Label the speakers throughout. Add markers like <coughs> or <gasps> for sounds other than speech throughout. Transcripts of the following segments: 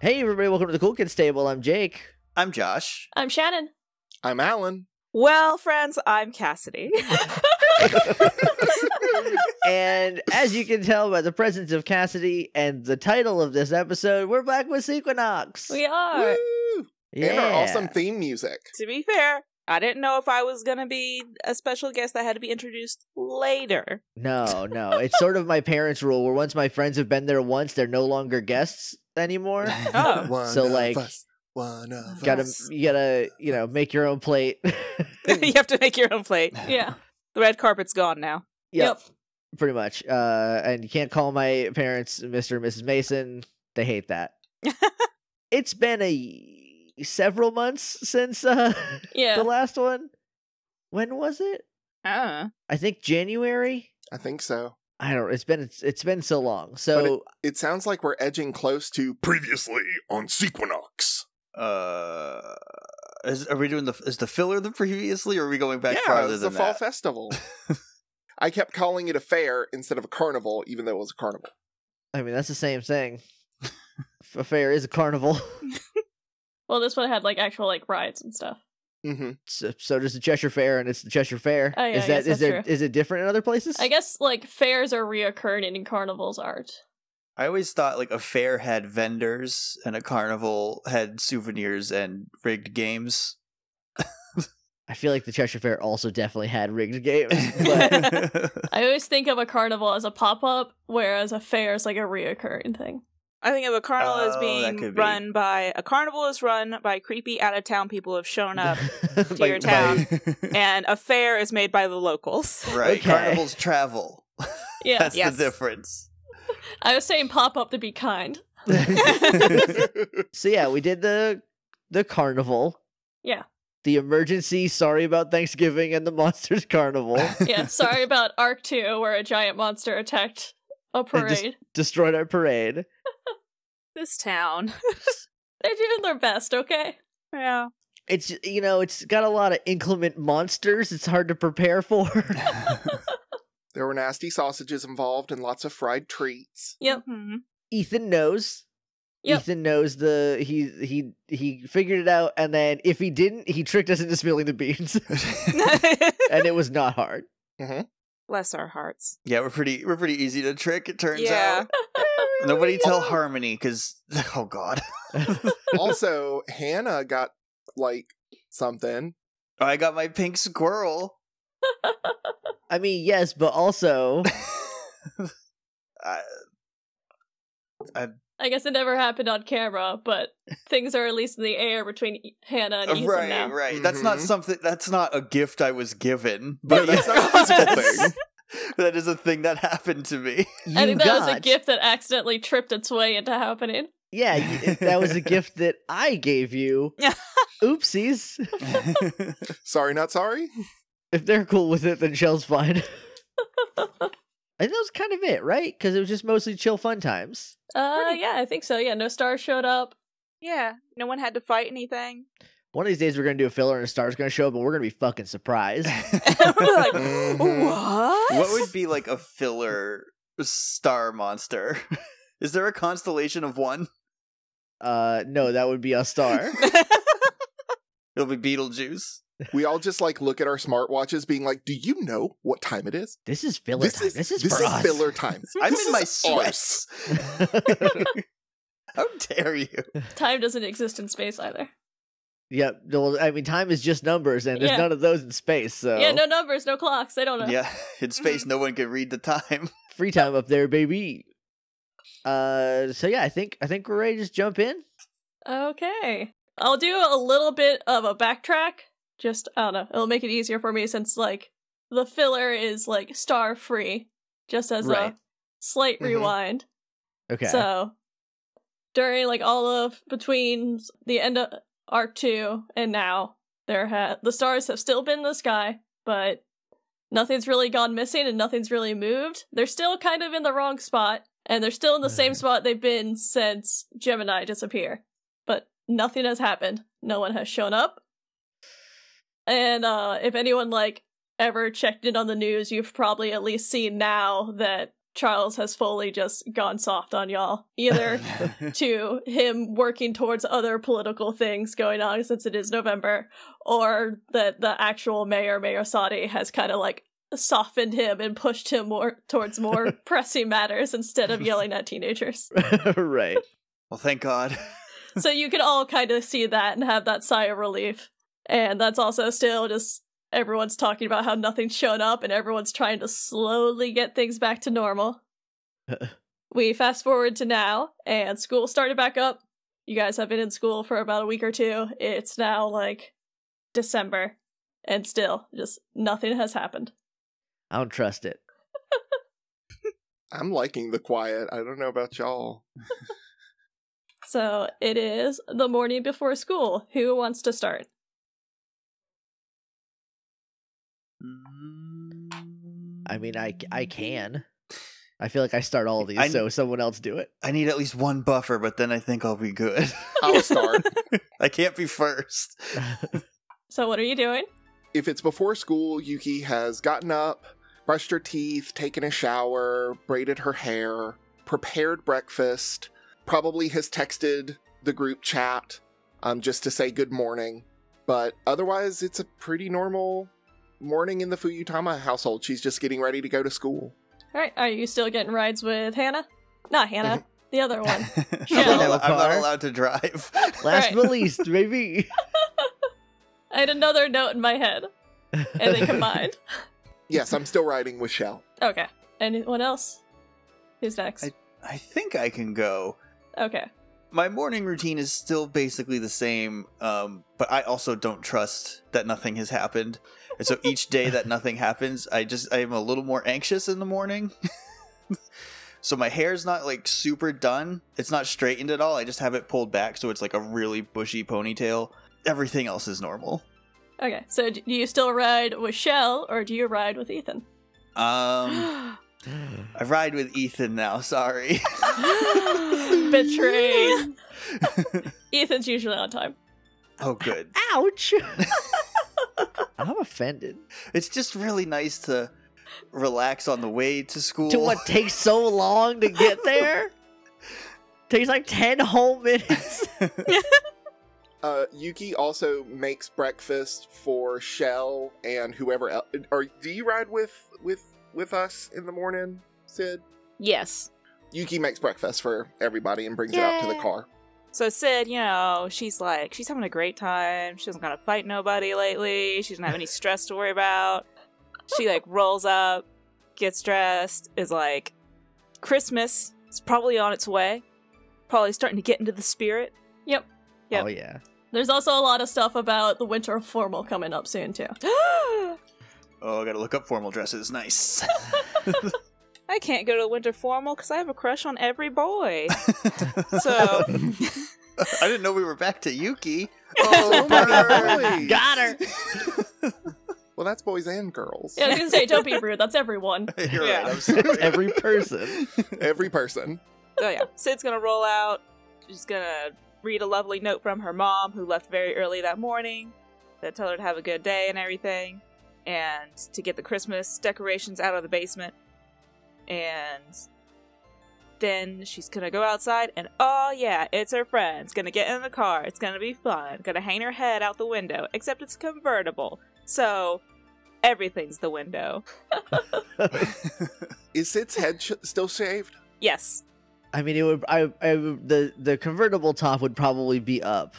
Speaker 1: Hey, everybody, welcome to the Cool Kids Table. I'm Jake.
Speaker 2: I'm Josh.
Speaker 3: I'm Shannon.
Speaker 4: I'm Alan.
Speaker 3: Well, friends, I'm Cassidy. <laughs>
Speaker 1: and as you can tell by the presence of Cassidy and the title of this episode, we're back with Sequinox.
Speaker 3: we are.
Speaker 4: Woo! And our awesome theme music.
Speaker 3: To be fair, I didn't know if I was going to be a special guest that had to be introduced later. <laughs>
Speaker 1: No, no. It's sort of my parents' rule where once my friends have been there once, they're no longer guests anymore.
Speaker 3: Oh.
Speaker 4: <laughs> One
Speaker 1: So,
Speaker 4: of
Speaker 1: like,
Speaker 4: us, one of
Speaker 1: gotta
Speaker 4: us.
Speaker 1: you gotta, you know, make your own plate. <laughs>
Speaker 3: you have to make your own <laughs> plate.
Speaker 2: Yeah.
Speaker 3: The red carpet's gone now.
Speaker 1: Yep. Pretty much. Uh, and you can't call my parents Mr. and Mrs. Mason. They hate
Speaker 3: <laughs>
Speaker 1: that. it's been a several months since uh,
Speaker 5: <laughs>
Speaker 3: Yeah.
Speaker 1: the last one. When was it?
Speaker 3: Uh,
Speaker 1: I think January.
Speaker 4: I think so.
Speaker 1: I don't. It's been it's, it's been so long.
Speaker 4: But
Speaker 1: So
Speaker 4: It sounds like we're edging close to previously on Sequinox.
Speaker 2: <laughs> Uh, is, are we doing the is the filler the previously, or are we going back
Speaker 4: yeah,
Speaker 2: farther
Speaker 4: it's the
Speaker 2: than
Speaker 4: fall
Speaker 2: that? <laughs>
Speaker 4: festival. I kept calling it a fair instead of a carnival, even though it was a carnival.
Speaker 1: I mean that's the same thing. a fair is a carnival. <laughs>
Speaker 5: Well, this one had like actual like rides and stuff.
Speaker 2: <laughs>
Speaker 4: hmm
Speaker 1: so, so does the Cheshire Fair, and it's the Cheshire Fair.
Speaker 5: Oh, yeah,
Speaker 1: is
Speaker 5: I
Speaker 1: that
Speaker 5: guess
Speaker 1: is
Speaker 5: that's
Speaker 1: there is
Speaker 5: true.
Speaker 1: it different in other places?
Speaker 5: I guess like fairs are reoccurring and carnivals aren't.
Speaker 2: I always thought like a fair had vendors and a carnival had souvenirs and rigged games.
Speaker 1: I feel like the Cheshire Fair also definitely had
Speaker 5: <laughs>
Speaker 1: rigged games.
Speaker 2: <laughs>
Speaker 1: But
Speaker 2: But-
Speaker 5: I always think of a carnival as a pop up, whereas a fair is like a reoccurring thing.
Speaker 3: I think of a carnival as
Speaker 2: Oh, that
Speaker 3: being
Speaker 2: could be.
Speaker 3: run by a carnival is run by creepy out of town people who have
Speaker 1: <laughs>
Speaker 3: shown <laughs> up,
Speaker 1: to
Speaker 3: your town. and a fair is made by the locals. <laughs>
Speaker 2: right,
Speaker 1: Okay.
Speaker 2: carnivals travel. <laughs>
Speaker 5: Yeah,
Speaker 2: That's
Speaker 3: Yes.
Speaker 2: the difference.
Speaker 5: I was saying pop up to be kind.
Speaker 1: <laughs> So yeah, we did the the carnival.
Speaker 5: Yeah.
Speaker 1: The emergency, sorry about Thanksgiving and the Monsters
Speaker 5: <laughs>
Speaker 1: Carnival.
Speaker 5: Yeah, sorry about Arc Two, where a giant monster attacked a
Speaker 1: And
Speaker 5: parade.
Speaker 1: just- Destroyed our parade.
Speaker 3: This town.
Speaker 5: They're doing their best, okay?
Speaker 3: Yeah.
Speaker 1: It's you know, it's got a lot of inclement monsters it's hard to prepare for. <laughs>
Speaker 4: there were nasty sausages involved and lots of fried treats.
Speaker 5: Yep.
Speaker 3: Mhm.
Speaker 1: Ethan knows.
Speaker 5: Yep.
Speaker 1: Ethan knows the he he he figured it out and then if he didn't, he tricked us into spilling the beans. <laughs> and it was not hard.
Speaker 3: <laughs> Bless our hearts.
Speaker 2: <laughs> yeah, we're pretty we're pretty easy to trick. It turns
Speaker 3: Yeah.
Speaker 2: out.
Speaker 5: <laughs>
Speaker 2: Nobody tell Harmony because <laughs> oh god,
Speaker 4: also, Hannah got like something.
Speaker 2: I got my pink squirrel. <laughs>
Speaker 1: I mean, yes, but also
Speaker 2: I,
Speaker 5: I guess it never happened on camera, but things are at least in the air between Hannah and Ethan
Speaker 2: right,
Speaker 5: now.
Speaker 2: right. That's not
Speaker 4: Mhm.
Speaker 2: something. That's not a gift I was
Speaker 4: <laughs>
Speaker 2: given. But
Speaker 4: that's not a physical thing.
Speaker 2: That is a thing that happened to
Speaker 4: <laughs>
Speaker 2: me.
Speaker 1: you
Speaker 5: <laughs> I think that
Speaker 1: got,
Speaker 5: was a gift that accidentally tripped its way into happening.
Speaker 1: Yeah, you, that
Speaker 5: <laughs>
Speaker 1: was a gift that I gave you. Oopsies.
Speaker 4: Sorry, not sorry.
Speaker 1: if they're cool with it, then Shell's
Speaker 5: <laughs>
Speaker 1: fine. and that was kind of it, right? Because it was just mostly chill fun times.
Speaker 5: Uh,
Speaker 3: Pretty-
Speaker 5: yeah, I think so. Yeah, no stars showed up.
Speaker 3: Yeah. No one had to fight anything.
Speaker 1: One of these days, we're gonna do a filler, and a star's gonna show up, and we're gonna be fucking <laughs> surprised.
Speaker 3: We're like,
Speaker 4: Mhm.
Speaker 3: what?
Speaker 2: what would be like a filler star monster? <laughs> Is there a constellation of one?
Speaker 1: Uh, no, that would be a
Speaker 3: <laughs>
Speaker 1: star.
Speaker 2: It'll be Beetlejuice.
Speaker 4: We all just like look at our smartwatches, being like, "Do you know what time it is?
Speaker 1: <laughs> This is filler time. this is for us.
Speaker 4: filler time.
Speaker 2: I'm
Speaker 4: This
Speaker 2: in my
Speaker 4: is ours.
Speaker 2: sweats.
Speaker 4: <laughs>
Speaker 2: How dare you?
Speaker 5: Time doesn't exist in space either.
Speaker 1: yep. Well, I mean, time is just numbers, and there's
Speaker 5: Yeah.
Speaker 1: none of those in space. So
Speaker 5: Yeah, no numbers, no clocks. They don't know.
Speaker 2: Yeah, in space, no one can read the time.
Speaker 1: free time up there, baby. Uh, so yeah, I think I think we're ready to just jump in.
Speaker 5: Okay. I'll do a little bit of a backtrack. Just, I don't know. It'll make it easier for me since, like, the filler is, like, star free, just as
Speaker 1: Right.
Speaker 5: a slight
Speaker 4: Mhm.
Speaker 5: rewind.
Speaker 1: Okay.
Speaker 5: So during like all of between the end of arc 2 and now there ha- the stars have still been in the sky, but nothing's really gone missing and nothing's really moved. They're still kind of in the wrong spot and they're still in the same
Speaker 1: Right.
Speaker 5: spot they've been since Gemini disappear. But nothing has happened. No one has shown up. And uh if anyone like ever checked in on the news, you've probably at least seen now that Charles has fully just gone soft on y'all. Either to him working towards other political things going on since it is November, or that the actual mayor, Mayor Sadi, has kind of like softened him and pushed him more towards more pressing matters instead of yelling at teenagers.
Speaker 1: <laughs> right.
Speaker 2: <laughs> well, thank God.
Speaker 5: so you can all kind of see that and have that sigh of relief. And that's also still just everyone's talking about how nothing's shown up and everyone's trying to slowly get things back to normal. we fast forward to now and school started back up. You guys have been in school for about a week or two. It's now like December and still just nothing has happened.
Speaker 1: I don't trust it.
Speaker 4: <laughs> I'm liking the quiet. I don't know
Speaker 1: <laughs>
Speaker 4: about y'all.
Speaker 5: So it is the morning before school. Who wants to start?
Speaker 1: I mean, I I can. I feel like I start all of these,
Speaker 2: I-
Speaker 1: so someone else do it.
Speaker 2: I need at least one buffer, but then I think I'll be good. <laughs>
Speaker 4: I'll start.
Speaker 2: I can't be first.
Speaker 5: So what are you doing?
Speaker 4: if it's before school, Yuki has gotten up, brushed her teeth, taken a shower, braided her hair, prepared breakfast, probably has texted the group chat um, just to say good morning. But otherwise, it's a pretty normal morning in the Fuyutama household. She's just getting ready to go to school.
Speaker 5: All right, are you still getting rides with Hannah? Not Hannah, the
Speaker 2: <laughs>
Speaker 5: other one.
Speaker 2: I'm,
Speaker 5: Shall-
Speaker 2: not, al- I'm not
Speaker 1: Car.
Speaker 2: allowed to drive.
Speaker 1: Last
Speaker 5: Right.
Speaker 1: but <laughs> least, maybe.
Speaker 5: I had another note in my head, and
Speaker 1: <laughs>
Speaker 5: they combined.
Speaker 4: Yes, I'm still riding with Shell.
Speaker 5: Okay. Anyone else? Who's next?
Speaker 2: I think I can go.
Speaker 5: Okay.
Speaker 2: My morning routine is still basically the same, um, but I also don't trust that nothing has happened. And so each day that nothing happens, I just I am a little more anxious in the morning. <laughs> so my hair's not like super done. It's not straightened at all. I just have it pulled back, so it's like a really bushy ponytail. Everything else is normal.
Speaker 5: Okay. So d- do you still ride with Shell or do you ride with Ethan? <laughs>
Speaker 3: <gasps>
Speaker 2: Um, I ride with Ethan now. Sorry.
Speaker 5: Betrayed. Ethan's usually on time.
Speaker 2: oh, good.
Speaker 1: <laughs> Ouch. I'm offended.
Speaker 2: It's just really nice to relax on the way to school.
Speaker 1: To what takes so long to get there? <laughs> Takes like ten whole minutes.
Speaker 4: Uh, Yuki also makes breakfast for Shell and whoever else. Or do you ride with with with us in the morning, Sid?
Speaker 3: Yes.
Speaker 4: Yuki makes breakfast for everybody and brings it out to the
Speaker 3: Yay.
Speaker 4: car.
Speaker 3: So Sid, you know, she's like, she's having a great time. She doesn't gotta fight nobody lately. She doesn't have any stress to worry about. She like rolls up, gets dressed, is like, Christmas is probably on its way. Probably starting to get into the spirit. <gasps> Yep.
Speaker 1: Oh yeah.
Speaker 5: There's also a lot of stuff about the winter formal coming up soon, too.
Speaker 3: I
Speaker 2: Oh, I gotta look up formal
Speaker 1: <laughs>
Speaker 2: dresses. Nice.
Speaker 3: can't go to the winter formal because I have a crush on every boy. So-
Speaker 2: <laughs> I didn't know we were back to Yuki.
Speaker 4: <laughs>
Speaker 2: <laughs>
Speaker 4: <laughs> Oh my
Speaker 2: Burn.
Speaker 4: God.
Speaker 1: Got her.
Speaker 4: Well, that's boys and girls. <laughs>
Speaker 5: Yeah, I was gonna say, don't be rude. That's everyone.
Speaker 2: You're
Speaker 3: Yeah.
Speaker 2: right.
Speaker 1: <laughs>
Speaker 2: I'm sorry.
Speaker 1: Every person.
Speaker 4: Every person.
Speaker 3: oh yeah, Sid's gonna roll out. She's gonna read a lovely note from her mom, who left very early that morning, that told her to have a good day and everything, and to get the Christmas decorations out of the basement. And then she's gonna go outside, and oh yeah, it's her friends. Gonna get in the car. It's gonna be fun. Gonna hang her head out the window, except it's convertible, so everything's the window.
Speaker 4: Is Sid's head sh- still shaved?
Speaker 1: <laughs>
Speaker 3: Yes.
Speaker 1: I mean, it would. I, I would- the the convertible top would probably be up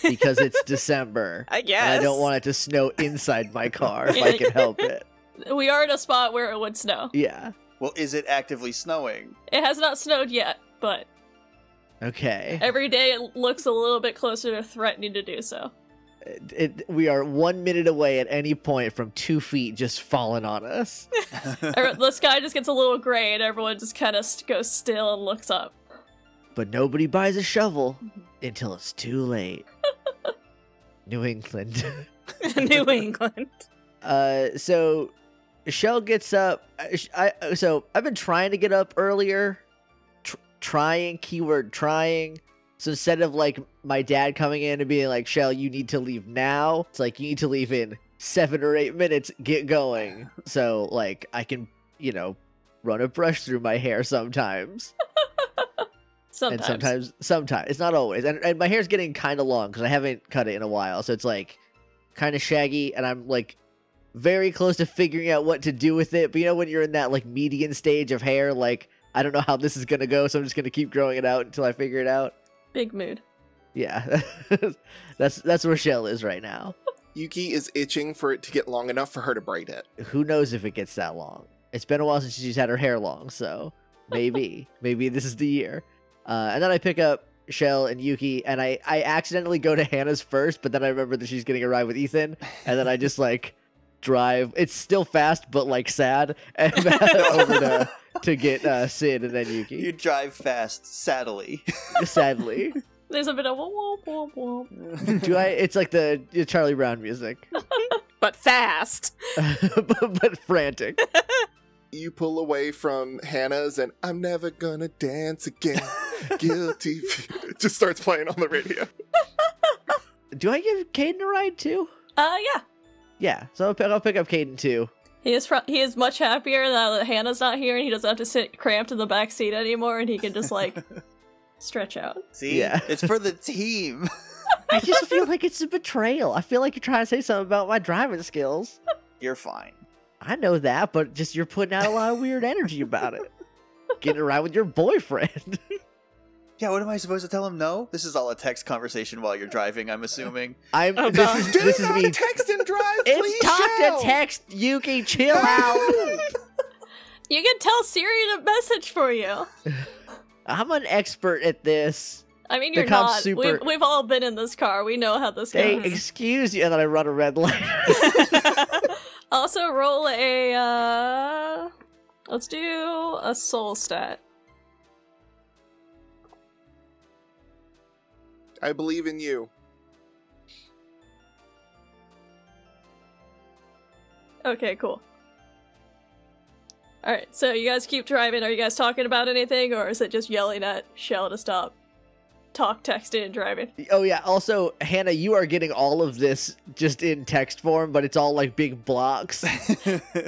Speaker 1: because it's December.
Speaker 3: I guess.
Speaker 1: and I don't want it to snow inside my car if I can help it.
Speaker 5: We are in a spot where it would snow.
Speaker 1: Yeah.
Speaker 2: well, is it actively snowing?
Speaker 5: It has not snowed yet, but
Speaker 1: Okay.
Speaker 5: every day it looks a little bit closer to threatening to do so.
Speaker 1: It, it- we are one minute away at any point from two feet just falling on us.
Speaker 5: Every- the sky just gets a little gray and everyone just kind of goes still and looks up.
Speaker 1: But nobody buys a shovel until it's too late. <laughs> New England. <laughs>
Speaker 3: <laughs> New England.
Speaker 1: Uh, so Shell gets up. I- sh- I uh, so I've been trying to get up earlier, tr- trying keyword trying. So instead of like my dad coming in and being like, "Shell, you need to leave now," it's like you need to leave in seven or eight minutes. Get going. So like I can you know run a brush through my hair sometimes.
Speaker 5: Sometimes.
Speaker 1: And sometimes, sometimes it's not always. And, and my hair's getting kind of long because I haven't cut it in a while, so it's like kind of shaggy, and I'm like very close to figuring out what to do with it. But you know, when you're in that like median stage of hair, like I don't know how this is gonna go, so I'm just gonna keep growing it out until I figure it out.
Speaker 5: Big mood.
Speaker 1: Yeah, <laughs> that's that's where Shell is right now.
Speaker 4: Yuki is itching for it to get long enough for her to braid it.
Speaker 1: Who knows if it gets that long? It's been a while since she's had her hair long, so maybe, maybe this is the year. Uh, and then I pick up Shell and Yuki, and I, I accidentally go to Hannah's first, but then I remember that she's getting a ride with Ethan, and then I just like drive. It's still fast, but like sad, <laughs> and over to to get uh, Sid and then
Speaker 2: <laughs> You
Speaker 1: Yuki.
Speaker 2: drive fast, saddly.
Speaker 1: <laughs> Sadly,
Speaker 5: There's a bit of womp womp womp womp.
Speaker 1: do I? It's like the the Charlie Brown music, <laughs>
Speaker 3: But fast.
Speaker 1: but, but frantic.
Speaker 4: You pull away from Hannah's and I'm never gonna dance <laughs> again. Guilty. <laughs> It just starts playing on the radio.
Speaker 1: Do I give Caden a ride too?
Speaker 5: Uh, yeah.
Speaker 1: Yeah, so I'll pick, I'll pick up Caden too.
Speaker 5: He is fr- he is much happier now that Hannah's not here, and he doesn't have to sit cramped in the back seat anymore, and he can
Speaker 1: <laughs>
Speaker 5: just like stretch out.
Speaker 2: <laughs> See,
Speaker 1: Yeah.
Speaker 2: it's for the team. <laughs>
Speaker 1: <laughs> I just feel like it's a betrayal. I feel like you're trying to say something about my driving skills.
Speaker 2: You're fine.
Speaker 1: I know that, but just you're putting out a lot of weird energy about it. Getting around with your boyfriend. <laughs>
Speaker 2: Yeah, what am I supposed to tell him? No, this is all a text conversation while you're driving. I'm assuming.
Speaker 1: I'm.
Speaker 3: Oh,
Speaker 1: this
Speaker 3: God.
Speaker 1: is,
Speaker 4: Do
Speaker 1: this is
Speaker 4: not
Speaker 1: me.
Speaker 4: text and drive, please.
Speaker 1: It's talk
Speaker 4: Shell.
Speaker 1: to text. Yuki, chill out.
Speaker 4: <laughs>
Speaker 5: You can tell Siri to message for you.
Speaker 1: I'm an expert at this.
Speaker 5: I mean,
Speaker 1: The
Speaker 5: you're
Speaker 1: cop's
Speaker 5: not.
Speaker 1: super-
Speaker 5: We've, we've all been in this car. We know how this
Speaker 1: They
Speaker 5: goes.
Speaker 1: excuse you, and then I run a red light. <laughs>
Speaker 5: also, roll a. uh... Let's do a soul stat.
Speaker 4: I believe in you.
Speaker 5: Okay, cool. All right, so you guys keep driving. Are you guys talking about anything, or is it just yelling at Shell to stop? Talk, texting, and driving.
Speaker 1: oh yeah. Also, Hannah, you are getting all of this just in text form, but it's all like big blocks.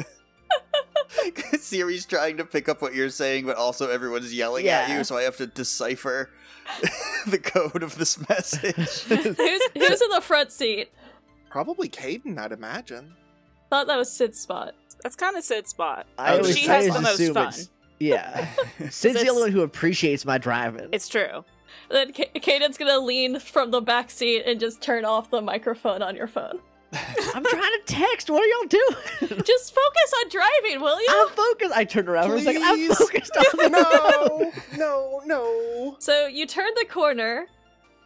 Speaker 1: <laughs>
Speaker 2: <laughs> Siri's trying to pick up what you're saying, but also everyone's yelling at
Speaker 1: Yeah.
Speaker 2: you, so I have to decipher <laughs> the code of this message.
Speaker 5: who's who's in the front seat?
Speaker 4: Probably Caden, I'd imagine.
Speaker 5: Thought that was Sid's spot.
Speaker 3: That's kind of Sid's spot.
Speaker 1: I
Speaker 2: Oh,
Speaker 1: always,
Speaker 2: she
Speaker 1: I
Speaker 2: has
Speaker 1: always
Speaker 2: the most
Speaker 1: assume
Speaker 3: fun.
Speaker 1: it's- yeah. Sid's the
Speaker 3: it's-
Speaker 1: only one who appreciates my driving.
Speaker 3: It's true.
Speaker 5: Then Ca- Caden's gonna lean from the back seat and just turn off the microphone on your phone.
Speaker 1: I'm trying to text. What are y'all doing?
Speaker 4: <laughs>
Speaker 5: just focus on driving, will you?
Speaker 1: I'm focused. I turned around for a second. I'm
Speaker 4: Please.
Speaker 1: focused on the
Speaker 4: <laughs> No, no, no.
Speaker 5: So you turn the corner,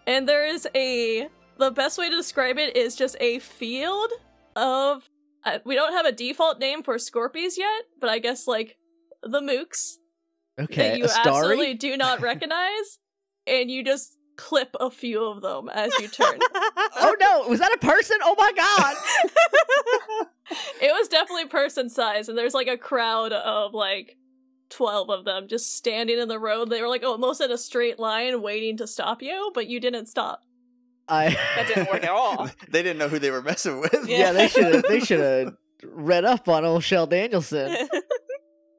Speaker 5: and there is a. The best way to describe it is just a field of. Uh, we don't have a default name for Scorpies yet, but I guess like the mooks that
Speaker 1: Okay, a
Speaker 5: you
Speaker 1: <laughs>
Speaker 5: absolutely
Speaker 1: starry.
Speaker 5: do not recognize, and you just clip a few of them as
Speaker 1: <laughs>
Speaker 5: you turn.
Speaker 1: Oh no, was that a person? Oh my god.
Speaker 5: it was definitely person size, and there's like a crowd of like. 12 of them just standing in the road. They were like almost in a straight line waiting to stop you, but you didn't stop.
Speaker 1: I
Speaker 3: That didn't work
Speaker 2: <laughs>
Speaker 3: at <laughs> all.
Speaker 2: they didn't know who they were messing with.
Speaker 1: <laughs> yeah. they should have. They should have read up on old Shell
Speaker 3: <laughs>
Speaker 1: Danielson.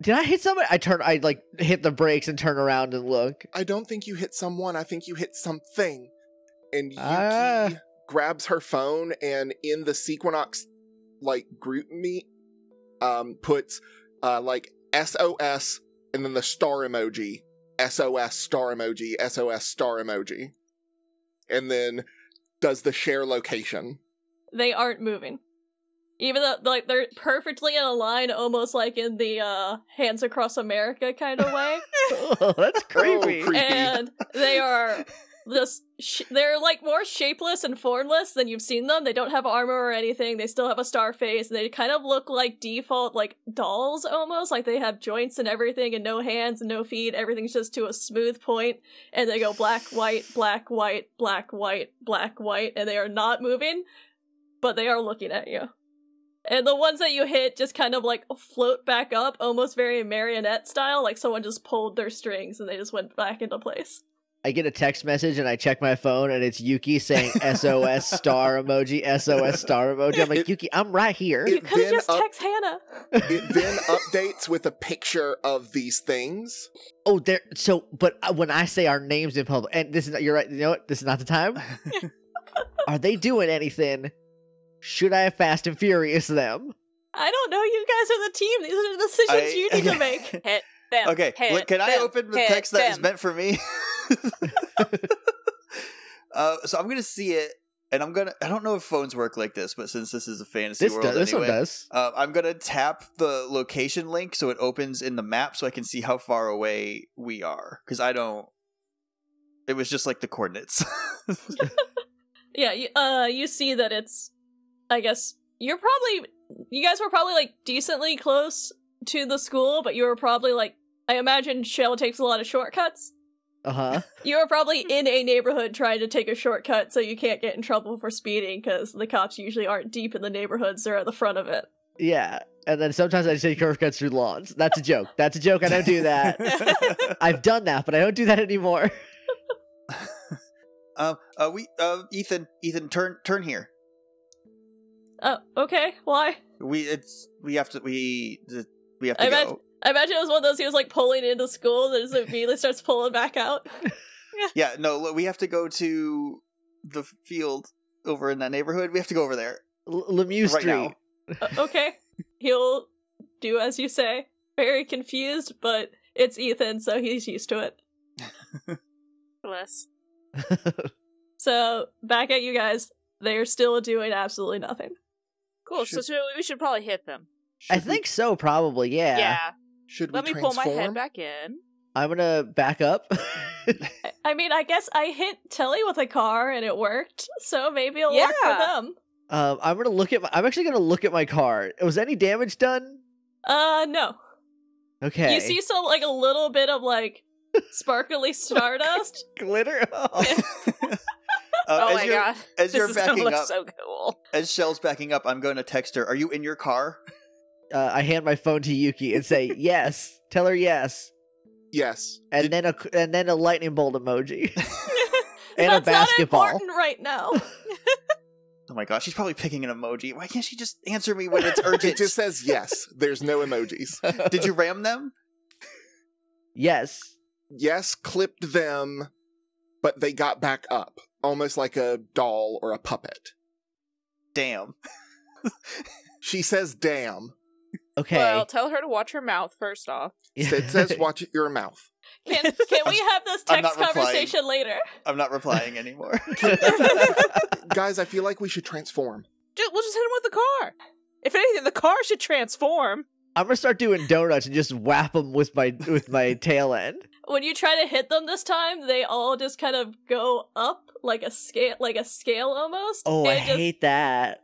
Speaker 1: Did I hit somebody? I turn. I like hit the brakes and turn around and look. <laughs>
Speaker 4: I don't think you hit someone. I think you hit something. And Yuki
Speaker 1: Ah.
Speaker 4: grabs her phone and in the Sequinox like group meet, um, puts uh like SOS and then the star emoji, SOS star emoji, SOS star emoji, and then does the share location.
Speaker 5: they aren't moving. Even though like they're perfectly in a line, almost like in the uh hands across America kind of way,
Speaker 1: Oh, that's creepy.
Speaker 4: creep. Creepy.
Speaker 5: and they are just sh- they're like more shapeless and formless than you've seen them. They don't have armor or anything. They still have a star face, and they kind of look like default like dolls almost. Like they have joints and everything, and no hands and no feet. Everything's just to a smooth point, and they go black, white, black, white, black, white, black, white, and they are not moving, but they are looking at you. And the ones that you hit just kind of like float back up, almost very marionette style, like someone just pulled their strings and they just went back into place.
Speaker 1: I get a text message and I check my phone and it's Yuki saying SOS star emoji, SOS star emoji. I'm like,
Speaker 4: <laughs> It-
Speaker 1: Yuki, I'm right here.
Speaker 5: You
Speaker 4: It
Speaker 5: could have
Speaker 4: then
Speaker 5: just
Speaker 4: up-
Speaker 5: text Hannah.
Speaker 1: <laughs>
Speaker 4: It then updates with a picture of these things.
Speaker 1: oh, there. So, but uh, when I say our names in public, and this is, not- you're right, you know what? This is not the <laughs> time. Are they doing anything? Should I fast and furious them?
Speaker 5: I don't know. You guys are the team. These are the decisions
Speaker 2: I-
Speaker 5: you need
Speaker 2: okay. <laughs>
Speaker 5: to make.
Speaker 3: Them,
Speaker 2: Okay,
Speaker 3: <laughs> hit
Speaker 2: look, can I
Speaker 3: them,
Speaker 2: open the
Speaker 3: hit
Speaker 2: text that is
Speaker 3: them.
Speaker 2: meant for me? <laughs> uh, so I'm gonna see it, and I'm gonna. I don't know if phones work like this, but since this is a fantasy
Speaker 1: This
Speaker 2: world,
Speaker 1: does, this one
Speaker 2: anyway,
Speaker 1: does.
Speaker 2: uh, I'm gonna tap the location link so it opens in the map, so I can see how far away we are. Because I don't. It was just like
Speaker 1: <laughs>
Speaker 2: the coordinates.
Speaker 5: Yeah, you, uh, you see that it's, I guess, you're probably, you guys were probably like decently close to the school, but you were probably like, I imagine Shell takes a lot of shortcuts.
Speaker 1: Uh <laughs> huh.
Speaker 5: You were probably in a neighborhood trying to take a shortcut so you can't get in trouble for speeding because the cops usually aren't deep in the neighborhoods, they're at the front of it.
Speaker 1: Yeah. And then sometimes I take shortcuts through lawns. That's a joke. That's a joke. I don't do that. <laughs> I've done that, but I don't do that anymore.
Speaker 2: <laughs>
Speaker 1: <laughs>
Speaker 2: um, uh, we, uh, Ethan, Ethan, turn, turn here.
Speaker 5: Oh, okay, why?
Speaker 2: We, it's, we have to, we, th- we have to
Speaker 5: I
Speaker 2: go.
Speaker 5: bet- I imagine it was one of those he was like pulling into school and then just immediately starts pulling back out.
Speaker 2: Yeah, no, look, we have to go to the field over in that neighborhood. We have to go over
Speaker 3: <laughs>
Speaker 2: there <laughs>
Speaker 1: L- Lemieux
Speaker 2: right
Speaker 1: Street.
Speaker 2: now.
Speaker 5: Uh, okay. He'll do as you say. Very confused, but it's Ethan, so he's used to it.
Speaker 3: Bless.
Speaker 5: So back at you guys, they're still doing absolutely nothing.
Speaker 3: Cool.
Speaker 2: Should-
Speaker 3: So, so we should probably hit them.
Speaker 1: I
Speaker 4: Should we-
Speaker 1: think so, probably. Yeah.
Speaker 4: should
Speaker 3: Let
Speaker 4: we
Speaker 3: me
Speaker 4: transform?
Speaker 3: pull my head back in.
Speaker 1: I'm gonna back up. <laughs>
Speaker 5: I- I mean, I guess I hit Telly with a car and it worked, so maybe it'll work for
Speaker 3: Yeah.
Speaker 5: them.
Speaker 1: um, I'm gonna look at. My, I'm actually gonna look at my car. Was any damage done?
Speaker 5: Uh, no.
Speaker 1: Okay.
Speaker 5: You see some like a little bit of like
Speaker 1: <laughs>
Speaker 5: sparkly stardust.
Speaker 1: glitter. Oh.
Speaker 2: Uh,
Speaker 3: oh
Speaker 2: Um, as
Speaker 3: my
Speaker 2: you're,
Speaker 3: god.
Speaker 2: As
Speaker 3: This
Speaker 2: you're
Speaker 3: is gonna
Speaker 2: backing
Speaker 3: look
Speaker 2: up,
Speaker 3: so cool.
Speaker 2: as Shell's backing up, I'm going to text her. Are you in your car?
Speaker 1: uh, I hand my phone to Yuki and
Speaker 4: <laughs>
Speaker 1: say yes. Tell her yes,
Speaker 4: Yes.
Speaker 1: and
Speaker 2: Did-
Speaker 1: then a and then a lightning bolt
Speaker 4: <laughs>
Speaker 1: emoji <laughs> and
Speaker 5: <laughs> That's
Speaker 1: a basketball.
Speaker 5: not important right now.
Speaker 2: Oh my gosh, she's probably picking an emoji. Why can't she just answer me when it's urgent?
Speaker 1: <laughs>
Speaker 4: It <laughs> just says yes. There's no
Speaker 2: <laughs>
Speaker 4: emojis.
Speaker 2: Did you ram them?
Speaker 1: Yes.
Speaker 4: Yes clipped them, but they got back up, almost like a doll or a puppet.
Speaker 2: Damn.
Speaker 4: She says, damn.
Speaker 1: Okay. <laughs>
Speaker 3: Well, tell her to watch her mouth first off.
Speaker 2: <laughs>
Speaker 4: It says,
Speaker 5: <laughs>
Speaker 4: watch your mouth.
Speaker 1: <laughs>
Speaker 5: Can, can we have this
Speaker 2: I'm not
Speaker 5: text
Speaker 2: replying.
Speaker 5: conversation later?
Speaker 2: I'm not replying anymore.
Speaker 4: Guys, I feel like we should transform.
Speaker 3: Ju- we'll just hit him with the car. If anything, the car should transform.
Speaker 1: I'm gonna start doing donuts and just whap them with my with
Speaker 4: <laughs>
Speaker 1: my tail end.
Speaker 5: when you try to hit them this time, they all just kind of go up like a scale, like a scale almost.
Speaker 1: Oh, I
Speaker 5: and just,
Speaker 1: hate that.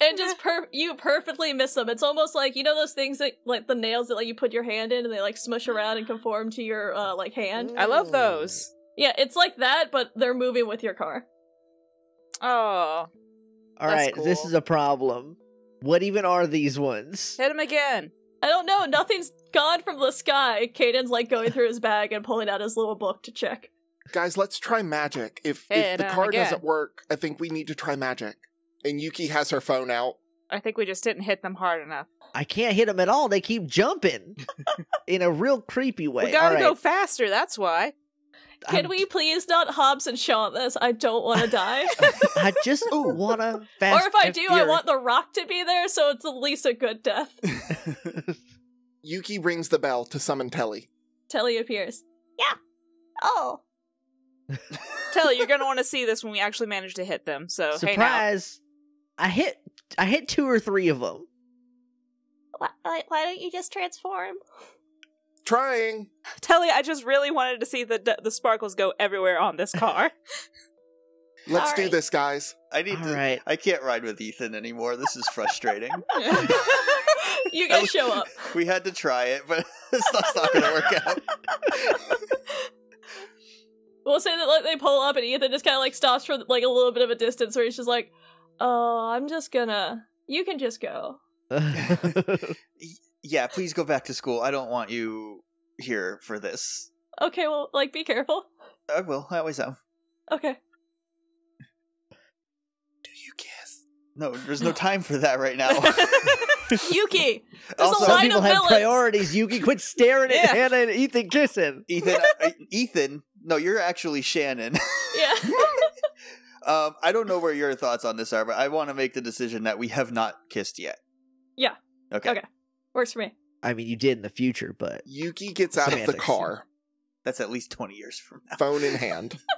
Speaker 5: And just per- you perfectly miss them. It's almost like you know those things that like the nails that like you put your hand in and they like smush around and conform to your uh, like
Speaker 1: Mm.
Speaker 5: hand.
Speaker 3: I love those.
Speaker 5: Yeah, it's like that, but they're moving with your car.
Speaker 3: Oh,
Speaker 1: All
Speaker 3: That's
Speaker 1: right, this
Speaker 3: cool.
Speaker 1: is a problem. What even are these ones?
Speaker 3: hit him again.
Speaker 5: I don't know. Nothing's gone from the sky. Caden's like going through his bag and pulling out his little book to check.
Speaker 4: Guys, let's try magic. If,
Speaker 3: Hey,
Speaker 4: if the
Speaker 3: now
Speaker 4: car
Speaker 3: again.
Speaker 4: doesn't work, I think we need to try magic. And Yuki has her phone out.
Speaker 3: I think we just didn't hit them hard enough.
Speaker 1: I can't hit them at all. They keep
Speaker 5: <laughs>
Speaker 1: jumping in a real creepy way.
Speaker 3: we gotta
Speaker 1: All
Speaker 3: go
Speaker 1: right,
Speaker 3: faster. That's why.
Speaker 5: Can
Speaker 1: I'm-
Speaker 5: we please not Hobbs and Shaw this? I don't want to die.
Speaker 1: <laughs> I
Speaker 5: <laughs>
Speaker 1: just
Speaker 4: Ooh.
Speaker 1: wanna fast.
Speaker 5: or if I
Speaker 1: and
Speaker 5: do, I
Speaker 1: furious-
Speaker 5: want the rock to be there, so it's at least a good death.
Speaker 4: Yuki rings the bell to summon Telly.
Speaker 5: Telly appears. Yeah. Oh.
Speaker 3: Tell you, you're gonna want to see this when we actually manage to hit them. So hey now.
Speaker 1: surprise. I hit. I hit two or three of them.
Speaker 5: Why, why, why don't you just transform?
Speaker 4: Trying.
Speaker 3: Telly, I just really wanted to see the the sparkles go everywhere on this car.
Speaker 4: Let's do
Speaker 5: Alright.
Speaker 4: this, guys.
Speaker 2: I need
Speaker 1: All
Speaker 2: to. <laughs>
Speaker 1: right.
Speaker 2: I can't ride with Ethan anymore. This is frustrating.
Speaker 5: <laughs> You guys show up.
Speaker 2: we had to try it, but <laughs> it's not, going to work out.
Speaker 5: We'll say that like they pull up and Ethan just kind of like stops for like a little bit of a distance where he's just like, "Oh, I'm just gonna. You can just go."
Speaker 1: <laughs>
Speaker 2: Yeah, please go back to school. I don't want you here for this.
Speaker 5: Okay, well, like be careful.
Speaker 2: I will. I always am.
Speaker 5: Okay.
Speaker 2: Do you kiss? No, there's no time for that right now.
Speaker 5: Yuki! There's
Speaker 2: also,
Speaker 5: a
Speaker 1: Some
Speaker 5: line
Speaker 1: people
Speaker 5: of
Speaker 1: have
Speaker 5: villains.
Speaker 1: priorities. Yuki, quit staring at
Speaker 3: Yeah.
Speaker 1: Hannah and Ethan kissing.
Speaker 2: Ethan, I- I- Ethan, no, you're actually Shannon. <laughs>
Speaker 5: Yeah.
Speaker 2: Um, I don't know where your thoughts on this are, but I want to make the decision that we have not kissed yet.
Speaker 5: Yeah.
Speaker 2: Okay.
Speaker 5: Okay. Works for me.
Speaker 1: I mean, you did in the future, but
Speaker 4: Yuki gets out of the
Speaker 2: Semantics.
Speaker 4: car,
Speaker 2: That's at least 20 years from now.
Speaker 4: phone in hand.
Speaker 2: <laughs>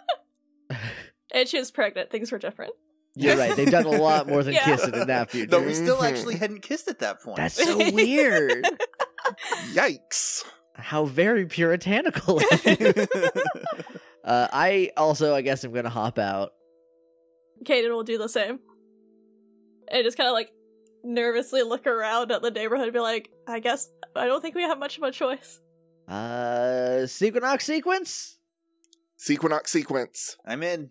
Speaker 5: And she was pregnant. Things were different.
Speaker 1: you're right. They've done a lot more than
Speaker 5: Yeah.
Speaker 1: kissing in that
Speaker 2: <laughs>
Speaker 1: future.
Speaker 2: Though we still
Speaker 4: Mhm.
Speaker 2: actually hadn't kissed at that
Speaker 1: <laughs>
Speaker 2: point.
Speaker 1: That's so weird.
Speaker 4: Yikes.
Speaker 1: How very puritanical. <laughs> of you. uh, I also, I guess, I'm gonna hop out.
Speaker 5: Kaden will do the same. And just kind of like nervously look around at the neighborhood and be like, I guess I don't think we have much of a choice.
Speaker 1: Uh, Sequinox sequence.
Speaker 4: Sequinox sequence.
Speaker 2: <laughs>
Speaker 1: <laughs>
Speaker 2: I'm in.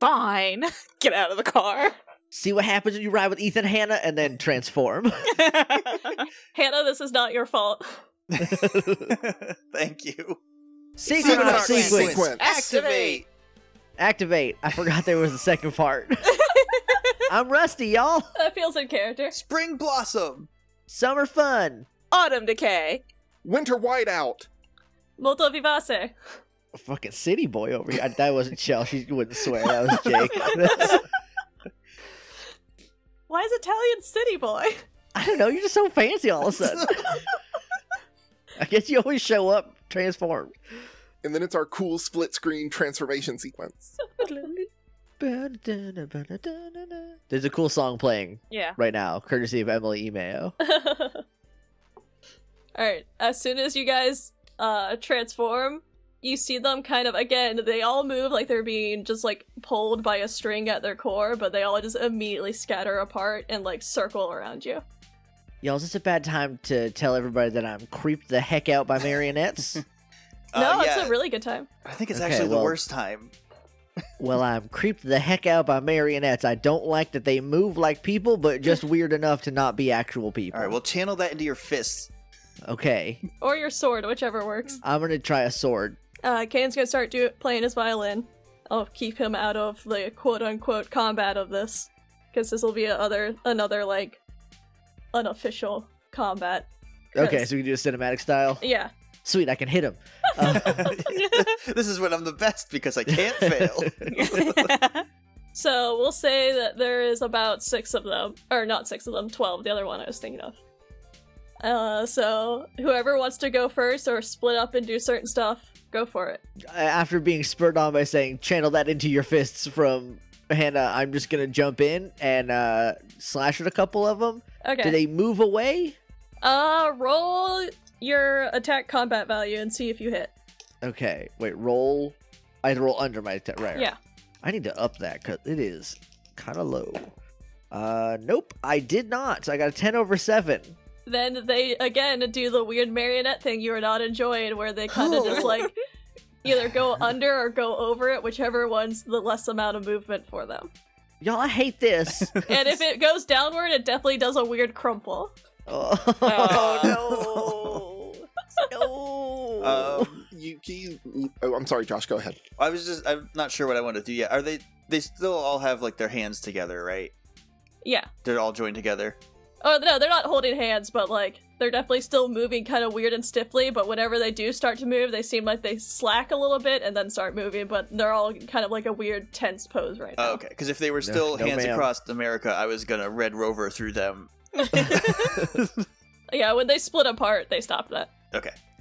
Speaker 2: <laughs>
Speaker 3: Fine. Get out of the car.
Speaker 1: See what happens when you ride with Ethan Hannah, and then transform. <laughs>
Speaker 5: Hannah, this is not your fault. <laughs>
Speaker 2: Thank you.
Speaker 1: Sequinox
Speaker 4: Sequinox
Speaker 1: sequence.
Speaker 4: sequence.
Speaker 3: Activate.
Speaker 1: Activate. I forgot there was a second part. I'm rusty, y'all.
Speaker 5: That feels in character.
Speaker 2: Spring blossom.
Speaker 1: Summer fun.
Speaker 3: Autumn decay.
Speaker 4: Winter whiteout.
Speaker 5: Molto vivace.
Speaker 1: Fucking city boy over here. I- That wasn't Shell. She wouldn't swear. That was Jake. <laughs>
Speaker 5: Why is Italian city boy? <laughs>
Speaker 1: I don't know. You're just so fancy all of a sudden. I guess you always show up transformed.
Speaker 4: And then it's our cool split screen transformation sequence.
Speaker 1: There's a cool song playing <laughs>
Speaker 3: Yeah.
Speaker 1: right now, courtesy of Emily Emayo.
Speaker 5: <laughs> All right. As soon as you guys uh transform, you see them kind of again. They all move like they're being just like pulled by a string at their core, but they all just immediately scatter apart and like circle around you.
Speaker 1: Y'all, is this a bad time to tell everybody that I'm creeped the heck out by marionettes?
Speaker 5: no,
Speaker 2: Uh, yeah,
Speaker 5: it's a really good time.
Speaker 2: I think it's
Speaker 1: Okay,
Speaker 2: actually
Speaker 1: well-
Speaker 2: the worst time.
Speaker 1: well, I'm creeped the heck out by marionettes. I don't like that they move like people, but
Speaker 2: <laughs>
Speaker 1: just weird enough to not be actual people.
Speaker 2: All right, well, channel that into your
Speaker 1: <laughs>
Speaker 2: fists. <laughs>
Speaker 1: okay.
Speaker 5: Or your sword, whichever works.
Speaker 1: I'm gonna try a sword.
Speaker 5: Uh, Kane's gonna start do- playing his violin. I'll keep him out of the quote unquote combat of this, because this will be a other another like unofficial combat.
Speaker 1: Okay,
Speaker 5: Yes.
Speaker 1: so we can do a cinematic style.
Speaker 5: Yeah.
Speaker 1: Sweet, I can hit him. Uh,
Speaker 2: this is when I'm the best because I can't fail.
Speaker 1: <laughs>
Speaker 5: So we'll say that there is about six of them, or not six of them, twelve. The other one I was thinking of. Uh, so whoever wants to go first or split up and do certain stuff, go for it.
Speaker 1: After being spurred on by saying, channel that into your fists from Hannah, I'm just gonna jump in and uh, slash at a couple of them.
Speaker 5: Okay.
Speaker 1: Do they move away?
Speaker 5: uh, roll your attack combat value and see if you hit.
Speaker 1: Okay, wait, roll. I had to roll under my attack. Right, right.
Speaker 5: Yeah.
Speaker 1: I need to up that because it is kind of low. Uh, nope, I did not. So I got a 10 over 7.
Speaker 5: Then they again do the weird marionette thing you were not enjoying, where they kind
Speaker 1: Oh.
Speaker 5: of
Speaker 1: <laughs>
Speaker 5: just like either go under or go over it, whichever one's the less amount of movement for them.
Speaker 1: Y'all, I hate this.
Speaker 5: And
Speaker 1: <laughs>
Speaker 5: if it goes downward, it definitely does a weird crumple.
Speaker 1: oh,
Speaker 3: Oh,
Speaker 1: no. no.
Speaker 2: Um,
Speaker 4: Yuki. Oh, I'm sorry, Josh. Go ahead.
Speaker 2: I was just, I'm not sure what I want to do yet. Are they, they still all have like their hands together, right?
Speaker 5: Yeah.
Speaker 2: They're all joined together.
Speaker 5: Oh no, they're not holding hands, but like they're definitely still moving kind of weird and stiffly. But whenever they do start to move, they seem like they slack a little bit and then start moving. But they're all kind of like a weird tense pose right now.
Speaker 2: Oh, okay, because if they were
Speaker 1: No-
Speaker 2: still
Speaker 1: no,
Speaker 2: hands
Speaker 1: ma'am.
Speaker 2: across America, I was gonna Red Rover through them.
Speaker 5: Yeah, when they split apart, they stop that.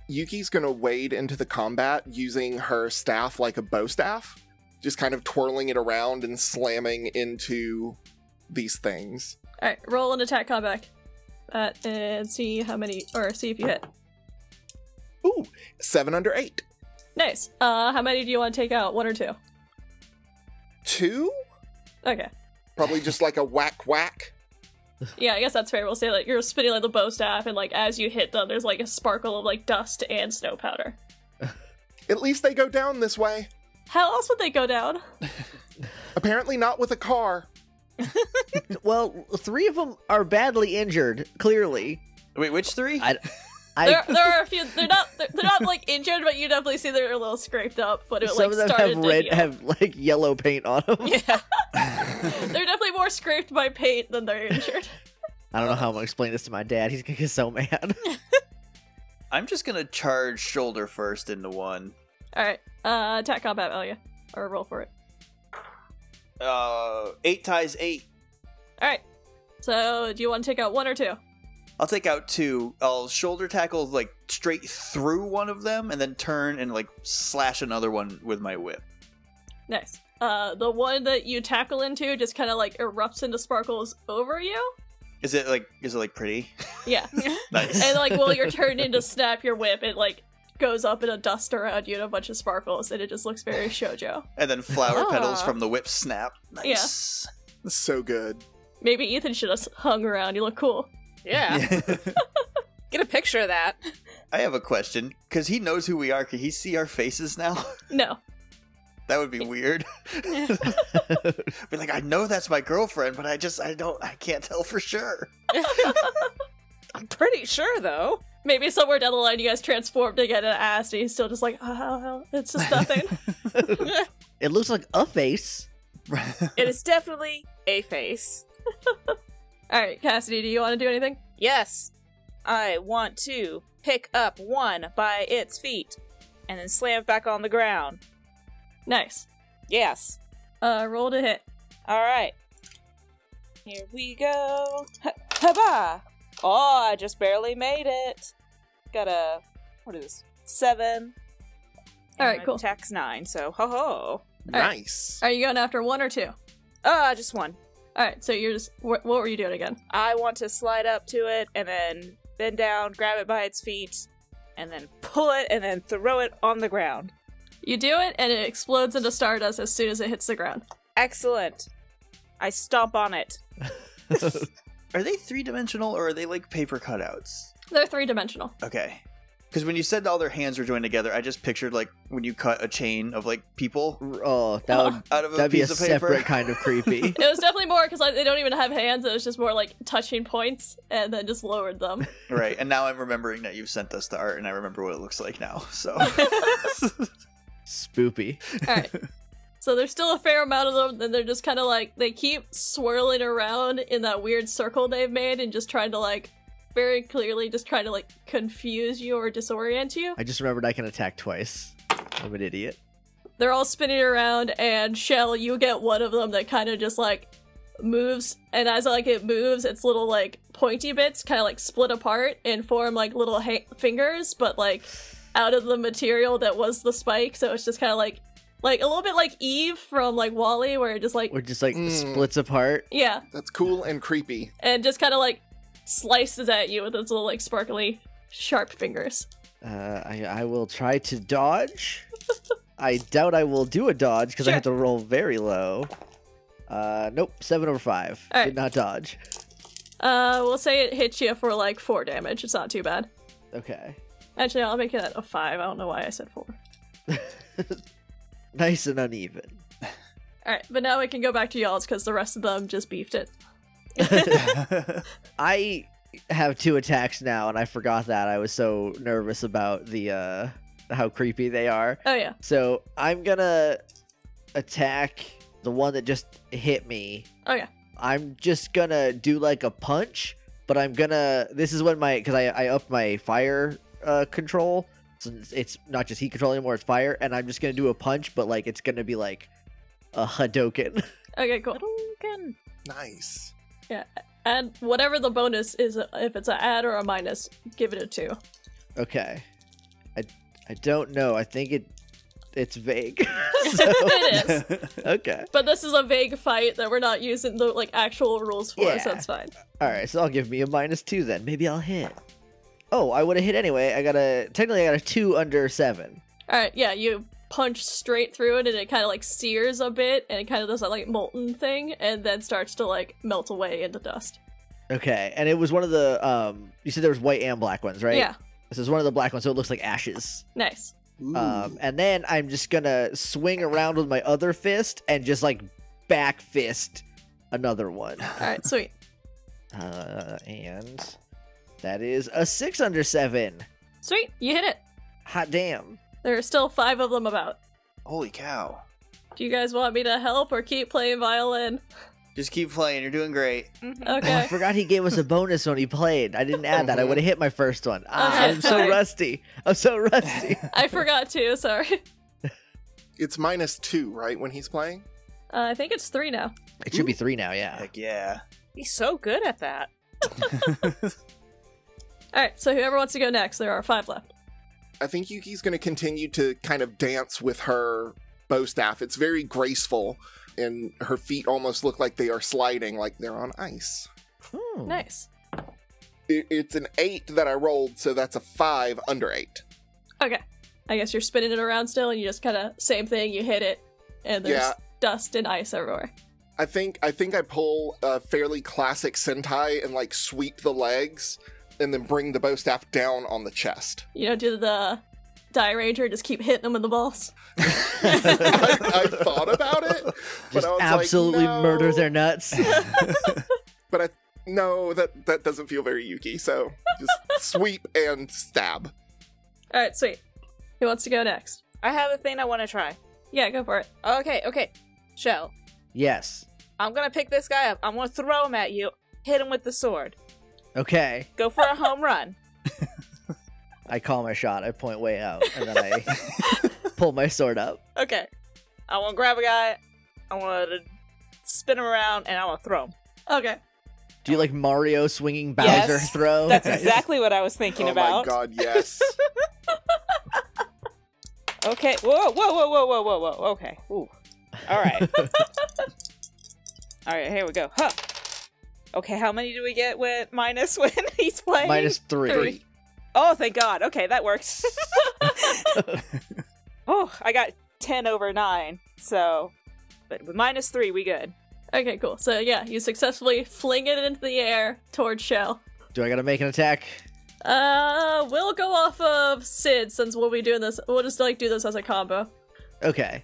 Speaker 4: Yuki's gonna wade into the combat using her staff like a bow staff, just kind of twirling it around and slamming into these things.
Speaker 5: All right, roll an attack combat, uh, and see how many or see if you hit.
Speaker 4: Ooh, seven under eight.
Speaker 5: Nice. Uh, how many do you want to take out? One or two?
Speaker 4: Two?
Speaker 5: Okay.
Speaker 2: <laughs>
Speaker 4: Probably just like a whack whack.
Speaker 5: Yeah, I guess that's fair. We'll say like you're spinning like the bow staff, and like as you hit them, there's like a sparkle of like dust and snow powder.
Speaker 4: At least they go down this way.
Speaker 5: How else would they go down?
Speaker 4: Apparently not with a car.
Speaker 1: well, three of them are badly injured, clearly.
Speaker 2: Wait, which three?
Speaker 1: I-
Speaker 5: There,
Speaker 1: <laughs>
Speaker 5: there are a few. They're not. They're, they're not like injured, but you definitely see they're a little scraped up. But it
Speaker 1: some
Speaker 5: like
Speaker 1: of them
Speaker 5: started
Speaker 1: have red,
Speaker 5: to heal.
Speaker 1: have like yellow paint on them.
Speaker 5: Yeah, they're definitely more scraped by paint than they're
Speaker 1: <laughs>
Speaker 5: injured.
Speaker 1: I don't know how I'm gonna explain this to my dad. He's gonna get so mad. <laughs>
Speaker 2: I'm just gonna charge shoulder first into one.
Speaker 5: All right, uh, attack combat value or roll for it.
Speaker 2: Uh, eight ties eight.
Speaker 5: All right. So, do you want to take out one or two?
Speaker 2: I'll take out two. I'll shoulder tackle like straight through one of them, and then turn and like slash another one with my whip.
Speaker 5: Nice. Uh, the one that you tackle into just kind of like erupts into sparkles over you.
Speaker 2: Is it like is it like pretty? <laughs>
Speaker 5: Yeah.
Speaker 2: nice.
Speaker 5: And like, well, you're turned
Speaker 1: <laughs>
Speaker 5: into snap your whip. It like goes up in a dust around you and a bunch of sparkles, and it just looks very shojo.
Speaker 2: And then flower petals
Speaker 3: Ah.
Speaker 2: from the whip snap.
Speaker 5: Yeah.
Speaker 2: Nice.
Speaker 4: So good.
Speaker 5: Maybe Ethan should have hung around. You look cool.
Speaker 3: Yeah. Get a picture of that.
Speaker 2: I have a question because he knows who we are. Can he see our faces now? <laughs>
Speaker 5: No.
Speaker 2: that would
Speaker 1: <laughs>
Speaker 2: be weird. be like, I know that's my girlfriend, but I just I don't I can't tell
Speaker 1: <laughs>
Speaker 2: for sure.
Speaker 3: I'm pretty sure though.
Speaker 5: Maybe somewhere down the line you guys transformed to get an ass, and he's still just like, oh, it's just nothing.
Speaker 1: it looks like a face. <laughs>
Speaker 3: It is definitely a face.
Speaker 5: All right, Cassidy, do you want to do anything?
Speaker 3: Yes. I want to pick up one by its feet and then slam it back on the ground.
Speaker 5: Nice.
Speaker 3: Yes.
Speaker 5: Uh, roll to hit.
Speaker 3: All right. Here we go. Ha- Haba! Oh, I just barely made it. Got a what is this? Seven.
Speaker 5: All right,
Speaker 3: And my
Speaker 5: cool.
Speaker 3: Attack's nine. So ho ho.
Speaker 5: right.
Speaker 4: Nice.
Speaker 5: Are you going after one or two?
Speaker 3: Ah, just one.
Speaker 5: All right, so you're just. Wh- what were you doing again?
Speaker 3: I want to slide up to it and then bend down, grab it by its feet, and then pull it and then throw it on the ground.
Speaker 5: You do it, and it explodes into stardust as soon as it hits the ground.
Speaker 3: Excellent. I stomp on it.
Speaker 2: Are they three dimensional or are they like paper cutouts?
Speaker 5: They're three dimensional.
Speaker 2: Okay. Because when you said all their hands were joined together, I just pictured like when you cut a chain of like people
Speaker 1: Oh, that would
Speaker 2: out of a
Speaker 1: that'd be
Speaker 2: piece
Speaker 1: a
Speaker 2: of paper.
Speaker 1: separate kind of creepy.
Speaker 5: It was definitely more because like, they don't even have hands. It was just more like touching points and then just lowered them.
Speaker 2: <laughs> Right. And now I'm remembering that you've sent us the art and I remember what it looks like now.
Speaker 1: <laughs>
Speaker 2: So <laughs>
Speaker 1: Spoopy.
Speaker 5: All right. So there's still a fair amount of them, and they're just kind of like they keep swirling around in that weird circle they've made, and just trying to like very clearly just trying to like confuse you or disorient you.
Speaker 1: I just remembered I can attack twice. I'm an idiot.
Speaker 5: They're all spinning around, and Shell, you get one of them that kind of just like moves, and as like it moves, its little like pointy bits kind of like split apart and form like little ha- fingers, but like out of the material that was the spike. So it's just kind of like like a little bit like Eve from like Wally, where it just like
Speaker 1: We're just like
Speaker 2: Hmm.
Speaker 4: Mm.
Speaker 1: splits apart.
Speaker 5: yeah,
Speaker 4: That's cool and creepy.
Speaker 5: and just kind of like slices at you with its little like sparkly sharp fingers.
Speaker 1: Uh, I I will try to dodge. I doubt I will do a dodge because I
Speaker 5: Sure.
Speaker 1: have to roll very low. Uh, nope, seven over five.
Speaker 5: All right.
Speaker 1: Did not dodge.
Speaker 5: Uh, we'll say it hits you for like four damage. It's not too bad.
Speaker 1: Okay,
Speaker 5: Actually, I'll make it a five. I don't know why I said four.
Speaker 1: nice and uneven.
Speaker 5: All right, but now we can go back to y'all's because the rest of them just beefed it.
Speaker 1: I have two attacks now, and I forgot that I was so nervous about the uh how creepy they are.
Speaker 5: Oh yeah,
Speaker 1: So I'm gonna attack the one that just hit me.
Speaker 5: oh yeah.
Speaker 1: I'm just gonna do like a punch, but I'm gonna. This is when my because I I upped my fire uh, control, so it's- it's not just heat control anymore. It's fire, and I'm just gonna do a punch, but like it's gonna be like a Hadoken.
Speaker 5: Okay, cool.
Speaker 3: Hadouken.
Speaker 4: Nice.
Speaker 5: And whatever the bonus is, uh, if it's an add or a minus, give it a two.
Speaker 1: <laughs> okay, I I don't know. I think it it's vague. <laughs> so,
Speaker 5: <laughs> it
Speaker 1: <laughs>
Speaker 5: is.
Speaker 1: okay,
Speaker 5: But this is a vague fight that we're not using the like actual rules for, so
Speaker 1: Yeah.
Speaker 5: it's fine.
Speaker 1: all right. So I'll give me a minus two then. Maybe I'll hit. Oh, I would have hit anyway. I got a technically I got a two under seven.
Speaker 5: All right, yeah, you punch straight through it, and it kind of like sears a bit, and it kind of does that like molten thing, and then starts to like melt away into dust.
Speaker 1: Okay, and it was one of the um. You said there was white and black ones, right?
Speaker 5: Yeah,
Speaker 1: This is one of the black ones, so it looks like ashes.
Speaker 5: nice.
Speaker 1: Um, and then I'm just gonna swing around with my other fist and just like back fist another one.
Speaker 5: All right, sweet.
Speaker 1: Uh, and That is a six under seven.
Speaker 5: Sweet, you hit it.
Speaker 1: Hot damn.
Speaker 5: There are still five of them about.
Speaker 2: Holy cow.
Speaker 5: Do you guys want me to help or keep playing violin?
Speaker 2: Just keep playing. You're doing great.
Speaker 3: Mhm.
Speaker 1: Oh, I <laughs>
Speaker 5: Okay.
Speaker 1: forgot he gave us a bonus when he played. I didn't add that. I
Speaker 2: Mhm.
Speaker 1: would have hit my first one. Ah,
Speaker 5: Okay,
Speaker 1: I'm so
Speaker 5: sorry.
Speaker 1: rusty. I'm so rusty.
Speaker 5: I forgot to, sorry.
Speaker 4: It's minus two, right, when he's playing?
Speaker 5: Uh, I think it's three now.
Speaker 1: It should be three now, yeah.
Speaker 2: Heck yeah.
Speaker 3: He's so good at that.
Speaker 5: All right, so whoever wants to go next, there are five left.
Speaker 4: I think Yuki's going to continue to kind of dance with her bow staff. It's very graceful, and her feet almost look like they are sliding, like they're on ice.
Speaker 1: Hmm.
Speaker 5: Nice.
Speaker 4: It, it's an eight that I rolled, so that's a five under eight.
Speaker 5: Okay. I guess you're spinning it around still, and you just kind of same thing. You hit it, and there's
Speaker 4: Yeah.
Speaker 5: dust and ice everywhere.
Speaker 4: I think I think I pull a fairly classic Sentai and like sweep the legs, and then bring the bow staff down on the chest. <laughs>
Speaker 5: You know, do the die ranger and just keep hitting them in the balls.
Speaker 4: I, I thought about it, but
Speaker 1: Just
Speaker 4: I was
Speaker 1: absolutely
Speaker 4: like, no.
Speaker 1: murder their nuts. <laughs>
Speaker 4: But I no, that that doesn't feel very Yuki. So just sweep and stab.
Speaker 5: All right, sweet. Who wants to go next?
Speaker 3: I have a thing I want to try.
Speaker 5: Yeah, go for it.
Speaker 3: Okay, okay. Shell,
Speaker 1: yes.
Speaker 3: I'm gonna pick this guy up. I'm gonna throw him at you. Hit him with the sword.
Speaker 1: Okay.
Speaker 3: Go for a <laughs> home run.
Speaker 1: I call my shot. I point way out, and then I
Speaker 5: <laughs>
Speaker 1: pull my sword up.
Speaker 3: Okay. I want to grab a guy. I want to spin him around, and I want to throw him.
Speaker 5: Okay.
Speaker 1: Do you like Mario swinging Bowser
Speaker 3: Yes.
Speaker 1: throw?
Speaker 3: That's exactly what I was thinking
Speaker 4: oh
Speaker 3: about.
Speaker 4: my god,
Speaker 3: <laughs>
Speaker 4: yes.
Speaker 3: Okay. Whoa, whoa, whoa, whoa, whoa, whoa, whoa. Okay. Ooh. All
Speaker 4: <laughs>
Speaker 3: right. All right. Here we go. Huh. Okay. How many do we get when minus <laughs> when he's
Speaker 1: <laughs>
Speaker 3: playing?
Speaker 1: Minus three.
Speaker 5: Three.
Speaker 3: Oh, thank God. Okay, that works. <laughs> oh, I got ten over nine. So, but with minus three, we good.
Speaker 5: Okay, cool. So yeah, you successfully fling it into the air towards Shell.
Speaker 1: Do I gotta make an attack?
Speaker 5: Uh, we'll go off of Sid since we'll be doing this. We'll just like do this as a combo.
Speaker 1: Okay.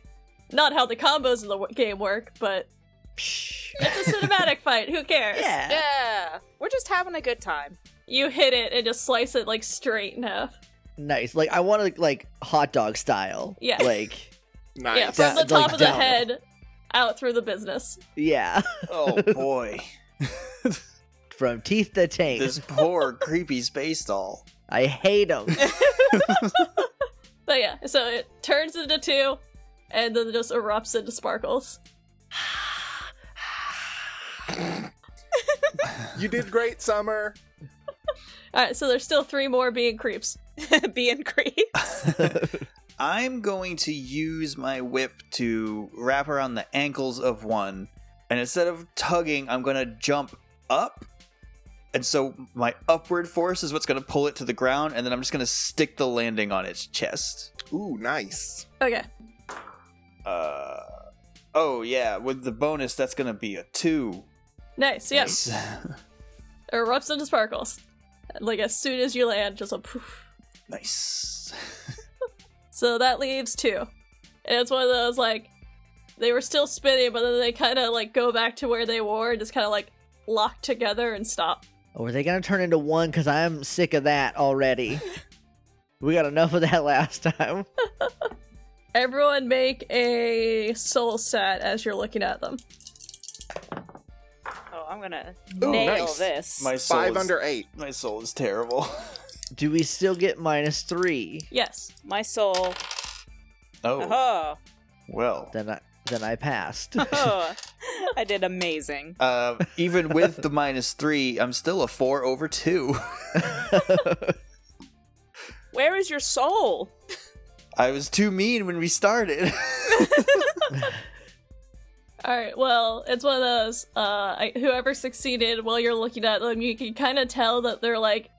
Speaker 5: Not how the combos in the w- game work, but
Speaker 1: Psh.
Speaker 5: it's a cinematic <laughs> fight. Who cares?
Speaker 1: Yeah.
Speaker 3: Yeah, we're just having a good time.
Speaker 5: You hit it and just slice it like straight in half.
Speaker 1: Nice. Like I want to like hot dog style.
Speaker 5: Yeah.
Speaker 1: Like
Speaker 4: Nice.
Speaker 5: Yeah, from
Speaker 1: Da-
Speaker 5: the top
Speaker 1: like
Speaker 5: of the
Speaker 1: down.
Speaker 5: head out through the business.
Speaker 1: yeah, <laughs>
Speaker 4: <laughs>
Speaker 2: oh boy.
Speaker 1: from teeth to taint.
Speaker 2: This poor creepy space doll.
Speaker 1: I hate
Speaker 5: <laughs>
Speaker 1: them.
Speaker 5: But yeah, so it turns into two and then it just erupts into sparkles.
Speaker 4: You did great, Summer.
Speaker 5: Alright, so there's still three more being creeps.
Speaker 3: Being creep.
Speaker 2: I'm going to use my whip to wrap around the ankles of one, and instead of tugging, I'm going to jump up. And so my upward force is what's going to pull it to the ground, and then I'm just going to stick the landing on its chest.
Speaker 4: Ooh, nice.
Speaker 5: Okay.
Speaker 2: Uh, oh yeah, with the bonus, that's going to be a two.
Speaker 5: Nice, yep.
Speaker 2: Yes.
Speaker 5: It erupts into sparkles. Like as soon as you land, just a poof.
Speaker 2: nice.
Speaker 5: So that leaves two. And it's one of those like they were still spinning, but then they kinda like go back to where they were and just kinda like lock together and stop.
Speaker 1: Or are they gonna turn into one? Cause I'm sick of that already. we got enough of that <laughs> last time.
Speaker 5: Everyone make a soul stat as you're looking at them.
Speaker 3: Oh, I'm gonna
Speaker 4: Ooh,
Speaker 3: nail
Speaker 4: nice.
Speaker 3: this.
Speaker 2: My soul
Speaker 4: Five
Speaker 2: is,
Speaker 4: under eight.
Speaker 2: My soul is terrible. <laughs>
Speaker 1: Do we still get minus three?
Speaker 5: Yes.
Speaker 3: My soul.
Speaker 2: Oh
Speaker 3: Oh,
Speaker 2: well.
Speaker 1: Then I then I
Speaker 5: <laughs>
Speaker 1: passed.
Speaker 3: oh. <laughs> I did amazing.
Speaker 2: Uh, even with the minus three, I'm still a four over two.
Speaker 3: Where is your soul?
Speaker 2: I was too mean when
Speaker 1: <laughs>
Speaker 2: we started.
Speaker 5: All right. Well, it's one of those. Uh, I, whoever succeeded while you're looking at them, you can kind of tell that they're like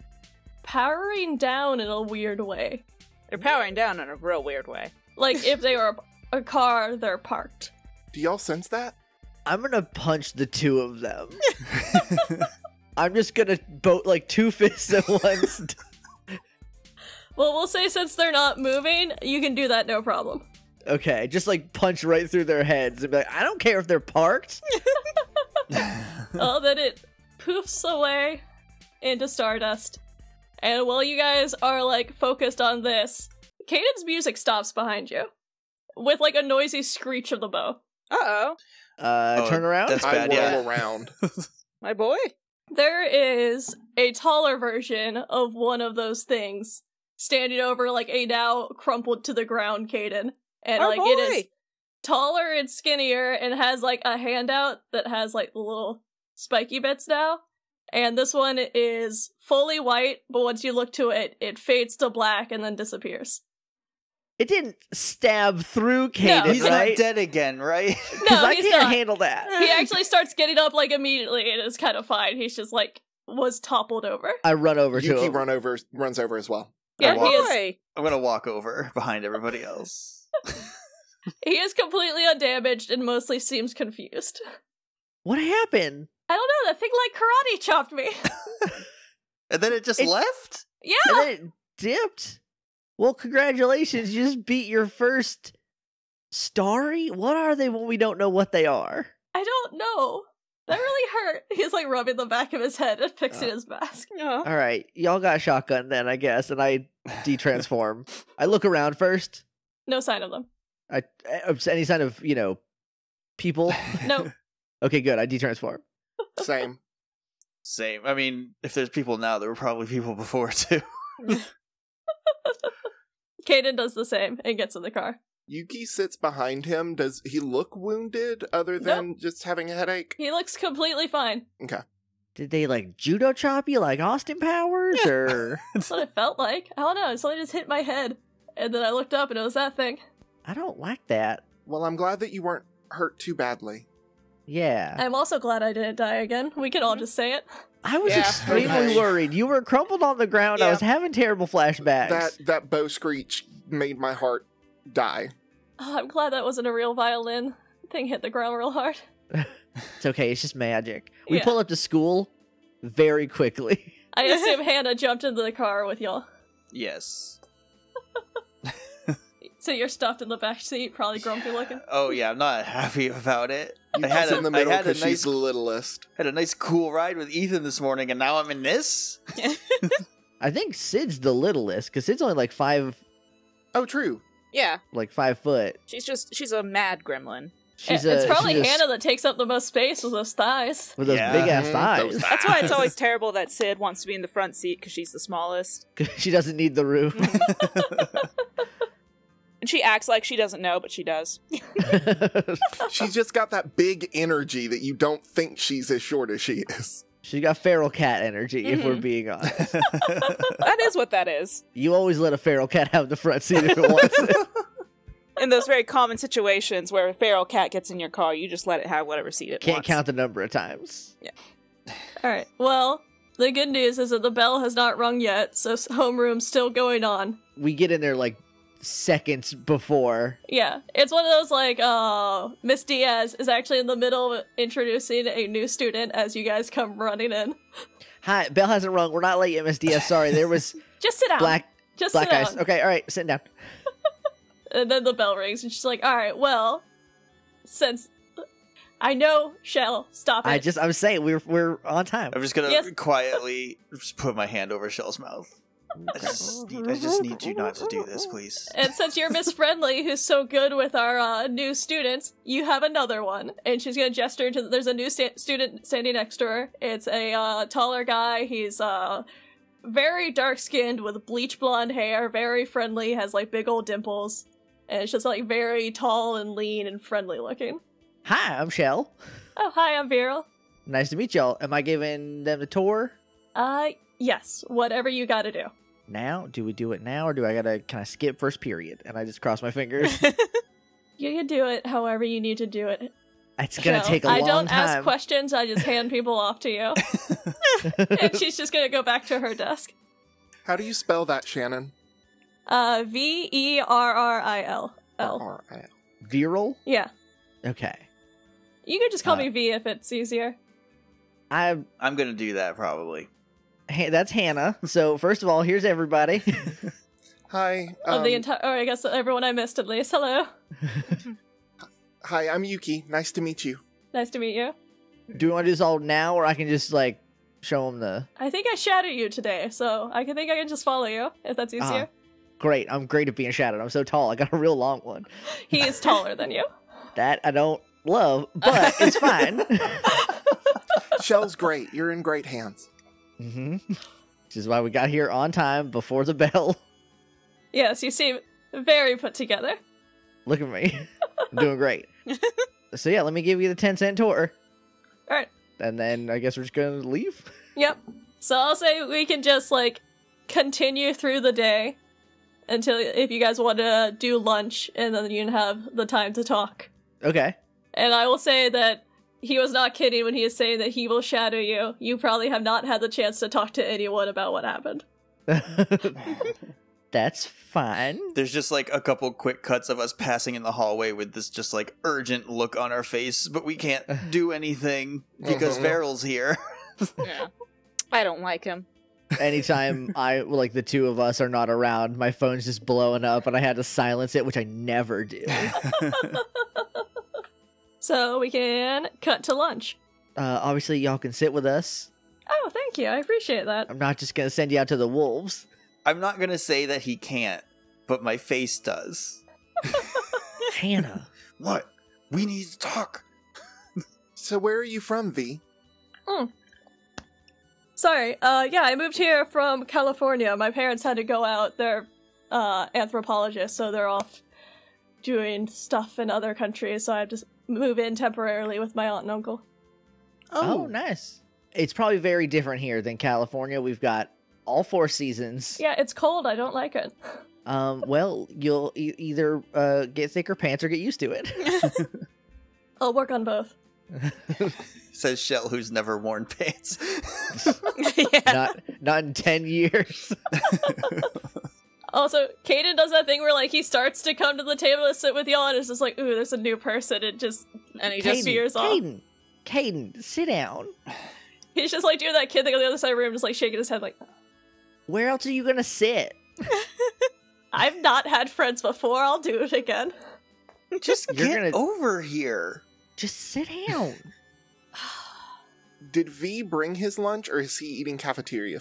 Speaker 5: powering down in a weird way.
Speaker 3: They're powering down in a real weird way.
Speaker 5: Like if they were a car, they're parked.
Speaker 4: Do y'all sense that?
Speaker 1: I'm gonna punch the two of them.
Speaker 5: <laughs>
Speaker 1: I'm just gonna boat like two fists at once. <laughs>
Speaker 5: Well, we'll say since they're not moving, you can do that no problem.
Speaker 1: okay, just like punch right through their heads and be like, I don't care if they're parked.
Speaker 5: oh, then it poofs away into stardust, And while you guys are like focused on this, Caden's music stops behind you with like a noisy screech of the bow.
Speaker 3: Uh oh,
Speaker 1: Uh,
Speaker 2: Oh,
Speaker 1: turn around.
Speaker 2: that's- It's
Speaker 4: I
Speaker 2: bad,
Speaker 4: whirl
Speaker 2: yeah. <laughs>
Speaker 4: around.
Speaker 3: my boy.
Speaker 5: There is a taller version of one of those things standing over like a now crumpled to the ground Caden.
Speaker 1: Oh,
Speaker 5: And
Speaker 3: Our
Speaker 5: like
Speaker 3: boy.
Speaker 5: it is taller and skinnier and has like a handout that has like the little spiky bits now. And this one is fully white, but once you look to it, it fades to black and
Speaker 1: <laughs>
Speaker 5: then disappears.
Speaker 1: it didn't stab through Caden,
Speaker 5: He's
Speaker 2: He's
Speaker 1: right?
Speaker 2: not dead again, right?
Speaker 1: Because
Speaker 5: No,
Speaker 1: I
Speaker 5: he's
Speaker 1: can't
Speaker 5: not.
Speaker 1: handle that. <laughs>
Speaker 5: He actually starts getting up like immediately and is kind of fine. He's just like was toppled over.
Speaker 1: I run over to
Speaker 4: Yuki
Speaker 1: him.
Speaker 4: run over, runs over as well.
Speaker 5: Yeah,
Speaker 3: Our
Speaker 5: he is
Speaker 3: boy.
Speaker 2: I'm gonna walk over behind everybody else.
Speaker 5: he is completely undamaged and mostly seems confused.
Speaker 1: What happened?
Speaker 5: I don't know, that thing like karate chopped me. <laughs>
Speaker 2: And then it just
Speaker 1: It's-
Speaker 2: left?
Speaker 5: yeah.
Speaker 1: And then it dipped. Well, congratulations. You just beat your first starry. What are they when we don't know what they are?
Speaker 5: I don't know. That really hurt. <laughs> He's like rubbing the back of his head and fixing his mask.
Speaker 3: Aw.
Speaker 1: All right. Y'all got shotgun then, I guess. And I detransform. I look around first.
Speaker 5: No sign of them.
Speaker 1: I, uh, any sign of, you know,
Speaker 4: <laughs>
Speaker 1: people.
Speaker 5: No.
Speaker 1: Okay, good. I detransform.
Speaker 4: Same.
Speaker 2: Same. I mean, if there's people now, there were probably people before too.
Speaker 5: Caden does the same and gets in the car.
Speaker 4: Yuki sits behind him. Does he look wounded other than just having a headache?
Speaker 5: He looks completely fine.
Speaker 1: Did they like judo chop you like Austin Powers
Speaker 4: <laughs>
Speaker 1: or
Speaker 5: That's what it felt like. I don't know. Something just hit my head. And then I looked up and it was that thing.
Speaker 1: I don't like that.
Speaker 4: Well, I'm glad that you weren't hurt too badly.
Speaker 3: Uh,
Speaker 1: Yeah.
Speaker 5: I'm also glad I didn't die again. We can all just say it.
Speaker 1: I was
Speaker 3: Yeah.
Speaker 1: extremely
Speaker 4: Okay.
Speaker 1: worried. You were crumpled on the ground. I
Speaker 3: Yeah.
Speaker 1: was having terrible flashbacks.
Speaker 4: That that bow screech made my heart die.
Speaker 5: Oh, I'm glad that wasn't a real violin. Thing hit the ground real hard.
Speaker 1: It's okay. It's just magic. We
Speaker 5: Yeah.
Speaker 1: pull up to school very quickly. <laughs>
Speaker 5: I assume Hannah jumped into the car with y'all.
Speaker 2: yes.
Speaker 5: So you're stuffed in the back seat, probably grumpy looking.
Speaker 2: Oh yeah, I'm not happy about it. I had
Speaker 4: Yuki's
Speaker 2: a,
Speaker 4: in the middle
Speaker 2: I had a
Speaker 4: because she's
Speaker 2: nice
Speaker 4: the littlest.
Speaker 2: had a nice cool ride with Ethan this morning, and now I'm in this.
Speaker 1: I think Sid's the littlest because Sid's only like five,
Speaker 4: Oh, true.
Speaker 3: yeah,
Speaker 1: like five foot.
Speaker 3: she's just she's a mad gremlin.
Speaker 1: She's
Speaker 5: Eh, it's
Speaker 1: a,
Speaker 5: probably
Speaker 1: she's a s-
Speaker 5: Hannah that takes up the most space with those thighs.
Speaker 1: with those
Speaker 2: Yeah.
Speaker 1: big ass
Speaker 4: Mhm.
Speaker 1: thighs.
Speaker 4: Those-
Speaker 3: That's why it's always terrible that Sid wants to be in the front seat because she's the smallest,
Speaker 1: 'Cause <laughs> she doesn't need the roof.
Speaker 3: and <laughs> she acts like she doesn't know, but she does.
Speaker 5: <laughs>
Speaker 4: She's just got that big energy that you don't think she's as short as she is.
Speaker 1: <laughs> she's got feral cat energy. If we're
Speaker 5: Mm-hmm.
Speaker 3: Mhm.
Speaker 1: being honest,
Speaker 3: that is what that is.
Speaker 1: you always let a feral cat have the front seat if it wants it.
Speaker 3: In those very common situations where a feral cat gets in your car, you just let it have whatever seat it
Speaker 1: Can't
Speaker 3: wants.
Speaker 1: count the number of times.
Speaker 5: All right. Well, the good news is that the bell has not rung yet, so s- homeroom's still going on.
Speaker 1: We get in there like seconds before.
Speaker 5: Yeah, it's one of those like, uh, Miss Diaz is actually in the middle of introducing a new student as you guys come running in.
Speaker 1: Hi, bell hasn't rung. We're not late, MSDS. Sorry, there
Speaker 5: <laughs>
Speaker 1: was
Speaker 5: Just sit down.
Speaker 1: black
Speaker 5: Just
Speaker 1: black
Speaker 5: sit
Speaker 1: ice.
Speaker 5: down.
Speaker 1: Okay, all right, sitting down.
Speaker 5: And then the bell rings, and she's like, "All right, well, since I know, Shell, stop it."
Speaker 1: I just I'm saying we're we're on time.
Speaker 2: I'm just gonna
Speaker 5: Yes.
Speaker 2: quietly just put my hand over Shell's mouth. I just, need- I just need you not to do this, please.
Speaker 5: And since you're Miss Friendly, who's so good with our uh, new students, you have another one. And she's gonna gesture to. There's a new sta- student standing next to her. It's a uh, taller guy. He's uh, very dark skinned with bleach blonde hair. Very friendly. Has like big old dimples. And it's just like very tall and lean and friendly looking.
Speaker 1: Hi, I'm Shell.
Speaker 5: Oh hi, I'm Viral.
Speaker 1: Nice to meet y'all. Am I giving them the tour
Speaker 5: Uh, yes. Whatever you gotta do.
Speaker 1: now? Do we do it now, or do I gotta kind of skip first period? And I just cross my
Speaker 5: <laughs>
Speaker 1: fingers.
Speaker 5: You can do it however you need to do it.
Speaker 1: it's gonna
Speaker 5: Shell.
Speaker 1: take a
Speaker 5: I
Speaker 1: long
Speaker 5: don't
Speaker 1: time.
Speaker 5: ask questions. I just hand people off
Speaker 1: <laughs>
Speaker 5: to you. and she's just gonna go back to her desk.
Speaker 4: How do you spell that, Shannon?
Speaker 5: Uh, V E R R I L L.
Speaker 4: All right.
Speaker 1: Viral.
Speaker 5: Yeah,
Speaker 1: Okay.
Speaker 5: you could just call
Speaker 1: Uh,
Speaker 5: me V if it's easier.
Speaker 1: I
Speaker 2: I'm gonna do that probably.
Speaker 1: ha- that's Hannah. So first of all, here's
Speaker 5: <laughs>
Speaker 1: everybody.
Speaker 4: Hi.
Speaker 5: of the
Speaker 4: um,
Speaker 5: entire, or I guess everyone I missed at least. Hello,
Speaker 4: hi, I'm Yuki. Nice to meet you.
Speaker 5: nice to meet you.
Speaker 1: do we want to do this all now, or I can just like show him the.
Speaker 5: I think I shadowed you today, so I can think I can just follow you if that's
Speaker 1: Uh-huh.
Speaker 5: easier.
Speaker 1: Great, I'm great at being shadowed. I'm so tall. I got a real long one.
Speaker 5: He is taller
Speaker 1: <laughs>
Speaker 5: than you.
Speaker 1: That I don't
Speaker 5: <laughs>
Speaker 1: love, but it's fine.
Speaker 5: <laughs>
Speaker 4: Shell's great. You're in great hands.
Speaker 1: hmm <laughs> Which is why we got here on time before the <laughs> bell.
Speaker 5: Yes, you seem very put together.
Speaker 1: Look at me. I'm doing great. so yeah, let me give you the 10 cent tour.
Speaker 5: All right.
Speaker 1: And then I guess we're just gonna leave. <laughs>
Speaker 5: Yep. So I'll say we can just like continue through the day until if you guys want to do lunch and then you can have the time to talk.
Speaker 1: Okay.
Speaker 5: And I will say that he was not kidding when he is saying that he will shadow you. You probably have not had the chance to talk to anyone about what happened.
Speaker 1: That's fine.
Speaker 2: There's just like a couple quick cuts of us passing in the hallway with this just like urgent look on our face, but we can't
Speaker 1: <laughs>
Speaker 2: do anything because
Speaker 4: Mhm.
Speaker 1: Mm-hmm.
Speaker 2: Veryl's here. <laughs>
Speaker 3: Yeah. I don't like him.
Speaker 1: Anytime I like the two of us are not around, my phone's just blowing up and I had to silence it, which I never do.
Speaker 5: So we can cut to lunch.
Speaker 1: Uh obviously y'all can sit with us.
Speaker 5: Oh, thank you. I appreciate that.
Speaker 1: I'm not just gonna send you out to the wolves.
Speaker 2: I'm not gonna say that he can't, but my face does.
Speaker 1: Hannah.
Speaker 2: What? We need to talk.
Speaker 4: So where are you from, V?
Speaker 5: Sorry. Uh yeah, I moved here from California. My parents had to go out. They're uh anthropologists, so they're off doing stuff in other countries, so I have to s- move in temporarily with my aunt and uncle.
Speaker 1: Oh. nice. It's probably very different here than California. We've got all four seasons.
Speaker 5: Yeah, it's cold. I don't like it.
Speaker 1: Um, well, you'll e- either uh, get thicker pants or get used to it. <laughs>
Speaker 5: I'll work on both.
Speaker 2: Says Shell, who's never worn pants.
Speaker 3: <laughs> yeah.
Speaker 1: not not in ten
Speaker 5: <laughs>
Speaker 1: years.
Speaker 5: Also, Caden does that thing where like he starts to come to the table to sit with y'all and it's just like, ooh, there's a new person and just
Speaker 3: And he
Speaker 5: just
Speaker 1: Caden,
Speaker 5: veers off.
Speaker 1: Caden, Caden, sit down.
Speaker 5: He's just like doing that kid thing on the other side of the room, just like shaking his head like
Speaker 1: Where else are you gonna sit?
Speaker 5: I've not had friends before, I'll do it again.
Speaker 1: <laughs>
Speaker 2: just
Speaker 1: You're
Speaker 2: get
Speaker 1: gonna-
Speaker 2: over here.
Speaker 1: Just sit
Speaker 5: <laughs>
Speaker 1: down.
Speaker 4: Did V bring his lunch or is he eating cafeteria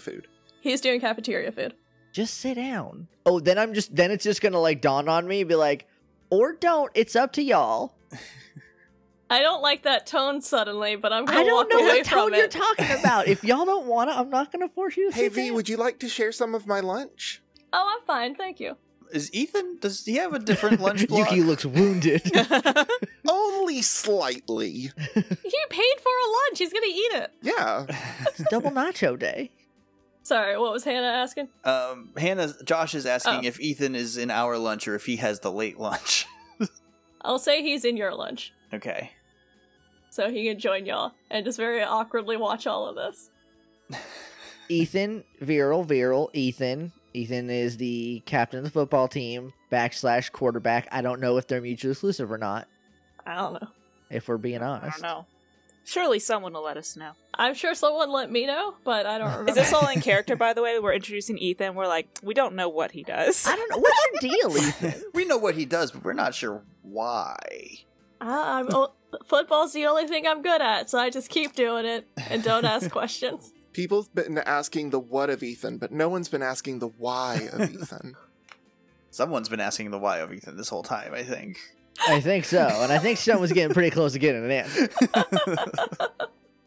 Speaker 5: <laughs>
Speaker 4: food?
Speaker 5: He's doing cafeteria food.
Speaker 1: just sit down. Oh, then I'm just then it's just gonna like dawn on me, be like, or don't. It's up to y'all.
Speaker 5: I don't like that tone suddenly, but I'm gonna
Speaker 1: I don't
Speaker 5: walk
Speaker 1: know
Speaker 5: away
Speaker 1: what
Speaker 5: from
Speaker 1: tone you're
Speaker 5: it.
Speaker 1: talking about. If y'all don't wanna, I'm not gonna force you to
Speaker 4: Hey
Speaker 1: sit
Speaker 4: V,
Speaker 1: down.
Speaker 4: would you like to share some of my lunch?
Speaker 5: oh, I'm fine,
Speaker 1: <laughs>
Speaker 5: thank you.
Speaker 2: Is Ethan? Does he have a different lunch block?
Speaker 1: Yuki looks <laughs> wounded.
Speaker 4: Only slightly.
Speaker 5: He paid for a lunch. He's gonna eat it.
Speaker 4: Yeah.
Speaker 1: it's double nacho day.
Speaker 5: Sorry, what was Hannah asking?
Speaker 2: <laughs> um, Hannah, Josh is asking
Speaker 5: Oh.
Speaker 2: if Ethan is in our lunch or if he has the late lunch. <laughs>
Speaker 5: I'll say he's in your lunch,
Speaker 2: Okay.
Speaker 5: so he can join y'all and just very awkwardly watch all of this.
Speaker 1: Ethan, Viral, Viral, Ethan. Ethan is the captain of the football team, backslash quarterback. I don't know if they're mutually exclusive or not,
Speaker 5: I don't know.
Speaker 1: if we're being
Speaker 3: I don't
Speaker 1: honest.
Speaker 3: know. Surely someone will let us know.
Speaker 5: I'm sure someone let me know, but I don't
Speaker 1: <laughs>
Speaker 5: remember.
Speaker 3: Is this all in character, by the way? We're introducing Ethan. We're like, we don't know what he does.
Speaker 1: I don't know. What's your deal, Ethan?
Speaker 2: <laughs> we know what he does, but we're not sure why.
Speaker 5: Ah, I'm, oh, football's the only thing I'm good at, so I just keep doing it and
Speaker 1: <laughs>
Speaker 5: don't ask questions.
Speaker 4: People have been asking the what of Ethan, but no one's been asking the why
Speaker 5: <laughs>
Speaker 4: of Ethan.
Speaker 2: Someone's been asking the why of Ethan this whole time, I think.
Speaker 1: <laughs> I think so. And I think someone's getting pretty close to getting an answer.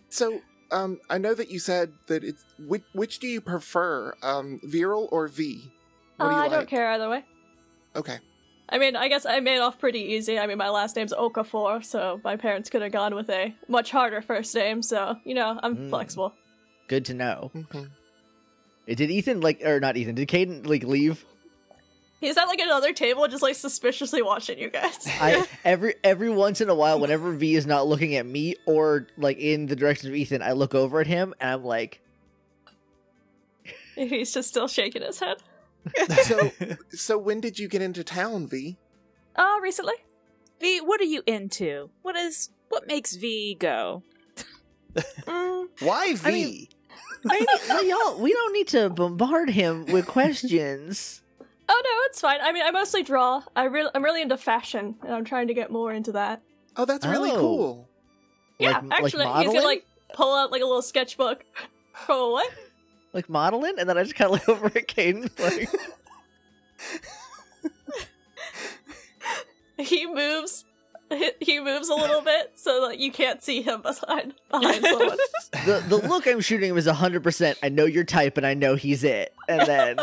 Speaker 4: So, um, I know that you said that it's which, which do you prefer, um, viral or V?
Speaker 5: Uh,
Speaker 4: What do you
Speaker 5: I
Speaker 4: like?
Speaker 5: don't care either way.
Speaker 4: Okay,
Speaker 5: I mean, I guess I made off pretty easy. I mean, my last name's Okafor, so my parents could have gone with a much harder first name. So you know, I'm
Speaker 1: Mm.
Speaker 5: flexible.
Speaker 1: Good to know. <laughs>
Speaker 4: Mhm.
Speaker 1: Did Ethan, like, or not Ethan, did Caden, like, leave?
Speaker 5: He's at like another table, just like suspiciously watching
Speaker 1: <laughs>
Speaker 5: you guys.
Speaker 1: I every every once in a while, whenever V is not looking at me or like in the direction of Ethan, I look over at him and I'm like,
Speaker 5: He's just still shaking his head.
Speaker 4: So- So when did you get into town, V?
Speaker 5: Uh, recently,
Speaker 3: V, what are you into? What is what makes V go?
Speaker 5: mm,
Speaker 2: why V?
Speaker 1: I mean- Maybe well, y'all, we don't need to bombard him with questions.
Speaker 5: oh no, it's fine. I mean, I mostly draw. I re- I'm really into fashion, and I'm trying to get more into that.
Speaker 4: Oh, that's really
Speaker 1: Oh.
Speaker 4: cool.
Speaker 5: yeah,
Speaker 1: like,
Speaker 5: actually,
Speaker 1: like
Speaker 5: he's
Speaker 1: modeling?
Speaker 5: gonna like pull out like a little sketchbook. <laughs> Oh, what?
Speaker 1: like modeling, and then I just kind of look over at Caden,
Speaker 5: <laughs>
Speaker 1: like,
Speaker 5: He moves. <laughs> he- He moves a little bit so that you can't see him behind
Speaker 1: <laughs>
Speaker 5: behind someone.
Speaker 1: the the look I'm shooting him is hundred percent. I know your type, and I know he's it. And then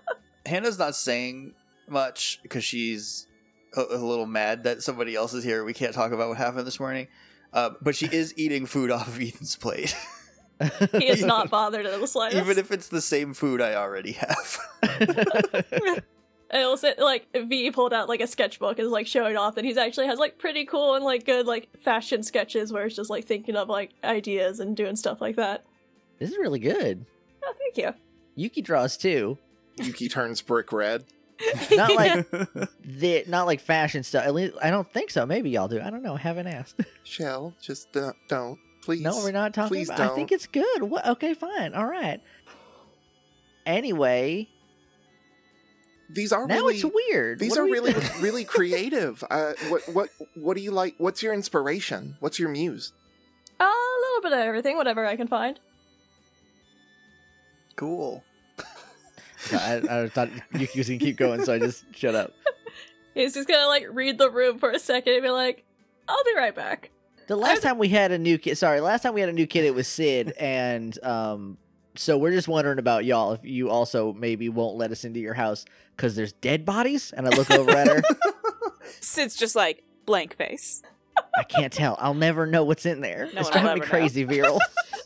Speaker 5: <laughs>
Speaker 2: Hannah's not saying much because she's a, a little mad that somebody else is here. We can't talk about what happened this morning. Uh, but she is eating food off of
Speaker 1: <laughs>
Speaker 2: Ethan's plate,
Speaker 5: He
Speaker 3: <laughs>
Speaker 5: is not bothered in the slightest.
Speaker 2: even if it's the same food I already have.
Speaker 5: And it'll say, like V pulled out like a sketchbook and is like showing off that he's actually has like pretty cool and like good like fashion sketches where it's just like thinking of like ideas and doing stuff like that.
Speaker 1: this is really good.
Speaker 5: Oh, thank you.
Speaker 1: Yuki draws
Speaker 5: <laughs>
Speaker 1: too.
Speaker 4: Yuki turns brick red.
Speaker 1: Not like the not like fashion stuff. At least I don't think so. Maybe y'all do. I don't know. Haven't asked. <laughs>
Speaker 4: Shell, just uh, don't. Please.
Speaker 1: No, we're not talking
Speaker 4: please
Speaker 1: about. I
Speaker 4: don't.
Speaker 1: think it's good. What? Okay, fine. All right. Anyway,
Speaker 4: These are
Speaker 1: now
Speaker 4: really,
Speaker 1: it's weird.
Speaker 4: These
Speaker 1: What
Speaker 4: are
Speaker 1: we <laughs>
Speaker 4: really,
Speaker 1: doing?
Speaker 4: really creative. Uh, what, what, what do you like? What's your inspiration? What's your muse?
Speaker 5: Uh, a little bit of everything, whatever I can find.
Speaker 2: <laughs> cool.
Speaker 1: I, I <laughs> thought Yuki was gonna keep going, so I just shut up.
Speaker 5: He's just gonna like read the room for a second and be like, "I'll be right back."
Speaker 1: The last time we had a new kid, sorry, last time we had a new kid, it was Sid, <laughs> and um, so we're just wondering about y'all if you also maybe won't let us into your house because there's dead bodies. And I look over at
Speaker 3: <laughs>
Speaker 1: her.
Speaker 3: Sid's just like blank face.
Speaker 1: I can't tell. I'll never know what's in there.
Speaker 3: No
Speaker 1: it's
Speaker 3: one will
Speaker 1: driving me
Speaker 3: ever know.
Speaker 1: crazy,
Speaker 3: <laughs>
Speaker 1: Viral.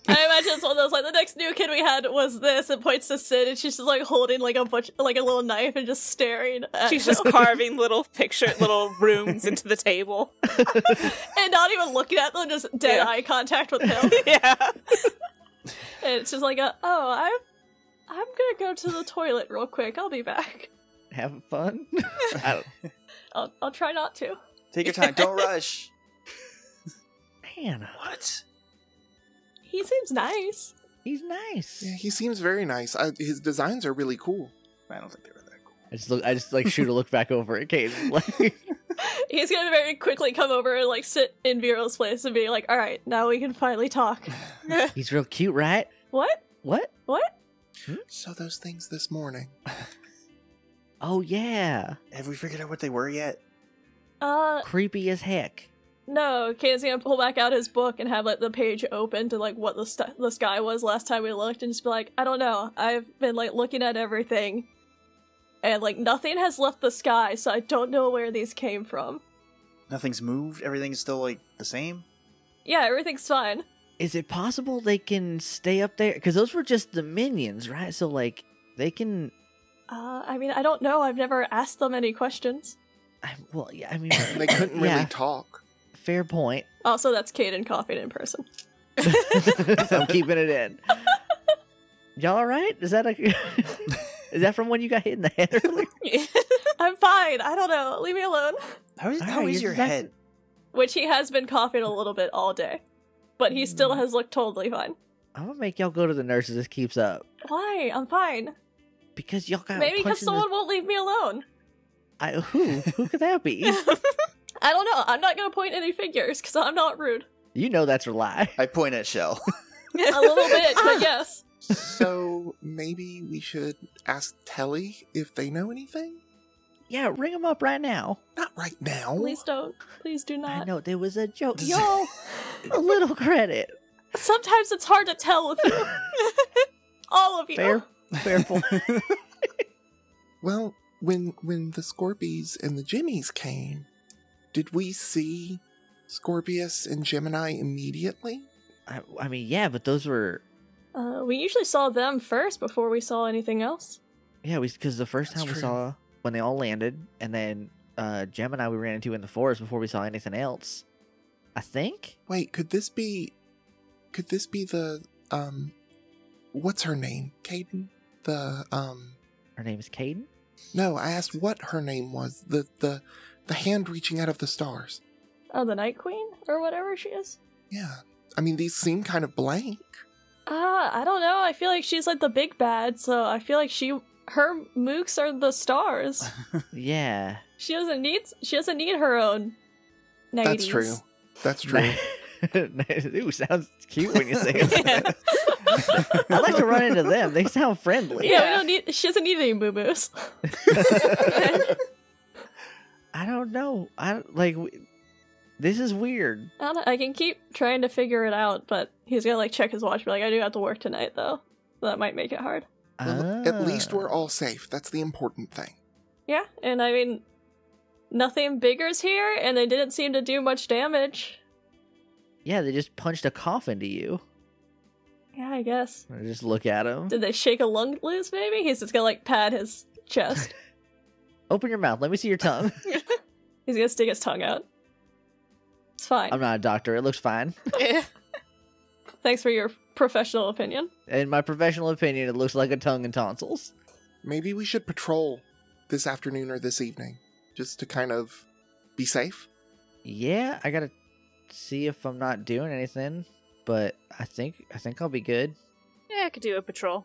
Speaker 5: I imagine it's one of those like the next new kid we had was this and points to Sid and she's just like holding like a bunch like a little knife and just staring. At
Speaker 3: She's Uh,
Speaker 5: <laughs>
Speaker 3: just
Speaker 5: him.
Speaker 3: carving little picture, little rooms into the table. <laughs>
Speaker 5: and not even looking at them, just dead
Speaker 3: Yeah.
Speaker 5: eye contact with
Speaker 3: <laughs>
Speaker 5: him.
Speaker 3: yeah.
Speaker 5: And it's just like, a, oh, I'm I'm gonna go to the toilet real quick. I'll be back.
Speaker 1: Having
Speaker 3: <laughs>
Speaker 1: fun. I don't-
Speaker 5: I'll I'll try not to.
Speaker 1: <laughs>
Speaker 2: Take your time. Don't rush.
Speaker 1: Hannah,
Speaker 2: What?
Speaker 5: He seems nice.
Speaker 1: he's nice.
Speaker 4: Yeah, he seems very nice. I, his designs are really cool.
Speaker 2: I don't think they were that cool.
Speaker 1: I just look. I just like shoot a look back over at Kate. <laughs> Like,
Speaker 5: He's gonna very quickly come over and like sit in Viro's place and be like, all right, now we can finally talk.
Speaker 1: he's real cute, right?
Speaker 5: what?
Speaker 1: What?
Speaker 5: What?
Speaker 4: So those things this morning.
Speaker 1: Oh yeah,
Speaker 2: Have we figured out what they were yet?
Speaker 5: Uh,
Speaker 1: creepy as heck.
Speaker 5: no. Kane's gonna pull back out his book and have like the page open to like what the st- the sky was last time we looked, and just be like, I don't know. I've been like looking at everything, and like nothing has left the sky, so I don't know where these came from.
Speaker 2: Nothing's moved. Everything's still like the same.
Speaker 5: Yeah, everything's fine.
Speaker 1: Is it possible they can stay up there? Because those were just the minions, right? So like they can.
Speaker 5: Uh, I mean, I don't know. I've never asked them any questions.
Speaker 1: I, well, yeah. I mean,
Speaker 4: And they couldn't
Speaker 1: <coughs>
Speaker 4: really
Speaker 1: Yeah.
Speaker 4: talk.
Speaker 1: <laughs> fair point.
Speaker 5: Also, that's Caden coughing in person. <laughs>
Speaker 1: I'm keeping it in. Y'all all right? Is that a? <laughs> is that from when you got hit in the head earlier?
Speaker 5: I'm fine. I don't know. Leave me alone. <laughs>
Speaker 2: How is,
Speaker 1: All
Speaker 2: how
Speaker 1: right,
Speaker 2: is
Speaker 1: you're
Speaker 2: your
Speaker 1: back-
Speaker 2: head?
Speaker 5: Which he has been coughing a little bit all day, but he still
Speaker 1: Mm.
Speaker 5: has looked totally fine.
Speaker 1: I'm gonna make y'all go to the nurse if this keeps up
Speaker 5: Why? I'm fine.
Speaker 1: because y'all got
Speaker 5: Maybe because
Speaker 1: punched in the-
Speaker 5: someone won't leave me alone.
Speaker 1: I, who who could that
Speaker 5: <laughs>
Speaker 1: be?
Speaker 5: I don't know. I'm not gonna point any fingers because I'm not rude.
Speaker 1: you know that's a lie.
Speaker 2: I point at
Speaker 4: <laughs>
Speaker 2: Shell.
Speaker 5: A
Speaker 1: <laughs>
Speaker 5: little bit, but yes.
Speaker 4: so maybe we should ask Telly if they know anything.
Speaker 1: Yeah, ring them up right now.
Speaker 4: Not right now.
Speaker 5: Please don't. Please do
Speaker 1: I
Speaker 5: not.
Speaker 1: know there was a
Speaker 5: <laughs>
Speaker 1: joke.
Speaker 2: Does-
Speaker 1: Y'all, a little credit.
Speaker 5: Sometimes it's hard to tell with
Speaker 1: <laughs>
Speaker 5: you. all of you.
Speaker 1: Fair, fair
Speaker 2: <laughs>
Speaker 4: <laughs>
Speaker 1: point.
Speaker 4: Well, when when the Scorpies and the Jimmies came, did we see Scorpius and Gemini immediately?
Speaker 1: I, I mean, yeah, but those were
Speaker 5: Uh, we usually saw them first before we saw anything else.
Speaker 1: yeah, we because the first
Speaker 4: That's
Speaker 1: time we
Speaker 4: true.
Speaker 1: saw when they all landed, and then uh Gemini we ran into in the forest before we saw anything else. I think
Speaker 4: Wait, could this be could this be the um what's her name? Caden? The um
Speaker 1: her name is Caden.
Speaker 4: no, I asked what her name was. The the the hand reaching out of the stars.
Speaker 5: Oh, the Night Queen or whatever she is.
Speaker 4: Yeah. I mean these seem kind of blank.
Speaker 5: Ah, I don't know. I feel like she's like the big bad, so I feel like she her mooks are the stars.
Speaker 1: Yeah,
Speaker 5: she doesn't need she doesn't need her own.
Speaker 4: That's <laughs>
Speaker 1: <laughs>
Speaker 5: nighties.
Speaker 4: true. That's true. <laughs>
Speaker 1: Ooh, sounds cute when you say it. I like to run into them. They sound friendly.
Speaker 5: Yeah, we
Speaker 3: Yeah.
Speaker 5: don't need. She doesn't need any boo boos.
Speaker 1: I don't know. I don't- like. w- This is weird.
Speaker 5: <laughs> I, don't- I can keep trying to figure it out, but he's gonna like check his watch. and Be like, I do have to work tonight though, so that might make it hard.
Speaker 4: Well, At least
Speaker 1: Ah.
Speaker 4: we're all safe. That's the important thing.
Speaker 5: Yeah, and I mean, nothing bigger's here, and they didn't seem to do much damage.
Speaker 1: Yeah, they just punched a coffin to you.
Speaker 5: Yeah, I guess.
Speaker 1: I just look at him.
Speaker 5: Did they shake a lung loose? Maybe he's just gonna like pat his
Speaker 1: <laughs>
Speaker 5: chest.
Speaker 1: Open your mouth. Let me see your
Speaker 4: <laughs>
Speaker 1: tongue.
Speaker 5: he's gonna stick his tongue out. It's fine.
Speaker 1: I'm not a doctor. It looks fine.
Speaker 5: Thanks for your professional opinion.
Speaker 1: In my professional opinion, it looks like a tongue and tonsils.
Speaker 4: Maybe we should patrol this afternoon or this evening just to kind of be safe.
Speaker 1: Yeah, I gotta see if I'm not doing anything, but I think I think I'll be
Speaker 3: <laughs>
Speaker 1: good.
Speaker 3: yeah, I could do a patrol.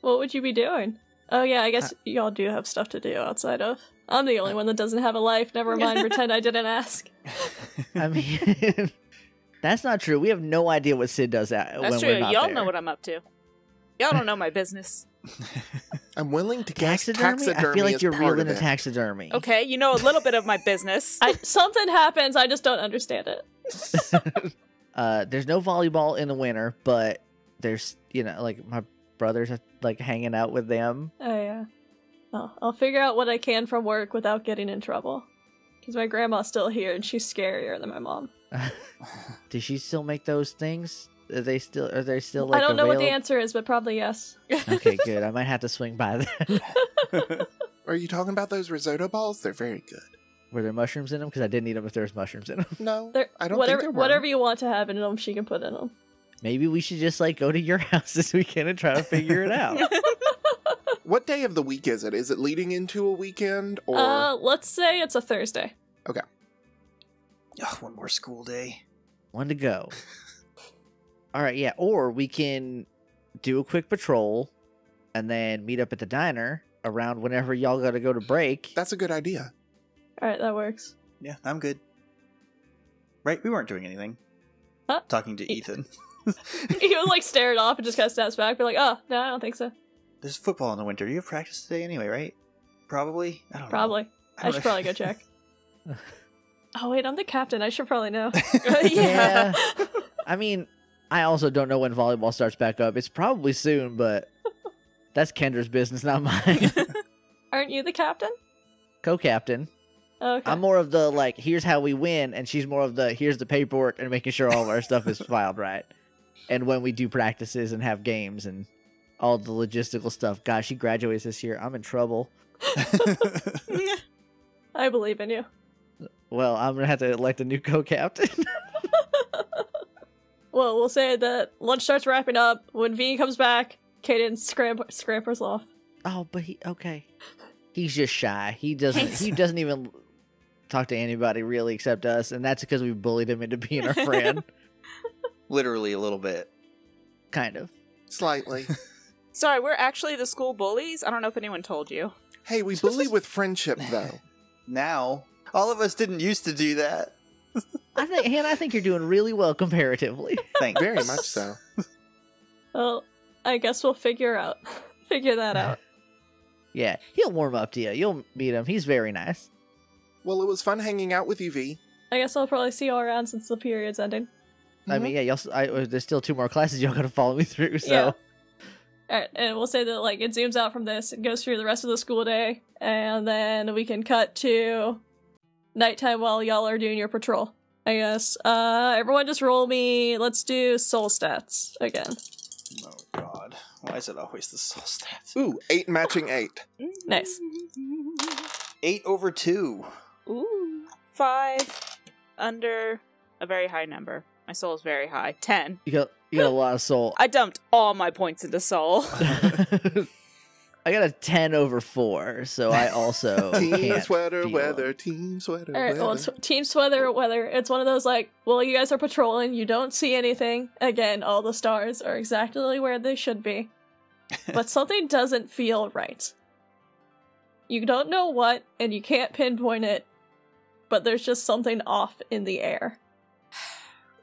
Speaker 5: What would you be doing? Oh yeah, I
Speaker 1: Uh,
Speaker 5: guess y'all do have stuff to do outside of. I'm the only one that doesn't have a
Speaker 1: <laughs>
Speaker 5: life. Never mind, pretend I didn't ask.
Speaker 1: I mean, <laughs> that's not true. We have no idea what Sid does out
Speaker 3: That's
Speaker 1: when
Speaker 3: true.
Speaker 1: we're not
Speaker 3: Y'all
Speaker 1: there.
Speaker 3: know what I'm up to. Y'all don't know my
Speaker 1: <laughs>
Speaker 3: business.
Speaker 4: I'm willing to guess
Speaker 1: taxidermy. I feel like
Speaker 4: is
Speaker 1: you're
Speaker 4: part
Speaker 1: reeling
Speaker 4: of
Speaker 1: into
Speaker 4: it.
Speaker 1: taxidermy.
Speaker 3: Okay, you know a little bit of my business.
Speaker 5: I, <laughs> something happens. I just don't understand it.
Speaker 1: uh, there's no volleyball in the winter, but there's you know like my brothers are like hanging out with them. <laughs>
Speaker 5: Oh yeah. Oh, I'll figure out what I can from work without getting in trouble. Because my grandma's still here and she's scarier than my mom.
Speaker 1: Does she still make those things? Are they still are they still
Speaker 5: I
Speaker 1: like
Speaker 5: don't know what the
Speaker 1: available?
Speaker 5: answer is, but probably yes.
Speaker 1: okay, good. <laughs> I might have to swing by then.
Speaker 4: Are you talking about those risotto balls? They're very good.
Speaker 1: <laughs> Were there mushrooms in them? Because I didn't eat them if there was mushrooms in them.
Speaker 5: <laughs>
Speaker 4: No,
Speaker 5: There,
Speaker 4: I don't
Speaker 5: whatever,
Speaker 4: think there were.
Speaker 5: whatever you want to have in them, she can put in them.
Speaker 1: Maybe we should just like go to your <laughs> house this weekend and try to figure it out.
Speaker 4: What day of the week is it? Is it leading into a weekend or?
Speaker 5: Uh, let's say it's a Thursday.
Speaker 2: Ugh, one more school day.
Speaker 1: One to go. All right, yeah. Or we can do a quick patrol and then meet up at the diner around whenever y'all got to go to break.
Speaker 4: That's a good idea.
Speaker 5: All right, that works. <laughs>
Speaker 2: Yeah, I'm good. Right? We weren't doing anything.
Speaker 5: Huh?
Speaker 2: Talking to
Speaker 5: E-
Speaker 2: Ethan.
Speaker 5: he would like stare it off and just kind of snaps back, be like, "Oh no, I don't think so.
Speaker 2: There's football in the winter. You have practice today anyway, right? Probably. I don't know.
Speaker 5: Probably. I
Speaker 2: don't
Speaker 5: should
Speaker 2: know.
Speaker 5: probably go
Speaker 4: <laughs>
Speaker 5: check." Oh wait, I'm the captain. I should probably
Speaker 4: <laughs>
Speaker 5: know. <laughs>
Speaker 1: Yeah. I mean, I also don't know when volleyball starts back up. It's probably soon, but that's Kendra's business, not mine.
Speaker 5: Aren't you the captain?
Speaker 1: Co-captain.
Speaker 5: Okay.
Speaker 1: I'm more of the like, here's how we win, and she's more of the here's the paperwork and making sure all of our stuff <laughs> is filed right. And when we do practices and have games and all the logistical stuff. God, she graduates this year. I'm in trouble.
Speaker 5: I believe in you.
Speaker 1: Well, I'm gonna have to elect a new <laughs> co-captain.
Speaker 5: Well, we'll say that lunch starts wrapping up. When V comes back, Kaden scram- scampers off.
Speaker 1: oh, but he okay. He's just shy. He doesn't. <laughs> He doesn't even talk to anybody really except us, and that's because we bullied him into being our <laughs> friend.
Speaker 2: <laughs> Literally a little bit.
Speaker 1: kind of. <laughs>
Speaker 4: Slightly.
Speaker 3: <laughs> Sorry, we're actually the school bullies. I don't know if anyone told you.
Speaker 4: hey, we bully with friendship though.
Speaker 2: Now, all of us didn't used to do that.
Speaker 1: I think, Hannah. I think you're doing really well comparatively.
Speaker 2: Thanks.
Speaker 4: Very much
Speaker 1: <laughs>
Speaker 4: so.
Speaker 5: Well, I guess we'll figure out <laughs>
Speaker 1: <laughs>
Speaker 5: figure that out.
Speaker 1: Yeah, he'll warm up to you. You'll meet him. He's very nice.
Speaker 4: Well, it was fun hanging out with you, V.
Speaker 5: I guess I'll probably see you all around since the period's ending.
Speaker 1: I mean, yeah, y'all. s- I, uh, there's still two more classes y'all gotta follow me through. So
Speaker 5: Mm-hmm. Yeah. All right, and we'll say that like it zooms out from this, it goes through the rest of the school day, and then we can cut to nighttime while y'all are doing your patrol. I guess. Uh, everyone, just roll me. Let's do soul stats again.
Speaker 2: Oh, God. Why is it always the soul stat?
Speaker 4: Ooh, eight matching eight.
Speaker 5: Nice.
Speaker 2: Eight over two.
Speaker 3: Ooh. Five under a very high number. My soul is very high. Ten.
Speaker 1: <laughs> you got you got a lot of soul.
Speaker 3: I dumped all my points into
Speaker 1: <laughs>
Speaker 3: soul. <laughs>
Speaker 1: I got a ten over four, so I
Speaker 2: <laughs>
Speaker 1: also
Speaker 4: Team
Speaker 1: can't
Speaker 4: sweater
Speaker 1: feel
Speaker 4: weather,
Speaker 1: it.
Speaker 4: team sweater
Speaker 5: All right, well, it's
Speaker 4: weather.
Speaker 5: team sweater weather. It's one of those like, well, you guys are patrolling, you don't see anything. Again, all the stars are exactly where they should be, but something doesn't feel right. You don't know what, and you can't pinpoint it, but there's just something off in the air.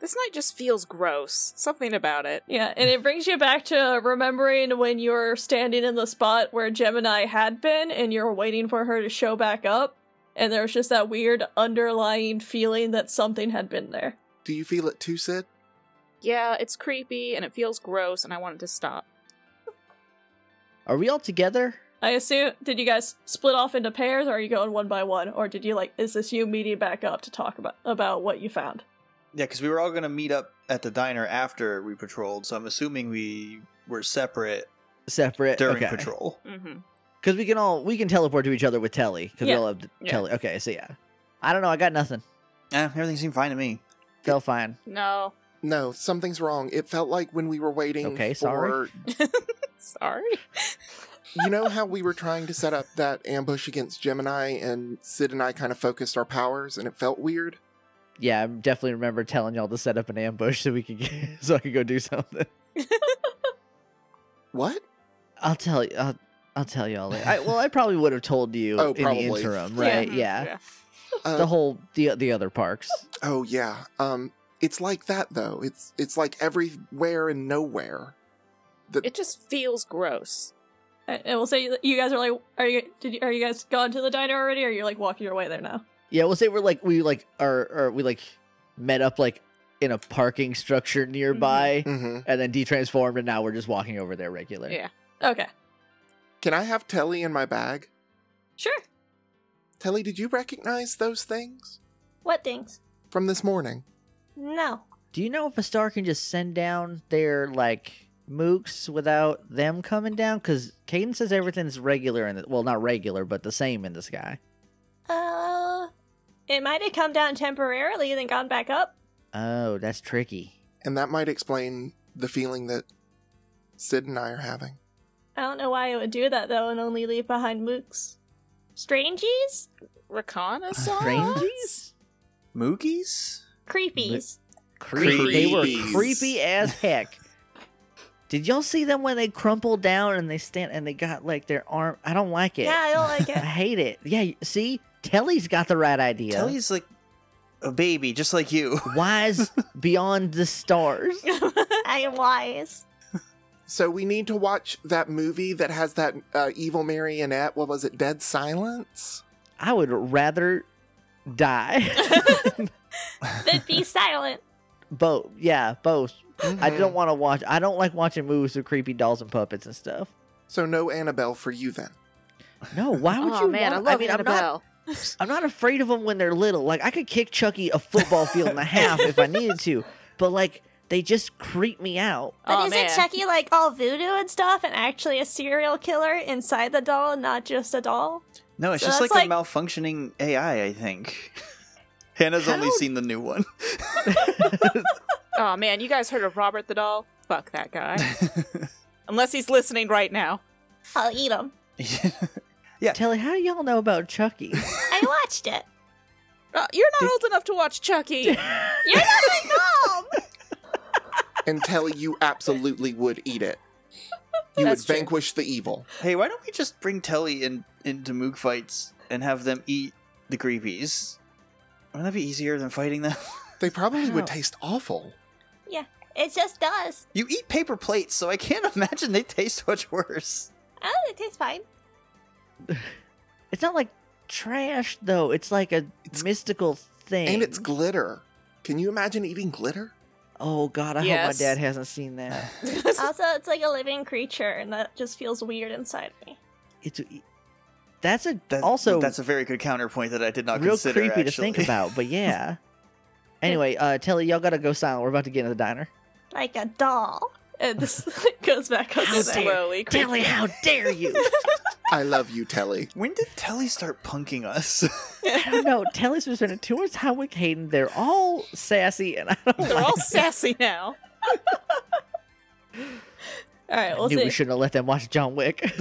Speaker 3: This night just feels gross. Something about it.
Speaker 5: Yeah, and it brings you back to remembering when you were standing in the spot where Gemini had been and you were waiting for her to show back up, and there was just that weird underlying feeling that something had been there.
Speaker 4: Do you feel it too, Sid?
Speaker 3: Yeah, it's creepy and it feels gross, and I want it to stop.
Speaker 1: Are we all together?
Speaker 5: I assume did you guys split off into pairs or are you going one by one? Or did you like is this you meeting back up to talk about about what you found?
Speaker 2: Yeah, because we were all going to meet up at the diner after we patrolled, so I'm assuming we were separate
Speaker 1: Separate
Speaker 2: during
Speaker 1: okay.
Speaker 2: patrol.
Speaker 3: Mm-hmm.
Speaker 1: Because we can all we can teleport to each other with Telly. Because
Speaker 5: Yeah.
Speaker 1: we all have
Speaker 3: Yeah.
Speaker 1: Telly. Okay, so yeah. I don't know. I got nothing.
Speaker 2: Eh, everything seemed fine to me.
Speaker 1: Felt fine.
Speaker 3: No.
Speaker 4: No, something's wrong. It felt like when we were waiting
Speaker 1: Okay,
Speaker 4: for
Speaker 1: sorry.
Speaker 3: <laughs> Sorry.
Speaker 4: you know how we were trying to set up that ambush against Gemini and Sid and I kind of focused our powers and it felt weird?
Speaker 1: Yeah, I definitely remember telling y'all to set up an ambush so we could get, <laughs> so I could go do something.
Speaker 4: What?
Speaker 1: I'll tell you. I'll, I'll tell y'all later. I, well, I probably would have told you
Speaker 4: <laughs> Oh,
Speaker 1: in
Speaker 4: probably.
Speaker 1: the interim, right?
Speaker 3: Mhm,
Speaker 1: Yeah.
Speaker 4: Uh,
Speaker 1: The whole the the other parks.
Speaker 4: oh yeah. Um it's like that though. It's it's like everywhere and nowhere.
Speaker 3: It just feels gross.
Speaker 5: I, I will say that you guys are like are you did you, are you guys gone to the diner already or are you like walking your way there now?
Speaker 1: Yeah, we'll say we're like we like are or we like met up like in a parking structure nearby,
Speaker 4: Mhm.
Speaker 1: and then detransformed, and now we're just walking over there regular.
Speaker 3: Yeah.
Speaker 5: Okay.
Speaker 4: Can I have Telly in my bag?
Speaker 5: Sure.
Speaker 4: Telly, did you recognize those things
Speaker 5: What things?
Speaker 4: from this morning?
Speaker 5: No.
Speaker 1: Do you know if a star can just send down their like mooks without them coming down? Because Caden says everything's regular in the well, not regular, but the same in the sky.
Speaker 5: Uh it might have come down temporarily and then gone back up.
Speaker 1: Oh, that's tricky.
Speaker 4: And that might explain the feeling that Sid and I are having.
Speaker 5: I don't know why it would do that though and only leave behind mooks. Strangies?
Speaker 3: Reconnaissance?
Speaker 1: Strangies,
Speaker 2: Moogies?
Speaker 1: Creepies.
Speaker 2: Creepies.
Speaker 1: They were creepy as heck. Did y'all see them when they crumpled down and they stand and they got like their arm? I don't like it.
Speaker 5: I don't like
Speaker 1: I hate it. Yeah, you- see, Telly's got the right idea.
Speaker 2: Telly's like a baby, just like you.
Speaker 1: <laughs>
Speaker 2: <laughs>
Speaker 1: wise beyond the stars.
Speaker 5: <laughs> I am wise.
Speaker 4: So we need to watch that movie that has that uh, evil marionette. What was it? Dead Silence?
Speaker 1: I would rather die.
Speaker 5: Then be silent.
Speaker 1: both, yeah, both. I
Speaker 3: Mm-hmm.
Speaker 4: Mhm.
Speaker 1: don't want to watch. I don't like watching movies with creepy dolls and puppets and stuff.
Speaker 4: So no Annabelle for you then.
Speaker 1: No, why would
Speaker 3: oh
Speaker 1: you?
Speaker 3: man,
Speaker 1: want-
Speaker 3: I love
Speaker 1: mean, I'm not.
Speaker 3: Annabelle.
Speaker 1: I'm not afraid of them when they're little. Like I could kick Chucky a football field and a half if I needed to, but like they just creep me out.
Speaker 5: But
Speaker 3: oh,
Speaker 5: isn't
Speaker 3: man.
Speaker 5: Chucky like all voodoo and stuff and actually a serial killer inside the doll, not just a doll?
Speaker 2: No, it's
Speaker 5: So
Speaker 2: just like,
Speaker 5: that's
Speaker 2: a
Speaker 5: like-
Speaker 2: malfunctioning AI, I think. <laughs> Hannah's only
Speaker 1: How-
Speaker 2: seen the new one. <laughs>
Speaker 3: Oh man, you guys heard of Robert the Doll? Fuck that
Speaker 1: <laughs>
Speaker 3: guy. Unless he's listening right now.
Speaker 5: I'll eat him.
Speaker 1: Telly, how do y'all know about Chucky?
Speaker 5: <laughs> I watched it.
Speaker 3: Uh, you're not old enough to watch <laughs> Chucky.
Speaker 5: You're not my mom.
Speaker 4: And Telly, you absolutely would eat it. You
Speaker 3: That's
Speaker 4: would
Speaker 3: true.
Speaker 4: vanquish the evil.
Speaker 2: hey, why don't we just bring Telly in into Moog fights and have them eat the creepies? Wouldn't that be easier than fighting them? <laughs>
Speaker 4: They probably
Speaker 1: Wow.
Speaker 4: would taste awful.
Speaker 5: <laughs> It just does.
Speaker 2: You eat paper plates, so I can't <laughs> imagine they taste much worse.
Speaker 5: Oh, it tastes <laughs> fine.
Speaker 1: It's not like trash though. It's like a mystical thing.
Speaker 4: And it's glitter. Can you imagine eating glitter?
Speaker 1: oh god, I
Speaker 3: Yes.
Speaker 1: hope my dad hasn't seen that.
Speaker 5: also, it's like a living creature, and that just feels weird inside me.
Speaker 1: It's e, that's a
Speaker 2: That-
Speaker 1: also
Speaker 2: that's a very good counterpoint that I did not
Speaker 1: real
Speaker 2: consider.
Speaker 1: creepy to
Speaker 2: actually.
Speaker 1: think about, but yeah. anyway, uh Telly, y'all gotta go silent. We're about to get into the diner.
Speaker 5: Like a doll. And
Speaker 3: <laughs>
Speaker 5: this goes back up
Speaker 1: How
Speaker 5: to
Speaker 1: dare-
Speaker 5: that.
Speaker 3: Slowly creeping.
Speaker 1: Telly, how dare you?
Speaker 4: I love you, Telly.
Speaker 2: <laughs> When did Telly start punking us?
Speaker 1: I don't know. Telly's been spending too much time with Caden. They're all sassy and I don't
Speaker 3: They're
Speaker 1: like
Speaker 3: all sassy now.
Speaker 5: All right,
Speaker 1: I
Speaker 5: we'll
Speaker 1: knew we
Speaker 5: see.
Speaker 1: shouldn't have let them watch John Wick.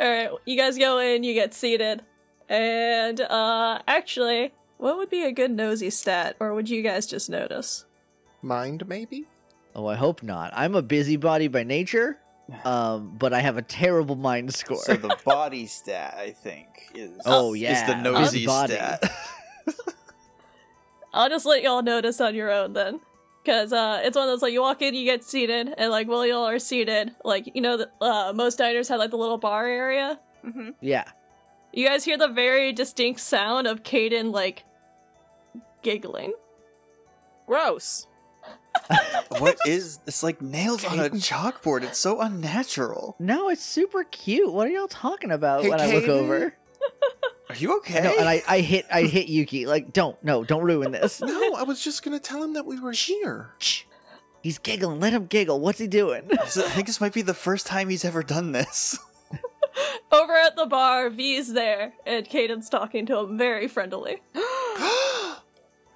Speaker 5: All right, you guys go in, you get seated, and uh, actually, what would be a good nosy stat, or would you guys just notice?
Speaker 4: Mind, maybe?
Speaker 1: <laughs> oh, I hope not. I'm a busybody by nature, um, but I have a terrible mind score.
Speaker 2: <laughs> so the body stat, I think, is
Speaker 1: Oh,
Speaker 2: is
Speaker 1: yeah,
Speaker 2: the nosy
Speaker 1: body.
Speaker 2: stat.
Speaker 5: I'll just let y'all notice on your own then. Cause uh, it's one of those like you walk in, you get seated, and like while y'all are seated, like you know, the, uh, most diners have like the little bar area.
Speaker 3: Mm-hmm.
Speaker 1: <laughs> Yeah.
Speaker 5: You guys hear the very distinct sound of Caden like giggling.
Speaker 1: <gasps>
Speaker 3: Gross.
Speaker 2: <laughs>
Speaker 3: <gasps>
Speaker 2: What is it's like nails on a chalkboard? It's so unnatural.
Speaker 1: No, it's super cute. What are y'all talking about
Speaker 4: Hey,
Speaker 1: when I look
Speaker 4: Caden.
Speaker 1: over?
Speaker 2: Are you okay?
Speaker 1: No, and I, I hit <laughs> I hit Yuki. Like, don't no, don't ruin <laughs> this.
Speaker 4: No, I was just gonna tell him that we were
Speaker 3: <gasps>
Speaker 4: here. <gasps>
Speaker 1: Shh. He's giggling. Let him giggle. What's he doing? <laughs>
Speaker 2: This is- I think this might be the first time he's ever done this.
Speaker 5: Over at the bar, V's there, and Caden's talking to him very friendly.
Speaker 3: Are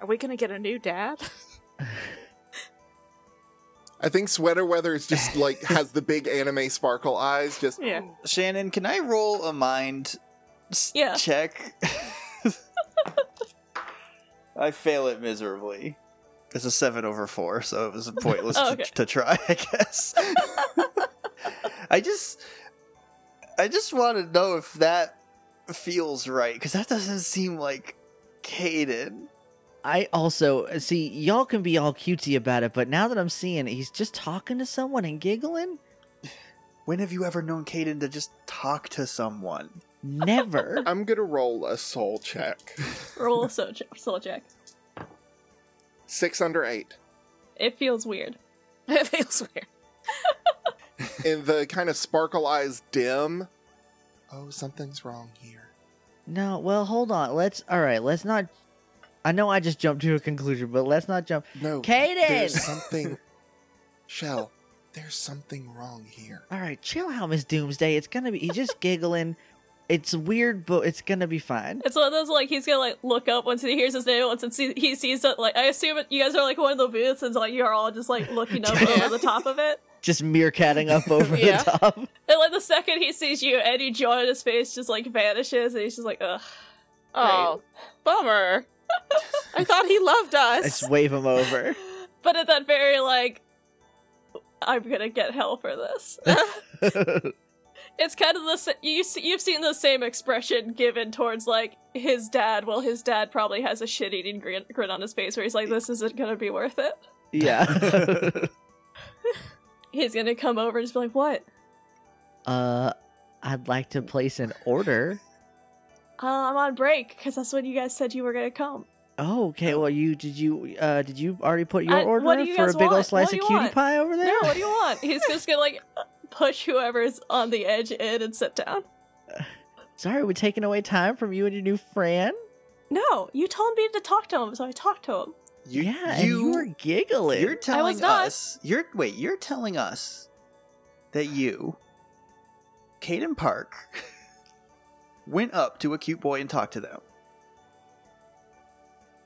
Speaker 4: I
Speaker 3: we gonna get a new dad? <laughs>
Speaker 4: think sweater weather is just like has the big anime sparkle eyes. Just
Speaker 3: Yeah.
Speaker 2: Shannon, can I roll a mind s-
Speaker 5: Yeah.
Speaker 2: check? <laughs> I fail it miserably. It's a seven over four, so it was
Speaker 1: <laughs>
Speaker 2: pointless
Speaker 5: Oh, okay.
Speaker 2: to, to try, I guess. <laughs> I just, I just want to know if that feels right because that doesn't seem like Caden.
Speaker 1: I also see y'all can be all cutesy about it, but now that I'm seeing it, he's just talking to someone and giggling.
Speaker 2: When have you ever known Caden to just talk to someone?
Speaker 1: Never.
Speaker 4: I'm gonna roll a soul check.
Speaker 5: Roll a soul check. Soul check.
Speaker 4: Six under eight.
Speaker 5: It feels weird.
Speaker 3: it feels weird.
Speaker 4: In the kind of sparkle eyes dim. Oh, something's wrong here.
Speaker 1: no. Well, hold on. Let's. All right. Let's not. I know I just jumped to a conclusion, but let's not jump.
Speaker 4: No,
Speaker 1: Caden.
Speaker 4: there's something. <laughs> Shell, there's something wrong here.
Speaker 1: All right. Chill out, Miss Doomsday. It's gonna be. He's just giggling. It's weird, but it's gonna be fine.
Speaker 5: It's one of those like he's gonna like look up once he hears his name, once it see- he sees that like I assume it, you guys are like one of the booths, and like you're all just like looking up
Speaker 3: Yeah.
Speaker 5: over the top of it.
Speaker 1: Just meerkatting up over
Speaker 3: Yeah.
Speaker 1: the top.
Speaker 5: And like the second he sees you, any joy on his face just like vanishes, and he's just like, ugh.
Speaker 3: Oh, bummer. <laughs> I thought he loved
Speaker 1: I
Speaker 3: us.
Speaker 1: just wave him over.
Speaker 5: But at that very like, I'm gonna get hell for this. it's kind of the sa- you s- you've seen the same expression given towards like his dad. Well, his dad probably has a shit eating grin, grin on his face where he's like, this isn't gonna be worth it. <laughs>
Speaker 1: yeah.
Speaker 5: He's gonna come over and just be like, what?
Speaker 1: uh, I'd like to place an order.
Speaker 5: Uh, I'm on break because that's when you guys said you were gonna come.
Speaker 1: Oh, okay. Well, you did you uh did you already put your
Speaker 5: I- what
Speaker 1: order
Speaker 5: do you
Speaker 1: for a
Speaker 5: guys
Speaker 1: big ol'
Speaker 5: want?
Speaker 1: slice
Speaker 5: What do
Speaker 1: of
Speaker 5: you
Speaker 1: cutie
Speaker 5: want?
Speaker 1: pie over there?
Speaker 5: No, what do you want? He's just gonna like push whoever's on the edge in and sit down.
Speaker 1: Sorry, we're taking away time from you and your new friend.
Speaker 5: No, you told me to talk to him, so I talked to him.
Speaker 2: You,
Speaker 1: yeah, and you were giggling.
Speaker 2: You're telling
Speaker 5: was not.
Speaker 2: us. You're wait. You're telling us that you, Caden Park, <laughs> went up to a cute boy and talked to them.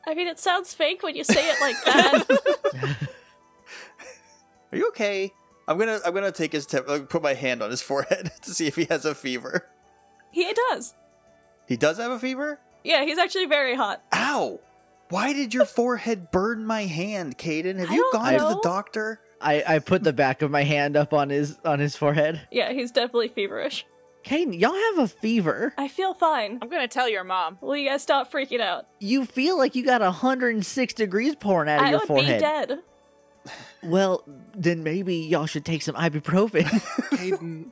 Speaker 5: I mean, it sounds fake when you say it like that.
Speaker 1: <laughs>
Speaker 2: Are you okay? I'm gonna. I'm gonna take his. Temp- uh, put my hand on his <laughs> forehead to see if he has a fever.
Speaker 5: he does.
Speaker 2: He does have a fever.
Speaker 5: Yeah, he's actually very hot.
Speaker 2: Ow! Why did
Speaker 5: <laughs>
Speaker 2: your forehead burn my hand, Caden? Have
Speaker 5: I
Speaker 2: you
Speaker 5: don't
Speaker 2: gone to the
Speaker 5: know.
Speaker 2: doctor?
Speaker 1: I I put the back of my hand up on his on his forehead.
Speaker 5: Yeah, he's definitely feverish.
Speaker 1: Caden, y'all have a fever.
Speaker 5: I feel fine.
Speaker 3: I'm gonna tell your mom.
Speaker 5: Will you guys stop freaking out?
Speaker 1: You feel like you got 106 degrees pouring out of
Speaker 5: I
Speaker 1: your
Speaker 5: would
Speaker 1: forehead.
Speaker 5: be dead.
Speaker 1: Well, then maybe y'all should take some ibuprofen. <laughs>
Speaker 4: Caden,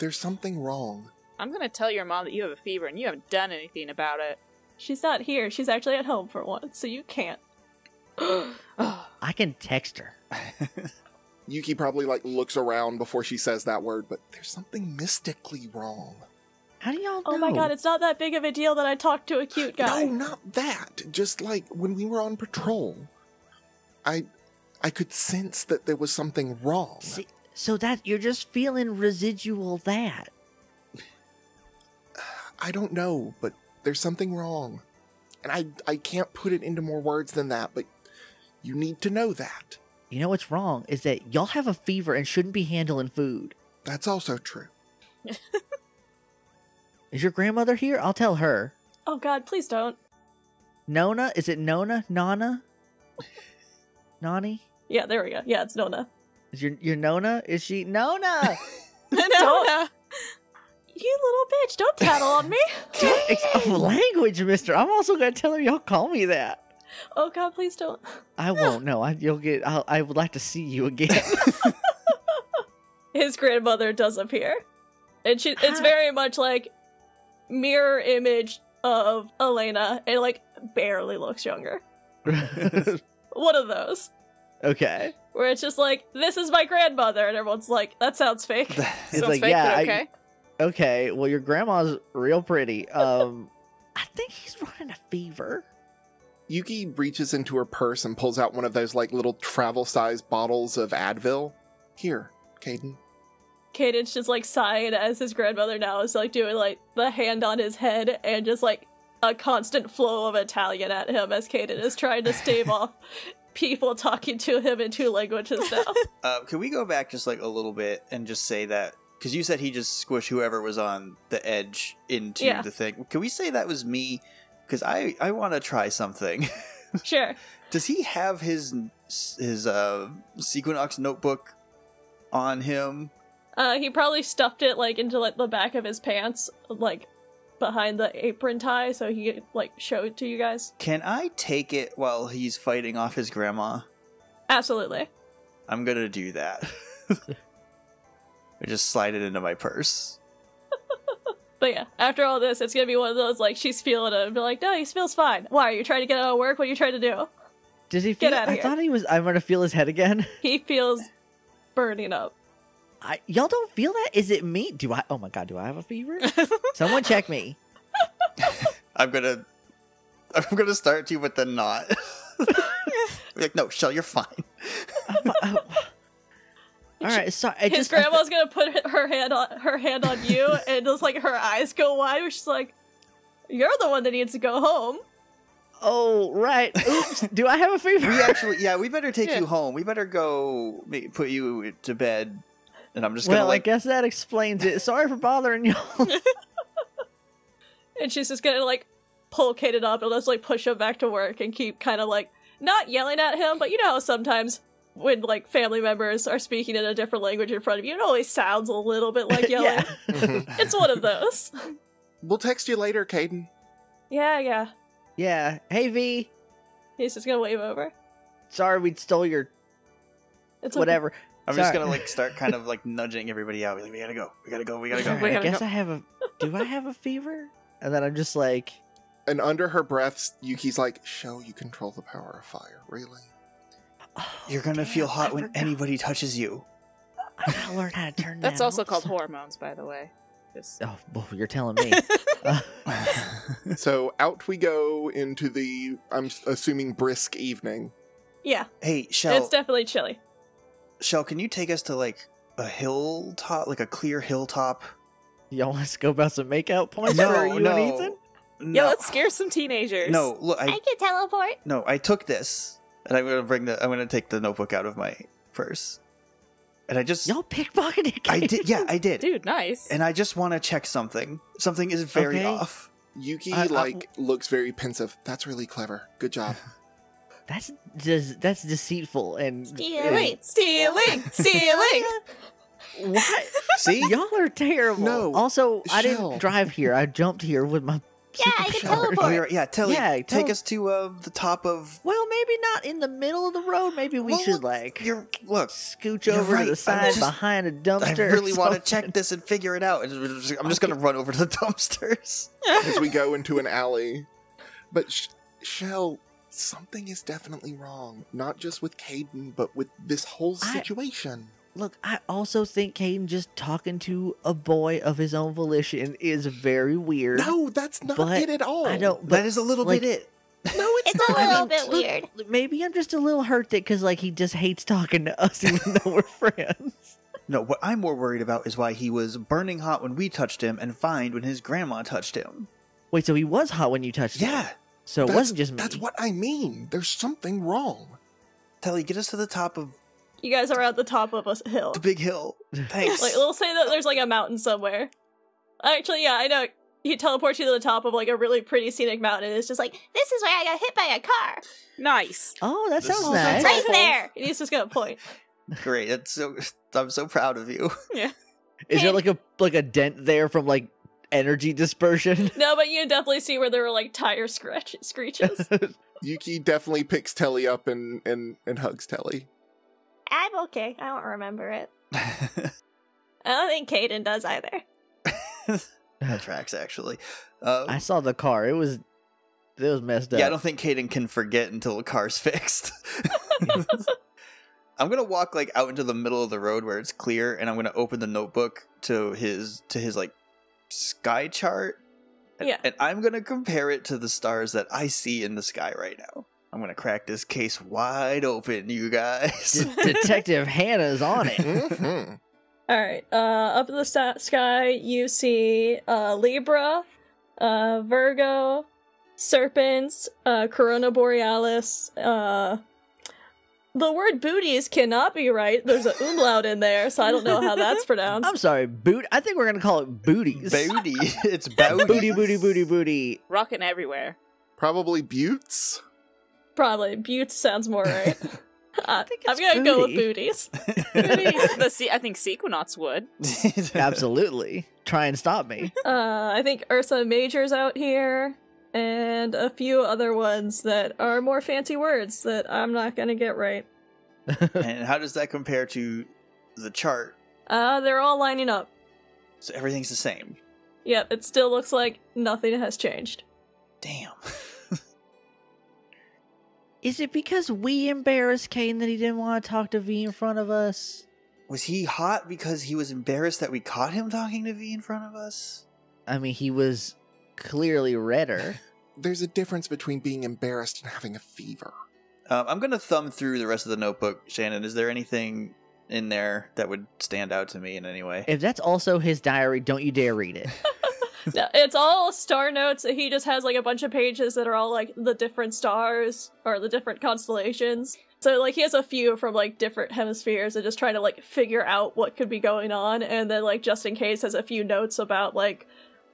Speaker 4: there's something wrong.
Speaker 3: I'm gonna tell your mom that you have a fever and you haven't done anything about it. <gasps>
Speaker 5: She's not here. She's actually at home for once, so you can't.
Speaker 3: Oh, <laughs>
Speaker 1: I can text her.
Speaker 4: Yuki probably like looks around before she says that word, but there's something mystically wrong.
Speaker 1: How do y'all know?
Speaker 5: Oh my god, it's not that big of a deal that I talked to a cute guy.
Speaker 4: No, not that. Just like when we were on patrol, I I could sense that there was something wrong.
Speaker 1: See, so that you're just feeling residual that.
Speaker 4: I don't know, but there's something wrong. And I I can't put it into more words than that, but you need to know that.
Speaker 1: You know what's wrong is that y'all have a fever and shouldn't be handling food.
Speaker 4: That's also true.
Speaker 1: Is your grandmother here? I'll tell her.
Speaker 5: Oh god, please don't.
Speaker 1: Nona, is it Nona?
Speaker 5: <laughs>
Speaker 1: Nana? Nani?
Speaker 5: Yeah, there we go. Yeah, it's Nona.
Speaker 1: Is your your Nona? Is she Nona?
Speaker 3: no,
Speaker 5: Don't.
Speaker 3: no.
Speaker 5: You
Speaker 1: <laughs>
Speaker 5: little bitch, don't tattle on me.
Speaker 1: It's- oh, language, mister. I'm also gonna tell her y'all call me that.
Speaker 5: Oh God, please don't.
Speaker 1: I won't know. I you'll get. I'll, I would like to see you again. <laughs>
Speaker 5: His grandmother does appear, and she. It's
Speaker 3: Hi.
Speaker 5: very much like mirror image of Elena, and like barely looks younger. One of those
Speaker 1: okay.
Speaker 5: where it's just like, "This is my grandmother," and everyone's like, "That sounds fake."
Speaker 1: It's
Speaker 3: Sounds
Speaker 1: like,
Speaker 3: fake,
Speaker 1: yeah,
Speaker 3: but
Speaker 1: I-
Speaker 3: okay.
Speaker 1: Okay. Well, your grandma's real pretty. Um, I think he's running a fever.
Speaker 4: Yuki reaches into her purse and pulls out one of those like little travel sized bottles of Advil. Here, Caden.
Speaker 5: Caden's just like sighing as his grandmother now is like doing like the hand on his head and just like a constant flow of Italian at him as Caden is trying to stave off people talking to him in two languages now.
Speaker 2: Uh, can we go back just like a little bit and just say that? Because you said he just squished whoever was on the edge into
Speaker 5: Yeah.
Speaker 2: the thing. Can we say that was me? Because I I want to try something. <laughs>
Speaker 5: sure.
Speaker 2: Does he have his his uh, Sequinox notebook on him?
Speaker 5: Uh, he probably stuffed it like into like the back of his pants, like behind the apron tie, so he could, like show it to you guys.
Speaker 2: Can I take it while he's fighting off his grandma?
Speaker 5: Absolutely.
Speaker 2: I'm gonna do that. <laughs> I just slide it into my purse.
Speaker 5: But yeah, after all this, it's gonna be one of those like she's feeling it and be like, no, he feels fine. Why are you trying to get out of work? What are you trying to do?
Speaker 1: Does he
Speaker 5: Get
Speaker 1: feel?
Speaker 5: outta
Speaker 1: I
Speaker 5: here.
Speaker 1: thought he was. I'm gonna feel his head again. <laughs>
Speaker 5: He feels burning up.
Speaker 1: I, y'all don't feel that? Is it me? Do I? Oh my god, do I have a fever? Someone check me.
Speaker 2: I'm gonna <laughs> I'm gonna start you with the knot. <laughs> like, no, Shell, you're fine.
Speaker 1: I'm- I'm- oh. all right, sorry. I
Speaker 5: His
Speaker 1: just, I fe-
Speaker 5: grandma's gonna put her- her hand on her hand on you, and just like her eyes go wide. where She's like, "You're the one that needs to go home."
Speaker 1: oh right. Oops. do I have a fever?
Speaker 2: We actually, <laughs> yeah, we better take
Speaker 3: Yeah.
Speaker 2: you home. We better go ma- put you to bed. And I'm just gonna
Speaker 1: well, I
Speaker 2: like,
Speaker 1: guess that explains it. Sorry for bothering
Speaker 3: <laughs>
Speaker 1: y'all.
Speaker 5: And she's just gonna like pull Kaden up and just like push him back to work and keep kind of like not yelling at him, but you know how sometimes when like family members are speaking in a different language in front of you, it always sounds a little bit
Speaker 1: <laughs>
Speaker 5: like yelling.
Speaker 1: yeah.
Speaker 5: It's one of those.
Speaker 4: <laughs>
Speaker 5: <laughs>
Speaker 4: We'll text you later, Caden.
Speaker 5: yeah, yeah.
Speaker 1: Yeah. Hey V.
Speaker 5: He's just gonna wave over.
Speaker 1: Sorry we stole your
Speaker 5: It's okay.
Speaker 1: whatever.
Speaker 2: I'm just
Speaker 1: Sorry. <laughs>
Speaker 2: gonna like start kind of like nudging everybody out. Like, we gotta go. We gotta go. We gotta
Speaker 1: Sorry,
Speaker 2: go.
Speaker 3: We
Speaker 1: I
Speaker 3: gotta <laughs>
Speaker 1: guess
Speaker 3: go.
Speaker 1: I have a do I have a fever? And then I'm just like
Speaker 4: And under her breath, Yuki's like, Show you control the power of fire, really?
Speaker 1: oh,
Speaker 2: You're gonna
Speaker 1: damn,
Speaker 2: feel hot
Speaker 1: I
Speaker 2: when
Speaker 1: forgot.
Speaker 2: anybody touches
Speaker 1: <laughs>
Speaker 2: you.
Speaker 1: I gotta learn how to turn
Speaker 3: That's
Speaker 1: that
Speaker 3: also
Speaker 1: off.
Speaker 3: called hormones, by the way. Just-
Speaker 1: <laughs> Oh well, you're telling
Speaker 3: <laughs>
Speaker 1: me. Uh,
Speaker 4: So out we go into the, I'm s- assuming, brisk evening.
Speaker 5: Yeah,
Speaker 2: hey, Shell,
Speaker 5: it's definitely chilly.
Speaker 2: Shell, can you take us to like a hilltop, like a clear hilltop?
Speaker 1: y'all want to go about some makeout points for you and Ethan?
Speaker 2: no.
Speaker 3: Yeah, let's scare some teenagers.
Speaker 2: No, look, I,
Speaker 5: can teleport.
Speaker 2: no, I took this, and I'm gonna bring the, I'm gonna take the notebook out of my purse, and I just,
Speaker 1: Y'all pickpocketed.
Speaker 2: I did, yeah, I did,
Speaker 3: Dude, nice.
Speaker 2: and I just want to check something. Something is very
Speaker 1: Okay.
Speaker 2: off.
Speaker 4: Yuki,
Speaker 1: I- I-
Speaker 4: like, looks very pensive. That's really clever.
Speaker 1: <laughs>
Speaker 4: Good job.
Speaker 1: <laughs> That's des- that's deceitful and
Speaker 5: Stealing.
Speaker 3: Stealing! Stealing!
Speaker 1: and- <laughs> What?
Speaker 2: See,
Speaker 1: Y'all are terrible.
Speaker 4: No,
Speaker 1: Also, I
Speaker 4: Shell.
Speaker 1: didn't drive here. I jumped here with my.
Speaker 5: Yeah, I can
Speaker 1: superpowers.
Speaker 5: teleport.
Speaker 2: oh, you're right. yeah, tell
Speaker 1: Yeah,
Speaker 2: take
Speaker 1: tell-
Speaker 2: us to uh, the top of.
Speaker 1: Well, maybe not in the middle of the road. Maybe we
Speaker 2: Well,
Speaker 1: should like
Speaker 2: You're look.
Speaker 1: scooch
Speaker 2: you're
Speaker 1: over
Speaker 2: right,
Speaker 1: to
Speaker 2: I'm
Speaker 1: the side
Speaker 2: just-
Speaker 1: behind a dumpster.
Speaker 2: I
Speaker 1: or
Speaker 2: really want to
Speaker 1: something.
Speaker 2: check this and figure it out. And I'm just- I'm just gonna run over to the <laughs> dumpsters.
Speaker 4: as we go into an alley. But Sh- Shell, something is definitely wrong. Not just with Caden, but with this whole
Speaker 1: I-
Speaker 4: situation.
Speaker 1: Look, I also think Caden just talking to a boy of his own volition is very weird.
Speaker 4: No, that's not
Speaker 1: But
Speaker 4: it at all.
Speaker 1: I don't. But
Speaker 2: that is a little
Speaker 1: like-
Speaker 2: bit it.
Speaker 4: No, it's,
Speaker 6: It's a
Speaker 4: not.
Speaker 6: little
Speaker 4: I mean,
Speaker 6: bit weird.
Speaker 1: maybe I'm just a little hurt that because like he just hates talking to us, <laughs> even though we're friends.
Speaker 2: No, what I'm more worried about is why he was burning hot when we touched him and fined when his grandma touched him.
Speaker 1: Wait, so he was hot when you touched him?
Speaker 2: Yeah.
Speaker 1: So it
Speaker 4: That's-
Speaker 1: wasn't just me.
Speaker 4: That's what I mean. There's something wrong.
Speaker 2: Telly, get us to the top of
Speaker 5: You guys are at the top of a hill.
Speaker 2: the big hill. Thanks.
Speaker 5: <laughs> Like, we'll say that there's like a mountain somewhere. Actually, yeah, I know. He teleports you to the top of like a really pretty scenic mountain. And it's just like,
Speaker 6: This is where I got hit by a car.
Speaker 3: nice.
Speaker 1: Oh, that
Speaker 2: This
Speaker 1: sounds
Speaker 2: is-
Speaker 1: nice.
Speaker 6: Right there.
Speaker 5: and he's just gonna point.
Speaker 2: Great. That's so I'm so proud of you. <laughs>
Speaker 1: Is there like a like a dent there from like energy dispersion?
Speaker 5: No, but you definitely see where there were like tire scratch screeches.
Speaker 4: Yuki definitely picks Telly up and and and
Speaker 1: <laughs>
Speaker 4: hugs Telly.
Speaker 6: <laughs> I'm okay. I don't remember it. I don't think Caden does either.
Speaker 2: that tracks actually. Uh,
Speaker 1: <laughs> I saw the car. It was it was messed up.
Speaker 2: Yeah, I don't think Caden can forget until the car's
Speaker 1: <laughs>
Speaker 2: <laughs> fixed. I'm gonna walk like out into the middle of the road where it's clear, and I'm gonna open the notebook to his to his like sky chart.
Speaker 6: Uh,
Speaker 2: And,
Speaker 5: Yeah.
Speaker 2: and I'm gonna compare it to the stars that I see in the sky right now. I'm gonna crack this case wide open, you guys. <laughs>
Speaker 1: D- Detective Hannah's on it.
Speaker 2: Hmm?
Speaker 4: Mhm.
Speaker 5: All right. Uh, up in the sta- sky, you see uh, Libra, uh, Virgo, Serpents, uh, Corona Borealis. Uh, the word booties cannot be right. There's a umlaut in there, so I don't know
Speaker 1: <laughs>
Speaker 5: how that's pronounced.
Speaker 1: I'm sorry, boot. I think we're gonna call it booties. <laughs>
Speaker 2: booty, it's booty,
Speaker 1: booty, booty,
Speaker 2: <laughs>
Speaker 1: booty, booty.
Speaker 3: Rocking everywhere.
Speaker 4: Probably Buttes.
Speaker 5: Probably Butte sounds
Speaker 1: <laughs>
Speaker 5: more right. Uh,
Speaker 1: think
Speaker 5: I'm
Speaker 1: it's
Speaker 5: gonna go with
Speaker 1: booty. <laughs>
Speaker 5: booties.
Speaker 3: Booties. the se- I think Sequenauts would.
Speaker 1: Absolutely. Try and stop me.
Speaker 5: <laughs> Uh, I think Ursa Major's out here, and a few other ones that are more fancy words that I'm not gonna get right.
Speaker 2: And how does that compare to the chart?
Speaker 5: Uh, they're all lining up.
Speaker 2: So everything's the same.
Speaker 5: Yep, it still looks like nothing has changed.
Speaker 2: Damn.
Speaker 1: Is it because we embarrassed Kane that he didn't want to talk to V in front of us?
Speaker 2: Was he hot because he was embarrassed that we caught him talking to V in front of us?
Speaker 1: I mean, he was clearly
Speaker 2: <laughs>
Speaker 1: redder.
Speaker 4: There's a difference between being embarrassed and having a fever.
Speaker 2: Um, I'm gonna thumb through the rest of the notebook. Shannon, is there anything in there that would stand out to me in any way?
Speaker 1: If that's also his diary, don't you dare read it.
Speaker 5: No, it's all star notes. He just has like a bunch of pages that are all like the different stars or the different constellations. So like he has a few from like different hemispheres and just trying to like figure out what could be going on and then like just in case has a few notes about like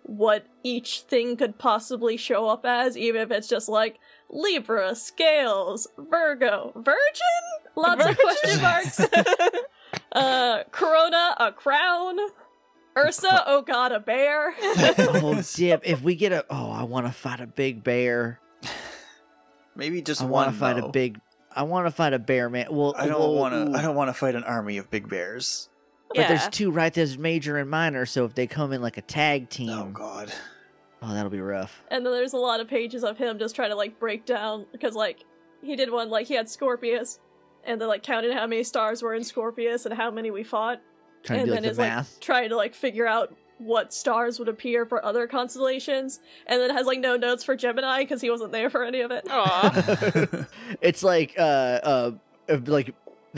Speaker 5: what each thing could possibly show up as even if it's just like Libra, scales, Virgo, virgin? Lots of question marks. <laughs> uh Corona, a crown. Ursa, oh god, a bear.
Speaker 1: <laughs> oh, dip. If we get a. Oh, I want to fight a big bear.
Speaker 2: Maybe just
Speaker 1: I
Speaker 2: one.
Speaker 1: want to fight
Speaker 2: though.
Speaker 1: a big. I want to fight a bear, man. Well,
Speaker 2: I don't
Speaker 1: well,
Speaker 2: want to. I
Speaker 1: ooh.
Speaker 2: don't want to fight an army of big bears.
Speaker 1: But there's
Speaker 3: Yeah.
Speaker 1: two, right? There's major and minor. So if they come in like a tag team,
Speaker 2: Oh
Speaker 1: <laughs>
Speaker 2: God.
Speaker 1: oh, that'll be rough.
Speaker 5: And then there's a lot of pages of him just trying to like break down because like he did one like he had Scorpius and then like counted how many stars were in Scorpius and how many we fought
Speaker 1: Trying
Speaker 5: and
Speaker 1: to do
Speaker 5: then
Speaker 1: like the
Speaker 5: is
Speaker 1: math.
Speaker 5: like trying to like figure out what stars would appear for other constellations and then has like no notes for Gemini because he wasn't there for any
Speaker 3: <laughs>
Speaker 5: of it.
Speaker 1: <laughs>
Speaker 3: Aw.
Speaker 1: It's like uh uh like <laughs>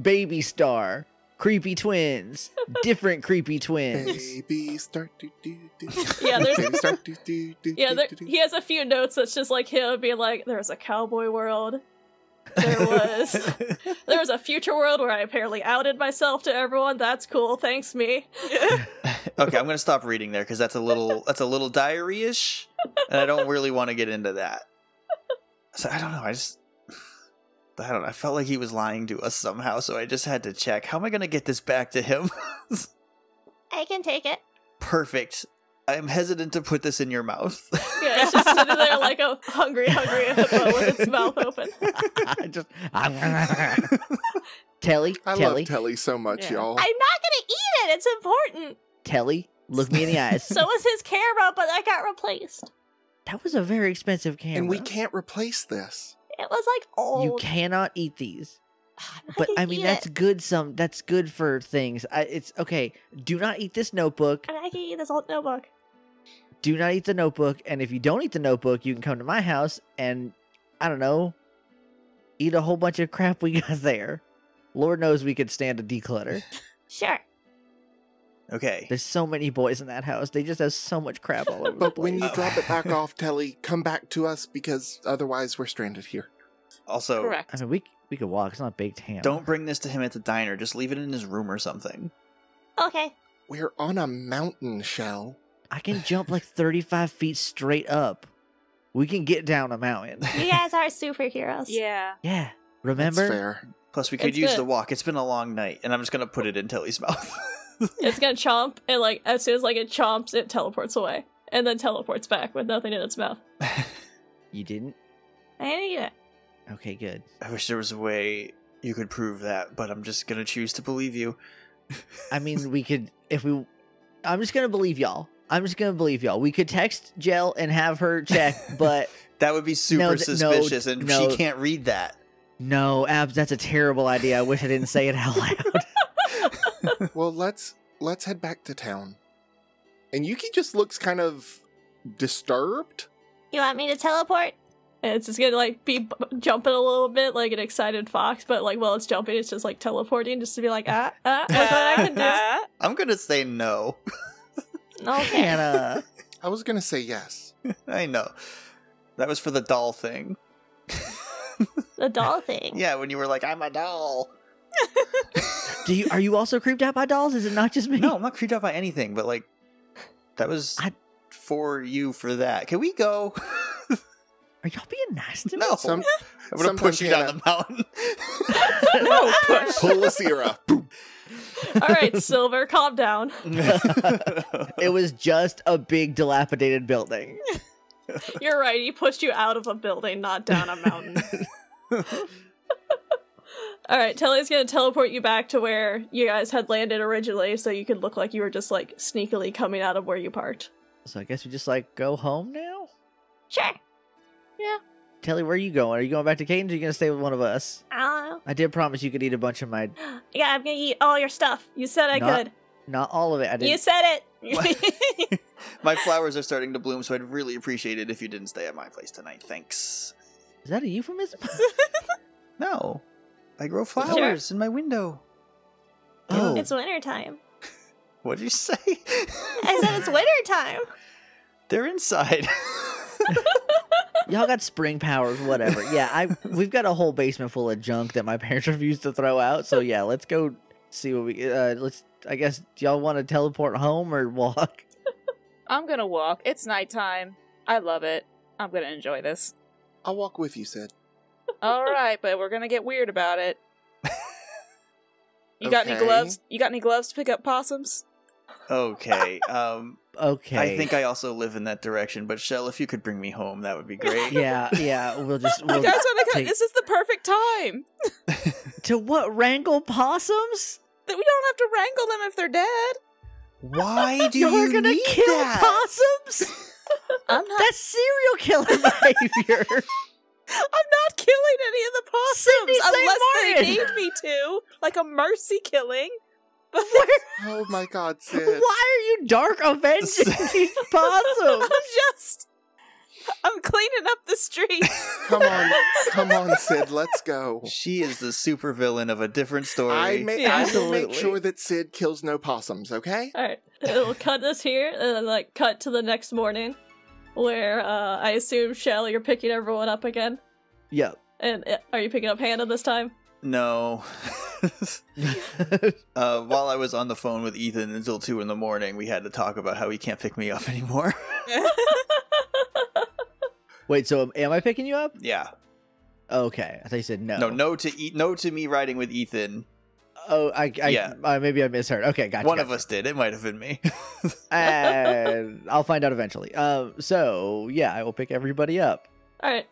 Speaker 1: baby star, creepy twins, different creepy twins.
Speaker 4: Baby, start to do
Speaker 5: <laughs>
Speaker 4: do.
Speaker 5: Yeah, there's-
Speaker 4: Baby, start to do do.
Speaker 5: Yeah,
Speaker 4: do,
Speaker 5: there,
Speaker 4: do, do.
Speaker 5: he has a few notes that's just like him being like, "There's a cowboy world, there was,
Speaker 2: <laughs>
Speaker 5: there was a future world where I apparently outed myself to everyone. That's cool, thanks me."
Speaker 2: okay, I'm gonna stop reading there because that's a little that's a little diary-ish, and I don't really want to get into that. So I don't know. I just I don't know. I felt like he was lying to us somehow, so I just had to check. How am I gonna get this back to him?
Speaker 6: I can take it.
Speaker 2: Perfect. I'm hesitant to put this in your mouth. <laughs>
Speaker 5: Yeah, it's just sitting
Speaker 1: <laughs>
Speaker 5: there like a hungry, hungry hippo with its mouth open.
Speaker 1: <laughs> I just
Speaker 4: <laughs>
Speaker 1: Telly,
Speaker 4: I
Speaker 1: Telly,
Speaker 4: love Telly so much,
Speaker 3: Yeah.
Speaker 4: y'all.
Speaker 6: I'm not gonna eat it. It's important.
Speaker 1: Telly, look me in
Speaker 2: <laughs>
Speaker 1: the eyes.
Speaker 6: So was his camera, but that got replaced.
Speaker 1: that was a very expensive camera.
Speaker 4: and we can't replace this.
Speaker 6: It was like
Speaker 1: You
Speaker 6: old. <sighs>
Speaker 1: cannot eat these.
Speaker 6: I'm not
Speaker 1: But
Speaker 6: gonna
Speaker 1: I mean,
Speaker 6: eat
Speaker 1: that's
Speaker 6: it.
Speaker 1: good. Some that's good for things. I, it's okay. Do not eat this notebook.
Speaker 5: Uh
Speaker 6: I'm not gonna eat this old notebook.
Speaker 1: do not eat the notebook. And if you don't eat the notebook, you can come to my house and I don't know, eat a whole bunch of crap we <laughs> got there. Lord knows we could stand a declutter.
Speaker 6: Sure.
Speaker 2: okay.
Speaker 1: There's so many boys in that house. They just have so much crap all over the
Speaker 4: <laughs> But when
Speaker 1: place.
Speaker 4: you
Speaker 2: Oh.
Speaker 4: drop
Speaker 1: <laughs>
Speaker 4: it back off, Telly, come back to us because otherwise we're stranded here.
Speaker 2: Also,
Speaker 1: I
Speaker 3: Correct.
Speaker 1: mean, we we could walk. It's not baked ham.
Speaker 2: don't bring this to him at the diner. Just leave it in his room or something.
Speaker 6: Okay.
Speaker 4: We're on a mountain shell.
Speaker 1: I can jump like 35 feet straight up. We can get down a mountain. <laughs>
Speaker 6: You guys are superheroes.
Speaker 3: Yeah.
Speaker 1: Yeah.
Speaker 4: That's
Speaker 1: Remember?
Speaker 4: fair.
Speaker 2: Plus, we could
Speaker 5: It's
Speaker 2: use
Speaker 5: good.
Speaker 2: the walk. It's been a long night, and I'm just gonna put it in Tilly's <laughs> mouth.
Speaker 5: It's gonna chomp, and like as soon as like it chomps, it teleports away, and then teleports back with nothing in its mouth.
Speaker 1: You didn't
Speaker 6: I need it.
Speaker 1: Okay, good.
Speaker 2: I wish there was a way you could prove that, but I'm just gonna choose to believe you.
Speaker 1: I mean, we could if we. I'm just gonna believe y'all. I'm just gonna believe y'all. We could text Jell and have her
Speaker 2: <laughs>
Speaker 1: check, but
Speaker 2: That would be super
Speaker 1: No, th- no,
Speaker 2: suspicious, and
Speaker 1: no.
Speaker 2: she can't read that.
Speaker 1: no, abs. That's a terrible idea. I wish I didn't say it out
Speaker 2: <laughs>
Speaker 1: loud. <laughs>
Speaker 4: well, let's let's head back to town. And Yuki just looks kind of disturbed.
Speaker 6: You want me to teleport?
Speaker 5: And it's just gonna like be b- jumping a little bit like an excited fox, but like while it's jumping, it's just like teleporting, just to be like ah
Speaker 6: <laughs>
Speaker 5: ah. Look what I <laughs> can do.
Speaker 3: Uh,
Speaker 2: I'm gonna say no. <laughs>
Speaker 6: Okay.
Speaker 1: Hannah.
Speaker 4: I was gonna say yes.
Speaker 2: I know. That was for the doll thing.
Speaker 6: the doll thing.
Speaker 2: Yeah, when you were like, I'm a doll.
Speaker 1: Do you are you also creeped out by dolls? Is it not just
Speaker 2: <clears throat>
Speaker 1: me?
Speaker 2: No, I'm not creeped out by anything, but like, that was
Speaker 1: I-
Speaker 2: for you for that. Can we <laughs> go?
Speaker 1: Are y'all being nice to me?
Speaker 2: no.
Speaker 4: Some
Speaker 2: I'm gonna push
Speaker 4: sometimes
Speaker 2: you
Speaker 4: Hannah-
Speaker 2: down the mountain.
Speaker 3: no, push.
Speaker 4: pull a Sierra. Boom.
Speaker 5: All right, Silver, calm down.
Speaker 4: <laughs>
Speaker 1: It was just a big dilapidated building.
Speaker 5: You're right. He pushed you out of a building, not down a mountain.
Speaker 6: <laughs>
Speaker 5: All right, Telly's gonna teleport you back to where you guys had landed originally, so you could look like you were just like sneakily coming out of where you parked.
Speaker 1: So I guess we just like go home now.
Speaker 6: Sure.
Speaker 1: Telly, where are you going? Are you going back to Caden's? Or are you gonna stay with one of us?
Speaker 6: I don't
Speaker 1: I did promise you could eat a bunch of my,
Speaker 6: know. Yeah, I'm gonna eat all your stuff.
Speaker 5: You said I
Speaker 1: Not-
Speaker 5: could.
Speaker 1: not all of it. I didn't.
Speaker 6: You said it.
Speaker 2: What? <laughs> my flowers are starting to bloom, so I'd really appreciate it if you didn't stay at my place tonight. Thanks.
Speaker 1: Is that a euphemism?
Speaker 2: No, I grow flowers in my window.
Speaker 1: oh,
Speaker 6: <laughs> it's winter time.
Speaker 2: What did you say? <laughs>
Speaker 6: I said it's winter time.
Speaker 2: They're inside. <laughs>
Speaker 1: y'all got spring powers, whatever. Yeah, I we've got a whole basement full of junk that my <laughs> parents refuse to throw out. So yeah, let's go see what we. Uh, let's. I guess do y'all want to teleport home or walk?
Speaker 3: I'm gonna walk. It's nighttime. I love it. I'm gonna enjoy this.
Speaker 4: I'll walk with you, Sid.
Speaker 3: All right, but we're gonna get weird about it. You got any
Speaker 4: Okay.
Speaker 3: gloves? You got any gloves to pick up possums?
Speaker 2: okay. Um,
Speaker 1: Okay.
Speaker 2: I think I also live in that direction. But Shell, if you could bring me home, that would be great.
Speaker 1: yeah, yeah. We'll
Speaker 3: <laughs>
Speaker 1: just. We'll,
Speaker 3: Guys, when they come,
Speaker 1: take-
Speaker 3: this is the perfect time
Speaker 1: to what wrangle possums?
Speaker 3: that we don't have to wrangle them if they're dead.
Speaker 2: <laughs> Why do
Speaker 1: Y'all
Speaker 2: you
Speaker 1: are gonna
Speaker 2: need
Speaker 1: kill
Speaker 2: that?
Speaker 1: possums?
Speaker 3: I'm not.
Speaker 1: That's serial killer
Speaker 2: <laughs>
Speaker 1: behavior.
Speaker 3: <laughs> I'm not killing any of the possums
Speaker 1: Sydney Saint
Speaker 3: unless they
Speaker 1: Martin.
Speaker 3: need me to, like a mercy killing. <laughs> But
Speaker 4: Oh my god, Sid.
Speaker 1: Why are you
Speaker 2: <laughs>
Speaker 1: dark avenging <laughs> these possums?
Speaker 3: I'm just. I'm cleaning up
Speaker 1: <laughs>
Speaker 3: the streets.
Speaker 4: Come on. Come on, Sid, let's go.
Speaker 2: She is the supervillain of a different story.
Speaker 4: I, ma-
Speaker 3: Yeah.
Speaker 4: I will make
Speaker 1: Absolutely.
Speaker 4: sure that Sid kills no possums, okay?
Speaker 5: All right, it'll cut this here, and then like cut to the next morning, where uh, I assume Shell, you're picking everyone up again.
Speaker 1: Yep.
Speaker 5: And uh, are you picking up Hannah this time?
Speaker 2: no. <laughs> uh, while I was on the phone with Ethan until two in the morning, we had to talk about how he can't pick me up <laughs> anymore.
Speaker 1: <laughs> Wait, so am, am I picking you up?
Speaker 2: yeah.
Speaker 1: Okay. I thought you said no.
Speaker 2: No. No to eat. No to me riding with Ethan.
Speaker 1: Oh, I, I,
Speaker 2: Yeah.
Speaker 1: uh, maybe I misheard. Okay, gotcha.
Speaker 2: One of us <laughs> did. It might have been me. <laughs>
Speaker 1: Uh, I'll find out eventually. Um, so yeah, I will pick everybody up.
Speaker 5: All right.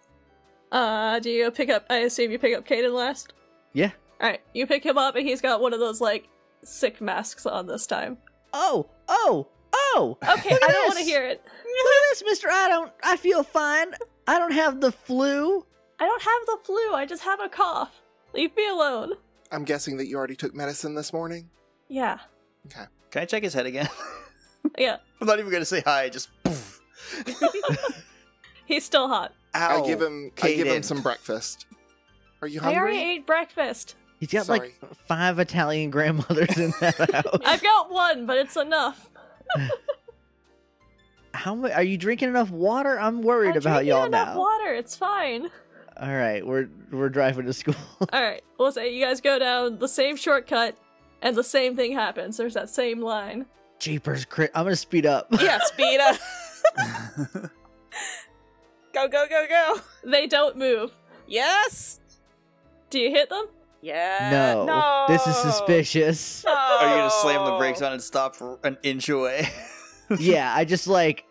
Speaker 5: Uh, do you pick up? I assume you pick up Caden last.
Speaker 1: Yeah.
Speaker 5: All right, you pick him up, and he's got one of those like sick masks on this time.
Speaker 1: Oh, oh, oh! Look
Speaker 5: Okay,
Speaker 1: at
Speaker 5: I don't want to
Speaker 1: this.
Speaker 5: hear it.
Speaker 1: at this, Mister. I don't. I feel fine. I don't have the flu.
Speaker 5: I don't have the flu. I just have a cough. Leave me alone.
Speaker 4: I'm guessing that you already took medicine this morning.
Speaker 5: Yeah.
Speaker 2: Can I check his head again?
Speaker 5: Yeah.
Speaker 2: <laughs> I'm not even gonna say hi. Just. Poof.
Speaker 5: He's still hot.
Speaker 2: Ow.
Speaker 4: I give
Speaker 2: <laughs>
Speaker 4: him I give him
Speaker 2: Oh, Caden.
Speaker 4: some breakfast. Are you
Speaker 5: I already
Speaker 4: hungry?
Speaker 5: ate breakfast.
Speaker 1: He's got
Speaker 4: Sorry.
Speaker 1: like five Italian grandmothers in that house.
Speaker 5: I've got one, but it's enough.
Speaker 1: How much? Are you drinking enough water? I'm worried
Speaker 5: I'm
Speaker 1: about
Speaker 5: drinking
Speaker 1: y'all
Speaker 5: enough
Speaker 1: now.
Speaker 5: Water. It's fine.
Speaker 1: All right, we're we're driving to school. <laughs>
Speaker 5: All right. We'll say you guys go down the same shortcut, and the same thing happens. There's that same line.
Speaker 1: Jeepers, cri- I'm gonna speed up.
Speaker 3: yeah, speed up. Go, go, go, go.
Speaker 5: They don't move.
Speaker 3: Yes.
Speaker 5: Do you hit them?
Speaker 3: Yeah.
Speaker 1: no,
Speaker 3: Uh, No.
Speaker 1: this is suspicious.
Speaker 2: Are you gonna slam the brakes on and stop for an inch away?
Speaker 1: yeah, I just like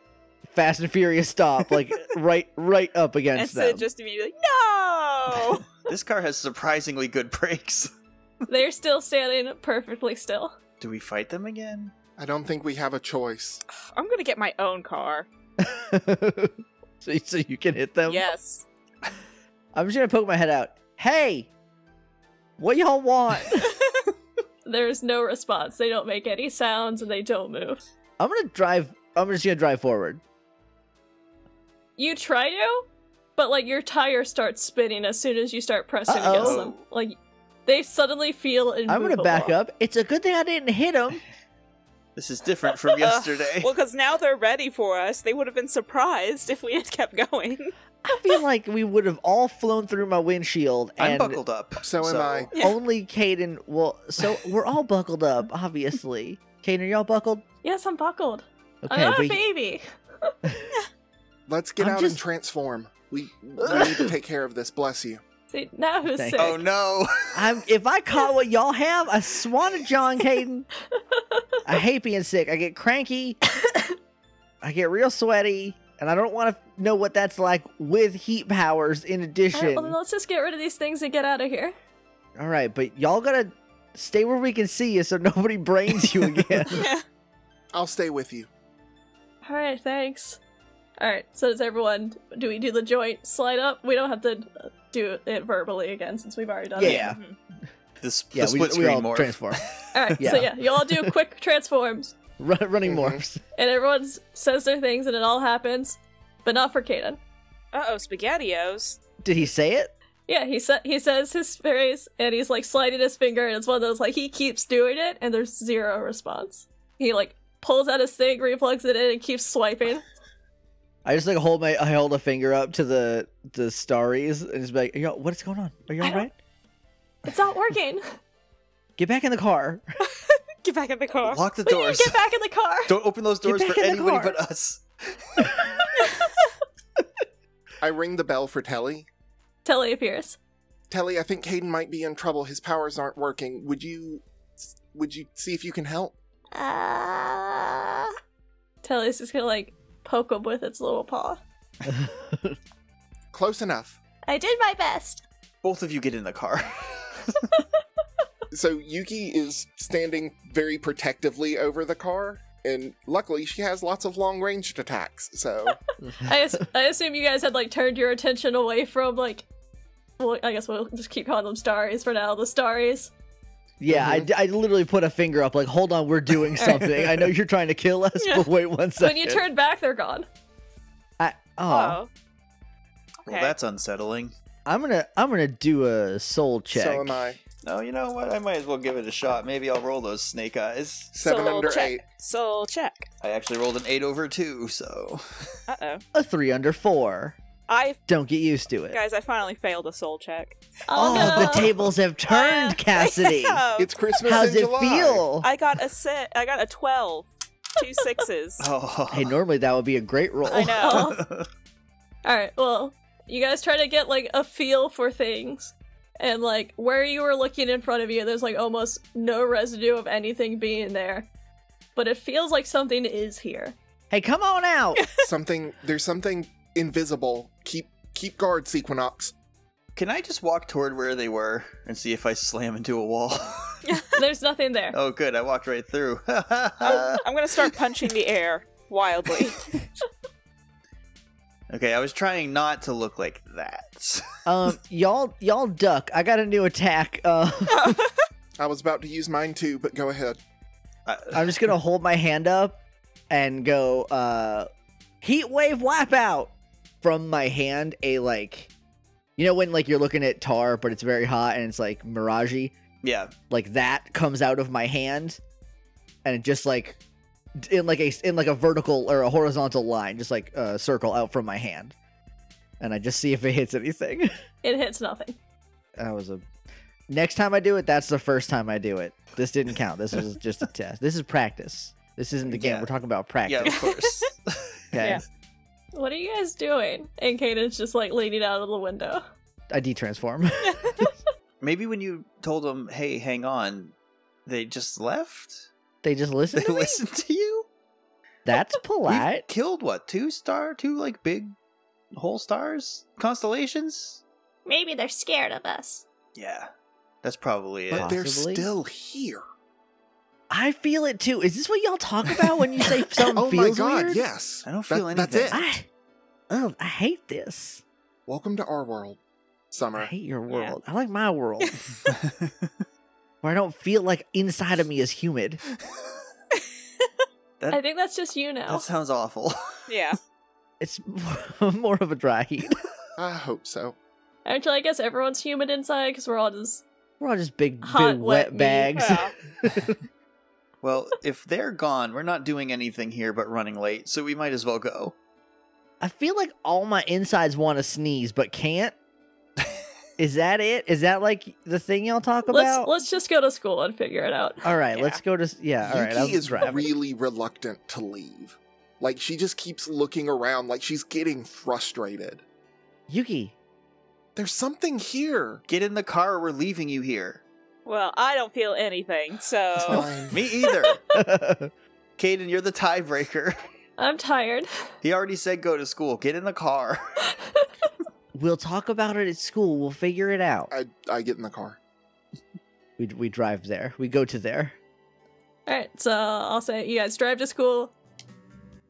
Speaker 1: Fast and Furious stop, like right right up
Speaker 3: And
Speaker 1: against
Speaker 3: Sid
Speaker 1: them.
Speaker 3: just immediately,
Speaker 1: <laughs>
Speaker 3: no!
Speaker 2: <laughs> this car has surprisingly good brakes.
Speaker 5: They're still standing perfectly still.
Speaker 2: Do we fight them again?
Speaker 4: I don't think we have a choice.
Speaker 3: I'm gonna get my own car.
Speaker 1: <laughs> so, so you can hit them. <laughs>
Speaker 3: Yes.
Speaker 1: I'm just gonna poke my head out. Hey, what y'all want?
Speaker 5: There's no response. They don't make any sounds and they don't move.
Speaker 1: I'm gonna drive. I'm just gonna drive forward.
Speaker 5: You try to, but like your tire starts spinning as soon as you start pressing against
Speaker 1: Uh-oh.
Speaker 5: them. Like they suddenly feel
Speaker 1: I'm gonna
Speaker 5: immovable.
Speaker 1: back up. It's a good thing I didn't hit him.
Speaker 2: This is different from yesterday.
Speaker 3: well, because now they're ready for us. They would have been surprised if we had kept going.
Speaker 1: <laughs> I feel like we would have all flown through my windshield.
Speaker 2: I'm
Speaker 1: And
Speaker 2: buckled up.
Speaker 4: So am I.
Speaker 3: Yeah.
Speaker 1: Only Caden. Well, so we're all buckled up, obviously. Caden, are y'all buckled?
Speaker 5: Yes, I'm buckled.
Speaker 1: Okay,
Speaker 5: I'm not
Speaker 1: but
Speaker 5: a baby.
Speaker 4: Let's get
Speaker 1: I'm
Speaker 4: out
Speaker 1: just-
Speaker 4: and transform. We, we need to take care of this. Bless you.
Speaker 5: See, now who's
Speaker 1: Thank-
Speaker 5: sick?
Speaker 2: Oh
Speaker 1: <laughs>
Speaker 2: no!
Speaker 1: I'm, if I caught what y'all have, I swan to John Caden. I hate being sick. I get cranky. I get real sweaty, and I don't want to know what that's like with heat powers. In
Speaker 5: Alright,
Speaker 1: addition,
Speaker 5: well, then let's just get rid of these things and get out of here.
Speaker 1: all right, but y'all gotta stay where we can see you, so nobody brains
Speaker 5: <laughs>
Speaker 1: you again.
Speaker 4: I'll stay with you.
Speaker 5: All right, thanks. All right, so does everyone? Do we do the joint slide up? We don't have to uh, do it verbally again since we've already done it.
Speaker 1: Yeah.
Speaker 3: Mhm.
Speaker 2: This
Speaker 1: yeah,
Speaker 2: the
Speaker 1: we,
Speaker 2: split
Speaker 1: we
Speaker 2: screen
Speaker 1: all
Speaker 2: morph.
Speaker 1: transform. <laughs>
Speaker 5: All right, so yeah,
Speaker 1: Yeah.
Speaker 5: you all do quick transforms,
Speaker 1: Run, running
Speaker 2: Mm-hmm.
Speaker 4: Mhm.
Speaker 1: morphs.
Speaker 5: and everyone s- says their things, and it all happens, but not for Kaden.
Speaker 3: Uh oh, SpaghettiOs.
Speaker 1: Did he say it?
Speaker 5: Yeah, he sa- he says his phrase, and he's like sliding his finger, and it's one of those like he keeps doing it, and there's zero response. He like pulls out his thing, replugs it in, and keeps swiping.
Speaker 1: I just like hold my I hold a finger up to the the starries and just be like, "Yo, what's going on? Are you
Speaker 5: I
Speaker 1: all
Speaker 5: don't-
Speaker 1: right?
Speaker 5: It's not working.
Speaker 1: Get back in the car."
Speaker 3: Get back in the car.
Speaker 2: Lock the
Speaker 5: we need
Speaker 2: doors.
Speaker 5: to get back in the car.
Speaker 2: Don't open those
Speaker 1: Get
Speaker 2: doors
Speaker 1: back
Speaker 2: for
Speaker 1: in the
Speaker 2: anybody
Speaker 1: car.
Speaker 2: but us.
Speaker 4: I ring the bell for Telly.
Speaker 5: Telly appears.
Speaker 4: Telly, I think Caden might be in trouble. His powers aren't working. Would you would you see if you can help?
Speaker 6: Uh,
Speaker 5: Telly's just gonna like poke him with its little paw.
Speaker 4: Close enough.
Speaker 6: I did my best.
Speaker 2: Both of you get in the car. <laughs>
Speaker 4: So Yuki is standing very protectively over the car, and luckily she has lots of long ranged attacks. So
Speaker 5: I, as-
Speaker 1: <laughs>
Speaker 5: I assume you guys had like turned your attention away from like, well, I guess we'll just keep calling them starries for now. The starries.
Speaker 1: yeah, I
Speaker 3: Mm-hmm.
Speaker 4: Mhm.
Speaker 1: d I I, literally put a finger up, like, "Hold on, we're
Speaker 3: <laughs>
Speaker 1: doing something. I know you're trying to kill us,
Speaker 3: Yeah.
Speaker 1: but wait one
Speaker 5: when
Speaker 1: second.
Speaker 5: you turn back, they're gone.
Speaker 1: I, oh,
Speaker 3: Oh.
Speaker 2: Well, that's unsettling.
Speaker 1: I'm gonna I'm gonna do a soul check.
Speaker 4: so am I.
Speaker 2: No, you know what? I might as well give it a shot. Maybe I'll roll those snake eyes.
Speaker 4: Seven
Speaker 3: Soul
Speaker 4: under
Speaker 3: check.
Speaker 4: eight.
Speaker 3: Soul check.
Speaker 2: I actually rolled an eight over two, so <laughs>
Speaker 3: Uh oh.
Speaker 1: A three under four.
Speaker 3: I
Speaker 1: Don't get used to it.
Speaker 3: guys, I finally failed a soul
Speaker 1: <laughs>
Speaker 3: check.
Speaker 5: Oh,
Speaker 1: Oh,
Speaker 5: no.
Speaker 1: the
Speaker 5: <laughs>
Speaker 1: tables
Speaker 3: <laughs>
Speaker 1: have turned,
Speaker 3: Uh,
Speaker 1: Cassidy.
Speaker 3: <laughs> yeah.
Speaker 4: It's Christmas
Speaker 1: How's
Speaker 4: in
Speaker 1: it
Speaker 4: July.
Speaker 1: feel?
Speaker 3: I got a set. I got a twelve. Two
Speaker 1: <laughs>
Speaker 3: sixes.
Speaker 2: oh. <laughs>
Speaker 1: hey, normally that would be a great roll.
Speaker 3: I know.
Speaker 5: Oh. All right. Well, you guys try to get like a feel for things, and like where you were looking in front of you, there's like almost no residue of anything being there, but it feels like something is here.
Speaker 1: Hey, come on
Speaker 3: <laughs>
Speaker 1: out.
Speaker 4: something there's something invisible. Keep keep guard, Sequinox.
Speaker 2: Can I just walk toward where they were and see if I slam into a wall? <laughs>
Speaker 5: There's nothing there.
Speaker 2: oh, good. I walked right through. <laughs>
Speaker 3: I'm gonna start punching the air
Speaker 1: <laughs>
Speaker 3: wildly.
Speaker 2: okay, I was trying not to look like that. <laughs>
Speaker 1: Um, y'all, y'all duck. I got a new attack. Uh,
Speaker 4: I was about to use mine too, but go ahead.
Speaker 2: I-
Speaker 1: I'm just gonna hold my hand up and go. Uh, heat wave wipeout from my hand. A like, you know when like you're looking at tar, but it's very hot and it's like miragey.
Speaker 2: yeah.
Speaker 1: Like that comes out of my hand, and it just like d- in like a in like a vertical or a horizontal line, just like a circle out from my hand, and I just see if it hits anything.
Speaker 5: It hits nothing.
Speaker 1: That was a. Next time I do it, that's the first time I do it. This didn't count. This was just a test. This is practice. This isn't the game.
Speaker 2: Yeah.
Speaker 1: We're talking about
Speaker 2: Yeah,
Speaker 1: practice.
Speaker 2: <laughs> of course.
Speaker 1: <laughs> Okay.
Speaker 3: Yeah.
Speaker 5: What are you guys doing? And Kaden's just like leaning out of the window.
Speaker 1: I detransform. <laughs>
Speaker 2: Maybe when you told them, hey, hang on, they just left? <laughs>
Speaker 1: they just listen
Speaker 2: They
Speaker 1: to me.
Speaker 2: listened to you?
Speaker 1: That's
Speaker 2: We've
Speaker 1: polite.
Speaker 2: killed what two star, two like big whole stars constellations.
Speaker 6: Maybe they're scared of us.
Speaker 2: Yeah, that's probably
Speaker 4: But
Speaker 2: it.
Speaker 4: they're
Speaker 1: Possibly.
Speaker 4: still here.
Speaker 1: I feel it too. Is this what y'all talk about when you say something
Speaker 4: oh my
Speaker 1: feels
Speaker 4: god,
Speaker 1: weird?
Speaker 4: yes.
Speaker 2: I don't
Speaker 4: That-
Speaker 2: feel anything.
Speaker 4: that's it.
Speaker 1: I, oh, I hate this.
Speaker 4: Welcome to our world,
Speaker 1: I
Speaker 4: Summer.
Speaker 1: hate your world. I like my world <laughs> where I don't feel like inside of me is humid.
Speaker 5: I think that's just you now.
Speaker 2: that sounds awful. <laughs>
Speaker 3: Yeah.
Speaker 1: It's <laughs> more of a dry heat.
Speaker 4: I hope so.
Speaker 5: Actually, I guess everyone's humid inside because we're all just.
Speaker 1: We're all just big,
Speaker 5: Hot,
Speaker 1: big
Speaker 5: wet
Speaker 1: wet,
Speaker 5: meat.
Speaker 1: bags.
Speaker 3: Well,
Speaker 1: <laughs>
Speaker 2: well, if they're gone, we're not doing anything here but running late, so we might as well go.
Speaker 1: I feel like all my insides want to sneeze but
Speaker 4: <laughs>
Speaker 1: can't. Is that it? Is that like the thing y'all talk about?
Speaker 5: Let's let's just go to school and figure it out.
Speaker 1: all right,
Speaker 3: Yeah.
Speaker 1: let's go to s- yeah. All right,
Speaker 4: Yuki
Speaker 1: I'm
Speaker 4: is
Speaker 1: driving.
Speaker 4: really reluctant to leave. Like she just keeps looking around, like she's getting frustrated. <laughs>
Speaker 1: Yuki,
Speaker 4: There's something here.
Speaker 2: Get in the car. We're leaving you here.
Speaker 3: well, I don't feel anything,
Speaker 1: <laughs> Oh.
Speaker 3: so
Speaker 4: Fine.
Speaker 2: Me either.
Speaker 1: I
Speaker 2: Caden, you're the tiebreaker. <laughs>
Speaker 5: I'm tired.
Speaker 2: He already said go to school. Get in the car.
Speaker 1: we'll talk about it at school. We'll figure it out.
Speaker 4: I I get in the car.
Speaker 1: We we drive there. We go to there.
Speaker 5: All right, so I'll say you guys drive to school.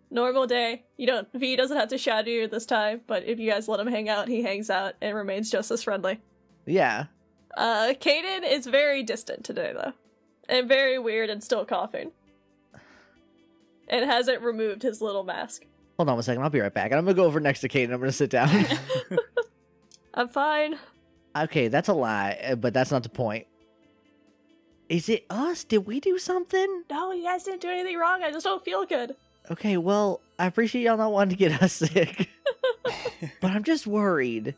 Speaker 5: Normal day. You don't. V doesn't have to shadow you this time, but if you guys let him hang out, he hangs out and remains just as friendly.
Speaker 1: Yeah.
Speaker 5: Uh, Kaden is very distant today though, and very weird and still coughing, and hasn't removed his little mask.
Speaker 1: Hold on one second. I'll be right back. And I'm gonna go over next to Kate and I'm gonna sit down. <laughs>
Speaker 5: I'm fine.
Speaker 1: okay, that's a lie, uh, but that's not the point. Is it us? Did we do something?
Speaker 5: No, you guys didn't do anything wrong. I just don't feel good.
Speaker 1: Okay, well, I appreciate y'all not wanting to get <laughs> us sick, but I'm just worried.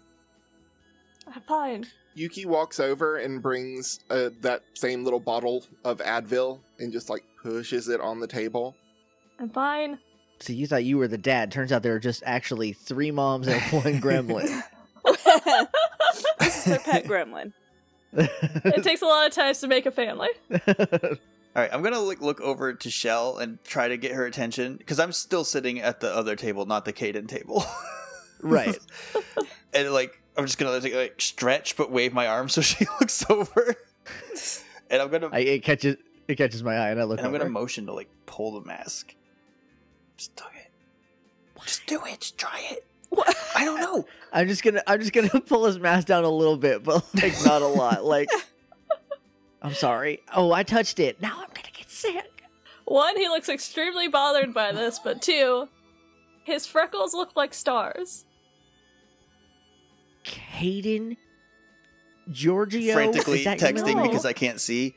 Speaker 5: I'm fine.
Speaker 4: Yuki walks over and brings uh, that same little bottle of Advil and just like pushes it on the table.
Speaker 5: I'm fine.
Speaker 1: So you thought you were the dad. Turns out there are just actually three moms and
Speaker 2: <laughs>
Speaker 1: one gremlin. <laughs>
Speaker 3: this is their pet gremlin.
Speaker 5: It takes a lot of times to make a family.
Speaker 2: All right, I'm gonna like look over to Shell and try to get her attention because I'm still sitting at the other table, not the Caden table. <laughs>
Speaker 1: right.
Speaker 2: and like, I'm just gonna like, like, stretch but wave my arm so <laughs> she looks over. and I'm gonna,
Speaker 1: I, it catches it catches my eye and I look
Speaker 2: and I'm gonna
Speaker 1: over.
Speaker 2: motion to like pull the mask. Just do it. Just do it. Just try it.
Speaker 3: What?
Speaker 2: I
Speaker 1: <laughs>
Speaker 2: don't know.
Speaker 1: I'm just gonna I'm just gonna <laughs> pull his mask down a little bit, but like not a lot. Like I'm sorry. Oh, I touched it. Now I'm gonna get sick.
Speaker 5: One, he looks extremely bothered by this, but two, his freckles look like stars.
Speaker 1: Caden Giorgio
Speaker 2: Frantically
Speaker 1: is that your
Speaker 2: texting
Speaker 1: name?
Speaker 2: because I can't see.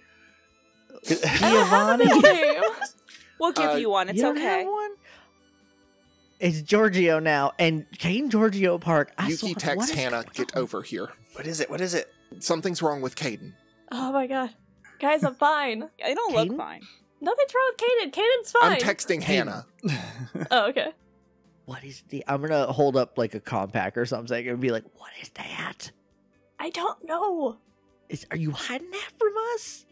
Speaker 1: <laughs>
Speaker 2: <laughs>
Speaker 5: I don't have a
Speaker 1: Giovanni?
Speaker 5: name.
Speaker 3: We'll give
Speaker 4: Uh,
Speaker 3: you one. It's
Speaker 1: you don't have
Speaker 3: okay.
Speaker 1: one? It's Giorgio now, and Caden Giorgio Park. I
Speaker 4: Yuki
Speaker 1: swear, what
Speaker 4: texts
Speaker 1: is
Speaker 4: Hannah,
Speaker 1: going
Speaker 4: "Get
Speaker 1: on?"
Speaker 4: over here.
Speaker 2: what is it? What is it?
Speaker 4: Something's wrong with Caden."
Speaker 5: Oh my god. Guys, I'm fine.
Speaker 3: I don't look
Speaker 1: Caden?
Speaker 3: fine.
Speaker 5: Nothing's wrong with Kaden. Kaden's
Speaker 4: I'm
Speaker 5: fine.
Speaker 1: <laughs>
Speaker 4: texting Hannah.
Speaker 5: oh, okay.
Speaker 1: What is the? I'm gonna hold up like a compact or something and be like, "What is that?
Speaker 5: I don't know.
Speaker 1: Is are you hiding that from us?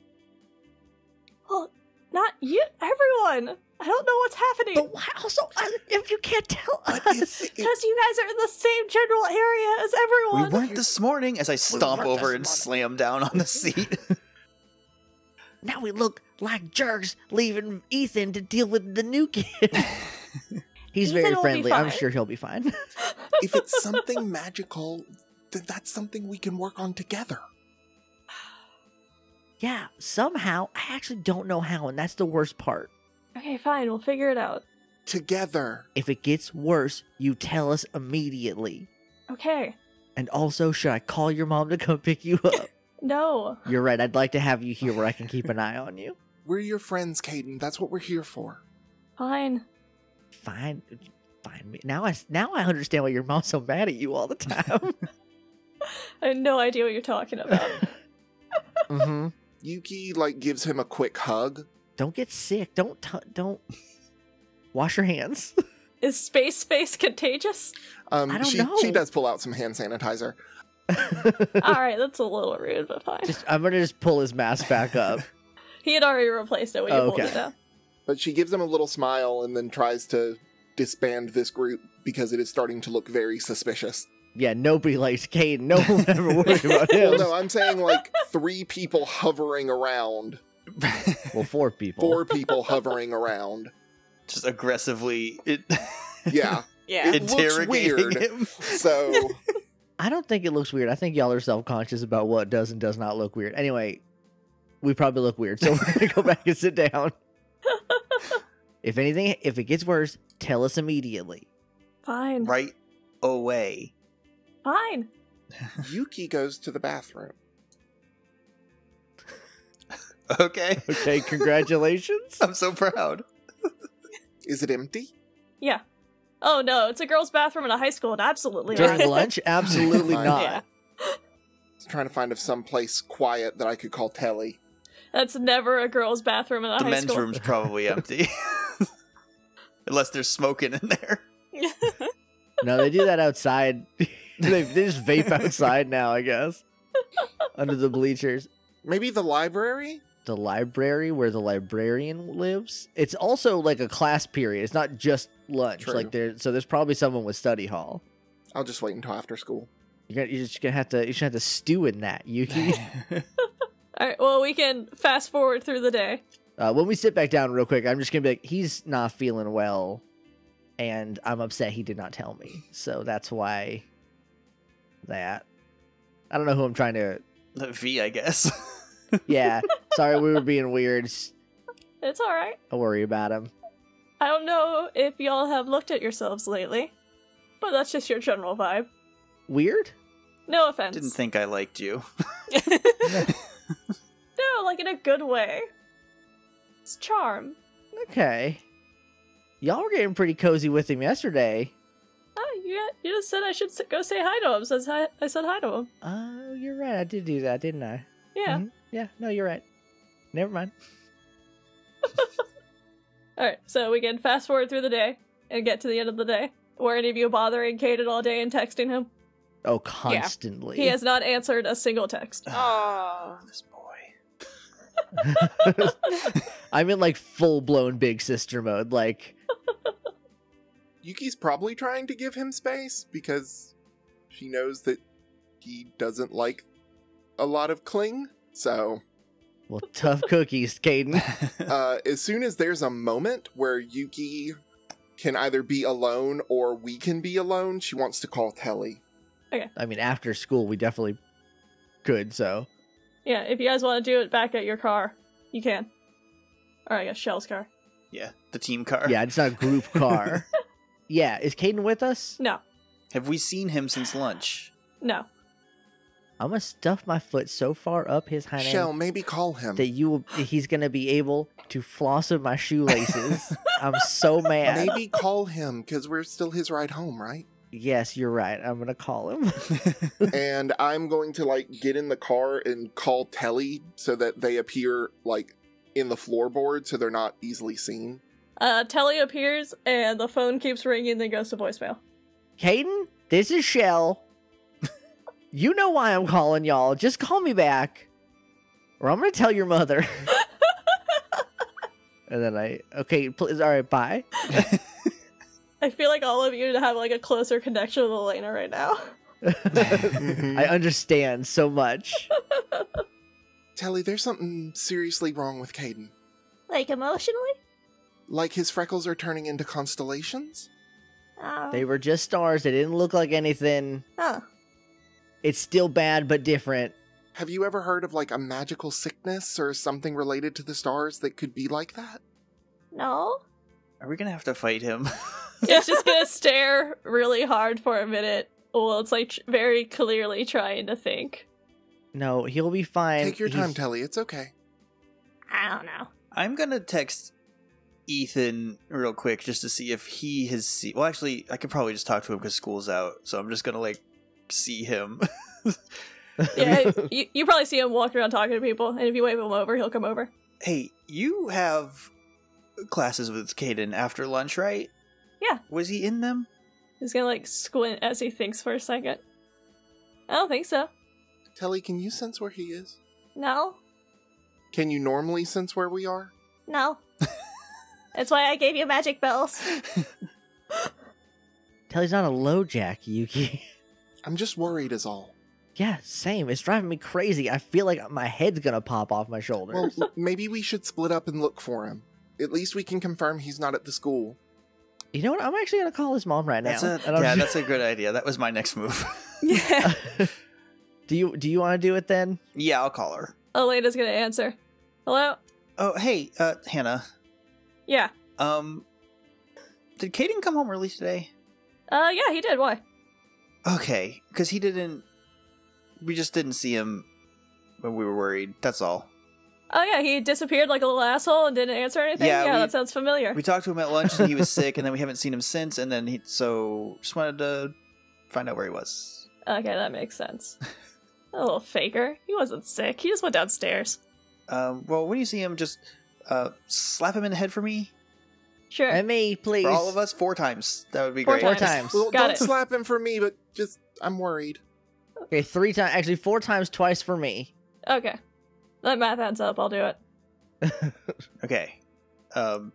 Speaker 5: Well, not you. Everyone. I don't know what's happening.
Speaker 1: But why? Also, I- if you can't tell
Speaker 4: But
Speaker 1: us,
Speaker 4: if it-
Speaker 5: Because you guys are in the same general area as
Speaker 2: we
Speaker 5: everyone.
Speaker 2: weren't this morning. As I stomp
Speaker 1: weren't
Speaker 2: over
Speaker 1: this morning.
Speaker 2: and slam down on
Speaker 1: <laughs>
Speaker 2: the seat. <laughs>
Speaker 1: now we look like jerks leaving Ethan to deal with the new
Speaker 4: <laughs>
Speaker 1: kid. He's
Speaker 5: Ethan
Speaker 1: very
Speaker 5: will be
Speaker 1: friendly. I'm
Speaker 5: fine.
Speaker 1: sure he'll be fine. <laughs>
Speaker 4: if it's something magical, then that's something we can work on together.
Speaker 1: Yeah, somehow I actually don't know how, and that's the worst part.
Speaker 5: Okay, fine. We'll figure it out.
Speaker 4: Together.
Speaker 1: If it gets worse, you tell us immediately.
Speaker 5: Okay.
Speaker 1: And also, should I call your mom to come pick you
Speaker 5: <laughs>
Speaker 1: up?
Speaker 5: No.
Speaker 1: You're right. I'd like to have you here where I can keep an eye on you.
Speaker 4: We're your friends, Caden. That's what we're here for.
Speaker 5: Fine.
Speaker 1: Fine, fine. me. Now I s- now I understand why your mom's so mad at you all the
Speaker 5: <laughs>
Speaker 1: time.
Speaker 5: I have no idea what you're talking about.
Speaker 1: <laughs>
Speaker 5: Mm-hmm.
Speaker 1: hmm
Speaker 4: Yuki like gives him a quick hug.
Speaker 1: Don't get sick. Don't t- don't wash your hands.
Speaker 5: Is space space contagious?
Speaker 4: Um,
Speaker 1: I don't
Speaker 4: she
Speaker 1: know.
Speaker 4: she does pull out some hand sanitizer.
Speaker 5: <laughs> All right, that's a little rude, but fine. <laughs>
Speaker 1: just I'm gonna just pull his mask back up.
Speaker 5: He had already replaced it when you pulled
Speaker 1: Oh, Okay.
Speaker 5: it down.
Speaker 4: But she gives him a little smile and then tries to disband this group because it is starting to look very suspicious.
Speaker 1: Yeah, nobody likes Caden. No one ever worried about
Speaker 4: <laughs> Well,
Speaker 1: him.
Speaker 4: no, I'm saying like three people hovering around,
Speaker 1: Well, four people.
Speaker 4: four people hovering around.
Speaker 2: Just aggressively <laughs> it,
Speaker 4: Yeah.
Speaker 3: Yeah.
Speaker 4: It looks
Speaker 2: interrogating
Speaker 4: weird.
Speaker 2: him.
Speaker 4: So
Speaker 1: I don't think it looks weird. I think y'all are self conscious about what does and does not look weird. Anyway, we probably look weird, so <laughs> we're gonna go back and sit down. if anything, if it gets worse, tell us immediately.
Speaker 5: Fine.
Speaker 2: Right away.
Speaker 5: Fine.
Speaker 4: Yuki goes to the bathroom.
Speaker 2: Okay.
Speaker 1: Okay, congratulations.
Speaker 2: <laughs> I'm so proud.
Speaker 4: Is it empty?
Speaker 5: Oh no, it's a girls' bathroom in a high school. It
Speaker 1: <laughs>
Speaker 5: absolutely
Speaker 1: During
Speaker 5: not.
Speaker 1: lunch, absolutely
Speaker 4: Fine.
Speaker 1: not.
Speaker 5: Yeah.
Speaker 4: trying to find of some place quiet that I could call Telly.
Speaker 5: That's never a girls' bathroom in a
Speaker 2: The
Speaker 5: high
Speaker 2: men's
Speaker 5: school.
Speaker 2: room's probably empty. <laughs> Unless there's smoking in there.
Speaker 1: No, they do that outside. <laughs> they, they just vape outside now, I guess, under the bleachers.
Speaker 4: Maybe the library?
Speaker 1: The library where the librarian lives. It's also like a class period. It's not just lunch.
Speaker 4: True.
Speaker 1: Like there, so there's probably someone with study hall.
Speaker 4: I'll just wait until after school.
Speaker 1: You're, gonna, you're just gonna have to. You should have to stew in that, Yuki.
Speaker 5: All right. Well, we can fast forward through the day.
Speaker 1: uh, when we sit back down, real quick, I'm just gonna be like, he's not feeling well, and I'm upset he did not tell me. So that's why. That. I don't know who I'm trying to.
Speaker 2: The v, I guess. <laughs>
Speaker 1: Yeah, sorry we were being weird. S-
Speaker 5: It's all right.
Speaker 1: Don't worry about him.
Speaker 5: I don't know if y'all have looked at yourselves lately, but that's just your general vibe.
Speaker 1: Weird.
Speaker 5: No offense.
Speaker 2: Didn't think I liked you.
Speaker 5: <laughs> No, like in a good way. It's charm.
Speaker 1: Okay. Y'all were getting pretty cozy with him yesterday.
Speaker 5: Oh, you, you just said I should s- go say hi to him, so I said hi- I said hi to him.
Speaker 1: Oh, you're right. I did do that, didn't I?
Speaker 5: Yeah.
Speaker 1: Mhm. Yeah. No, you're right. Never mind.
Speaker 6: Mm-hmm.
Speaker 5: All right, so we can fast forward through the day and get to the end of the day. Were any of you bothering Caden all day and texting him?
Speaker 1: Oh, constantly.
Speaker 5: He has not answered a single text.
Speaker 3: oh.
Speaker 2: This boy.
Speaker 1: I'm in like full blown big sister mode. Like,
Speaker 4: Yuki's probably trying to give him space because she knows that he doesn't like a lot of cling. So,
Speaker 1: well,
Speaker 4: <laughs>
Speaker 1: tough cookies, Caden.
Speaker 4: uh, as soon as there's a moment where Yuki can either be alone or we can be alone, she wants to call Telly.
Speaker 1: I mean, after school, we definitely could. So,
Speaker 5: Yeah, if you guys want to do it back at your car, you can. Or I guess Shell's car.
Speaker 2: yeah, the team car.
Speaker 1: yeah, it's not a group
Speaker 4: <laughs>
Speaker 1: car. yeah, is Caden with us?
Speaker 5: No,
Speaker 2: Have we seen him since lunch?
Speaker 5: no.
Speaker 1: I'm gonna stuff my foot so far up his hind
Speaker 4: Shell,
Speaker 1: end
Speaker 4: maybe call him.
Speaker 1: that you will, he's gonna be able to floss with my
Speaker 4: <laughs>
Speaker 1: shoelaces. I'm so mad.
Speaker 4: Maybe call him because we're still his ride home, right?
Speaker 1: Yes, you're right. I'm gonna call him.
Speaker 4: and I'm going to like get in the car and call Telly so that they appear like in the floorboard so they're not easily seen.
Speaker 5: Uh, Telly appears and the phone keeps ringing, then goes to voicemail.
Speaker 1: Caden, this is Shell. <laughs> you know why I'm calling y'all. Just call me back, or I'm gonna tell your mother. and then I okay, please. All right,
Speaker 4: <laughs>
Speaker 1: bye. <laughs>
Speaker 5: I feel like all of you have like a closer connection with Elena right now.
Speaker 1: I understand so much.
Speaker 4: Telly, there's something seriously wrong with Caden.
Speaker 6: Like emotionally?
Speaker 4: Like his freckles are turning into constellations?
Speaker 6: Oh.
Speaker 1: They were just stars. They didn't look like anything.
Speaker 6: Huh.
Speaker 1: It's still bad, but different.
Speaker 4: Have you ever heard of like a magical sickness or something related to the stars that could be like that?
Speaker 6: No?
Speaker 2: Are we gonna have to fight him?
Speaker 5: it's just gonna stare really hard for a minute. Well, it's like tr- very clearly trying to think.
Speaker 1: No, he'll be fine.
Speaker 4: Take your time,
Speaker 1: He's-
Speaker 4: Telly. It's okay.
Speaker 6: I don't know.
Speaker 2: I'm gonna text Ethan real quick just to see if he has seen. Well, actually, I could probably just talk to him because school's out, so I'm just gonna like see him. <laughs>
Speaker 1: <laughs>
Speaker 5: Yeah, you, you probably see him walking around talking to people, and if you wave him over, he'll come over.
Speaker 2: hey, you have classes with Caden after lunch, right?
Speaker 5: Yeah.
Speaker 2: Was he in them?
Speaker 5: He's gonna like squint as he thinks for a second. I don't think so.
Speaker 4: Telly, can you sense where he is?
Speaker 6: No?
Speaker 2: <laughs>
Speaker 4: Can you normally sense where we are?
Speaker 6: No. That's why I gave you magic bells.
Speaker 1: Telly's not a low jack, Yuki. <laughs>
Speaker 4: I'm just worried, is all.
Speaker 1: yeah, same. It's driving me crazy. I feel like my head's gonna pop off my shoulders.
Speaker 4: Well, m- maybe we should split up and look for him. At least we can confirm he's not at the school.
Speaker 1: you know what? I'm actually gonna call his mom right now.
Speaker 2: That's a,
Speaker 1: and I'm
Speaker 2: yeah,
Speaker 1: just-
Speaker 2: that's a good idea. That was my next move. <laughs>
Speaker 5: Yeah.
Speaker 1: do you do you want to do it then?
Speaker 2: yeah, I'll call her.
Speaker 5: <laughs> Elena's gonna answer. Hello?
Speaker 2: Oh, hey, uh, Hannah.
Speaker 5: Yeah.
Speaker 2: Um, did Caden come home early today?
Speaker 5: Uh, yeah, he did. Why?
Speaker 2: Okay, because he didn't. We just didn't see him when we were worried. That's all.
Speaker 5: Oh, yeah, he disappeared like a little asshole and didn't answer anything.
Speaker 2: Yeah,
Speaker 5: Yeah,
Speaker 2: we-
Speaker 5: that sounds familiar.
Speaker 2: We talked to him at lunch, and he was sick, and then we haven't seen him since. And then he so just wanted to find out where he was.
Speaker 5: okay, that makes sense. a little faker. He wasn't sick. He just went downstairs.
Speaker 2: Um, well, when you see him, just uh, slap him in the head for me,
Speaker 5: Sure.
Speaker 1: And me, please.
Speaker 2: for all of us, four times. That would be
Speaker 5: Four
Speaker 2: great.
Speaker 1: Four
Speaker 5: times.
Speaker 1: times.
Speaker 4: Well,
Speaker 5: Got
Speaker 4: don't
Speaker 5: it.
Speaker 4: slap him for me, but just I'm worried.
Speaker 1: Okay, three times. Actually, four times. Twice for me.
Speaker 5: Okay. That math adds up. I'll do it.
Speaker 2: Okay. Um,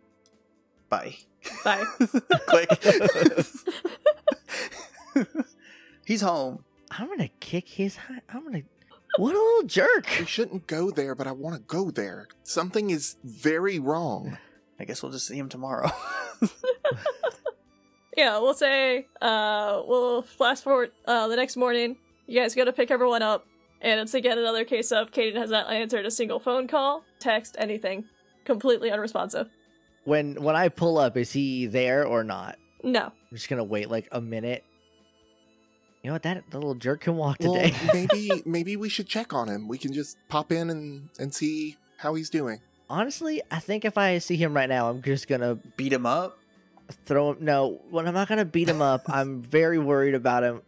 Speaker 2: bye. <laughs>
Speaker 5: Bye.
Speaker 2: Click. <laughs> He's home.
Speaker 1: I'm gonna kick his. hi- I'm gonna. What a little jerk.
Speaker 4: We shouldn't go there, but I want to go there. Something is very wrong.
Speaker 2: I guess we'll just see him tomorrow. <laughs>
Speaker 5: yeah, we'll say uh we'll flash forward uh the next morning. You guys gotta pick everyone up. And it's again another case of Kaden has not answered a single phone call, text, anything. Completely unresponsive.
Speaker 1: When when I pull up, is he there or not?
Speaker 5: No.
Speaker 1: I'm just gonna wait like a minute. You know what? That the little jerk can walk
Speaker 4: Well,
Speaker 1: today.
Speaker 4: maybe maybe we should check on him. We can just pop in and and see how he's doing.
Speaker 1: <laughs> Honestly, I think if I see him right now, I'm just gonna
Speaker 2: Beat him up.
Speaker 1: throw him. No, when I'm not gonna beat him up. I'm very worried about him.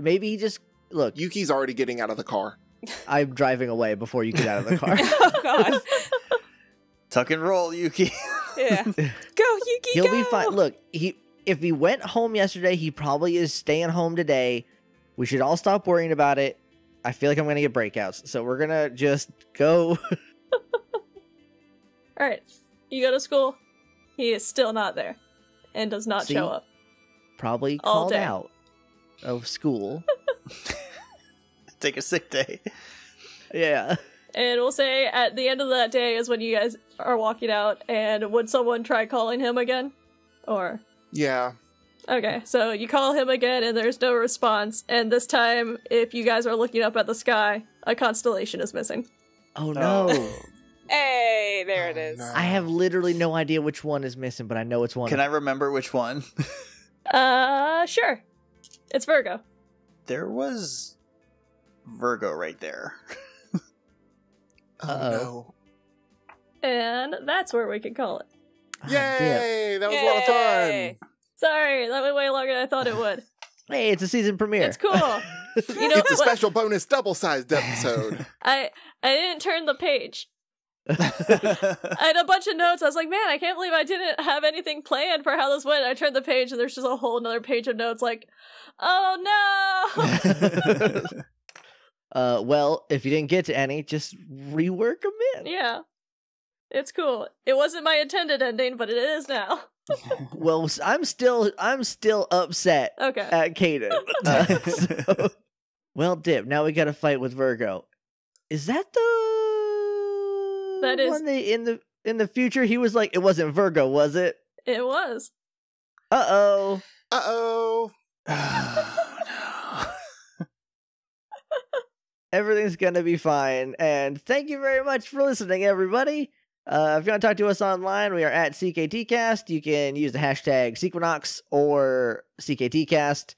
Speaker 1: Maybe he just look.
Speaker 4: Yuki's already getting out of the car.
Speaker 1: I'm driving away before you get out of the
Speaker 5: <laughs>
Speaker 1: car.
Speaker 3: oh god.
Speaker 2: Tuck and roll, Yuki.
Speaker 1: <laughs>
Speaker 3: Yeah. Go, Yuki.
Speaker 1: He'll
Speaker 3: go!
Speaker 1: be fine. Look, he if he went home yesterday, he probably is staying home today. We should all stop worrying about it. I feel like I'm gonna get breakouts, so we're gonna just go. <laughs>
Speaker 5: Alright. You go to school. He is still not there. And does not
Speaker 1: See?
Speaker 5: show up.
Speaker 1: probably
Speaker 5: All
Speaker 1: called
Speaker 5: day.
Speaker 1: out of
Speaker 5: <laughs>
Speaker 1: school.
Speaker 2: Take a sick day.
Speaker 1: yeah.
Speaker 5: And we'll say at the end of that day is when you guys are walking out and would someone try calling him again? Or
Speaker 4: Yeah,
Speaker 5: Okay, so you call him again and there's no response, and this time, if you guys are looking up at the sky, a constellation is missing.
Speaker 1: Oh no.
Speaker 3: Hey, there it
Speaker 4: Oh,
Speaker 3: is.
Speaker 4: no.
Speaker 1: I have literally no idea which one is missing, but I know it's one.
Speaker 2: Can I remember which one? <laughs>
Speaker 5: Uh, sure. It's Virgo.
Speaker 2: There was Virgo right there. <laughs>
Speaker 4: Oh,
Speaker 1: uh, Uh-oh.
Speaker 5: And that's where we can call it.
Speaker 1: Ah,
Speaker 4: no.
Speaker 1: dip.
Speaker 4: Yay! That was a lot of fun.
Speaker 3: Yay.
Speaker 5: Sorry, that went way longer than I thought it
Speaker 4: <laughs>
Speaker 5: would.
Speaker 1: Hey, it's a season premiere.
Speaker 5: It's <laughs> cool. You know
Speaker 4: it's a
Speaker 5: what?
Speaker 4: special bonus double-sized episode.
Speaker 5: I I didn't turn the page. I had a bunch of notes. I was like, man, I can't believe I didn't have anything planned for how this went. I turned the page and there's just a whole another page of notes like, oh
Speaker 1: <laughs>
Speaker 5: no.
Speaker 1: <laughs> uh, well, if you didn't get to any, just rework them in.
Speaker 5: Yeah. It's cool. It wasn't my intended ending, but it is now.
Speaker 1: Well, s- I'm still I'm still upset
Speaker 5: Okay.
Speaker 1: at
Speaker 5: <laughs>
Speaker 1: Caden. Uh, so- well, Dip. Now we got to fight with Virgo. Is that the
Speaker 5: That is-
Speaker 1: one that in the in the future? He was like, it wasn't Virgo, was it?
Speaker 5: it was.
Speaker 1: Uh oh.
Speaker 4: Uh-oh.
Speaker 2: Oh,
Speaker 1: everything's gonna be fine. And thank you very much for listening, everybody. Uh, if you want to talk to us online, we are at CKTcast. You can use the hashtag Sequinox or CKTcast.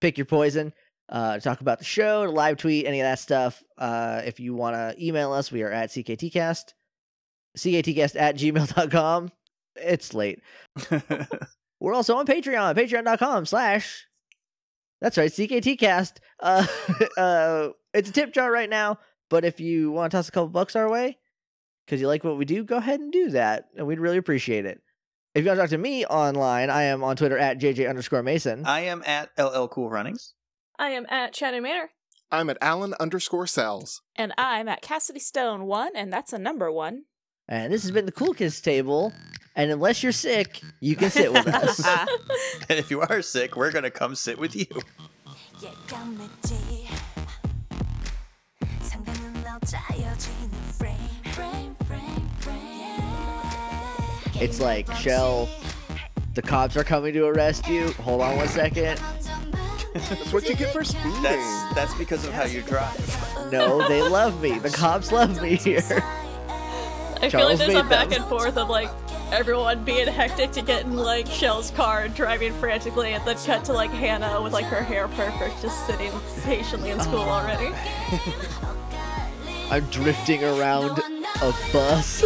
Speaker 1: Pick your poison. Uh, to talk about the show, to live tweet, any of that stuff. Uh, if you want to email us, we are at CKTcast. CKTcast at gmail.com. It's late.
Speaker 2: no.
Speaker 1: We're also on Patreon, patreon.com slash that's right, CKTcast. Uh, <laughs> uh, it's a tip jar right now, but if you want to toss a couple bucks our way, because you like what we do, go ahead and do that, and we'd really appreciate it. If you want to talk to me online, I am on Twitter at JJ underscore Mason.
Speaker 2: I am at LL Cool Runnings.
Speaker 5: I am at Shannon Manor.
Speaker 4: I'm at Alan underscore cells.
Speaker 3: And I'm at Cassidy Stone 1, and that's a number 1.
Speaker 1: And this has been the Cool Kids Table. and unless you're sick, you can sit with us.
Speaker 2: And if you are sick, we're going to come sit with you.
Speaker 7: 예감했지 상대는 너 짜여지는 frame frame frame frame
Speaker 1: It's like, Shell, The cops are coming to arrest you. Hold on one second.
Speaker 4: That's what you get for speeding.
Speaker 2: That's that's because of how you drive.
Speaker 1: No, they love me. The cops love me here.
Speaker 5: I feel like
Speaker 1: Charles
Speaker 5: there's a
Speaker 1: made
Speaker 5: back
Speaker 1: them.
Speaker 5: and forth of like everyone being hectic to get in like Shell's car and driving frantically, and then cut to like Hannah with like her hair perfect, just sitting patiently in school already.
Speaker 1: I'm drifting around a bus.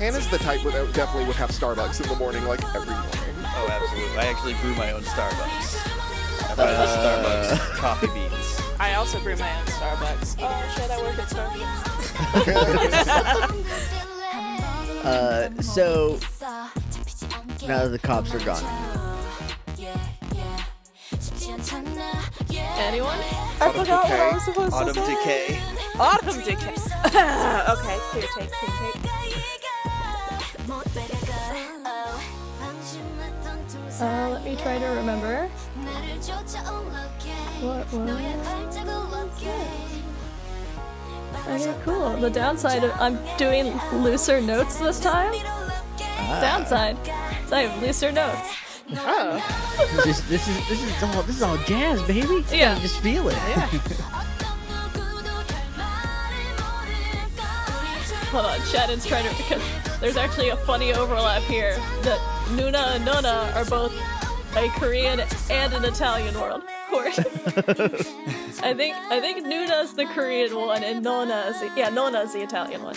Speaker 4: Hannah's the type that definitely would have Starbucks in the morning, like every morning.
Speaker 2: Oh, absolutely. I actually brew my own Starbucks. I buy the Starbucks coffee beans.
Speaker 3: I also brew my own Starbucks. Oh shit, I work at Starbucks.
Speaker 1: Uh, so now that the cops are gone,
Speaker 5: Anyone?
Speaker 3: I forgot
Speaker 4: what I was
Speaker 3: supposed
Speaker 2: Autumn Decay.
Speaker 3: Autumn decay. <laughs> okay, clear take, clear take.
Speaker 5: Uh, let me try to remember. What was? Okay, cool. The downside of I'm doing looser notes this time. Downside. So I have looser notes.
Speaker 3: Oh,
Speaker 1: just this is this is all this is all jazz, baby.
Speaker 5: Yeah.
Speaker 1: just feel it.
Speaker 5: <laughs>
Speaker 1: <laughs>
Speaker 5: Hold on, Shannon's Uh, trying to because there's actually a funny overlap here that Nuna and Nona are both a Korean and an Italian world. <laughs> Court. I think I think Nuna's the Korean one and Nona's the, yeah Nona's the Italian one.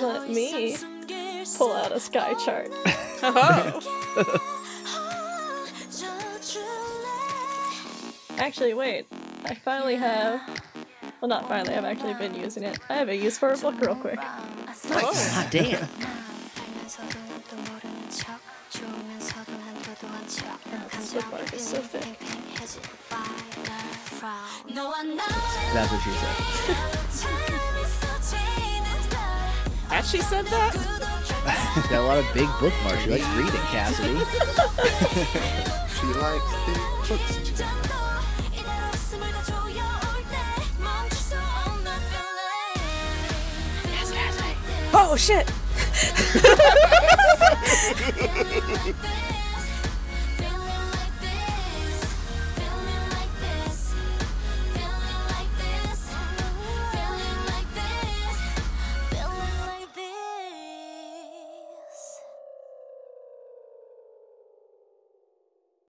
Speaker 5: Let me pull out a sky chart. Actually, wait. I finally have. <laughs> Well, not finally. I've actually been using it. I have a use for a book real quick.
Speaker 1: Ah, damn. That's what she said.
Speaker 3: as she said that,
Speaker 1: She's <laughs> got a lot of big bookmarks. She likes reading, Cassidy.
Speaker 4: <laughs> She likes big books. She just-
Speaker 3: oh shit.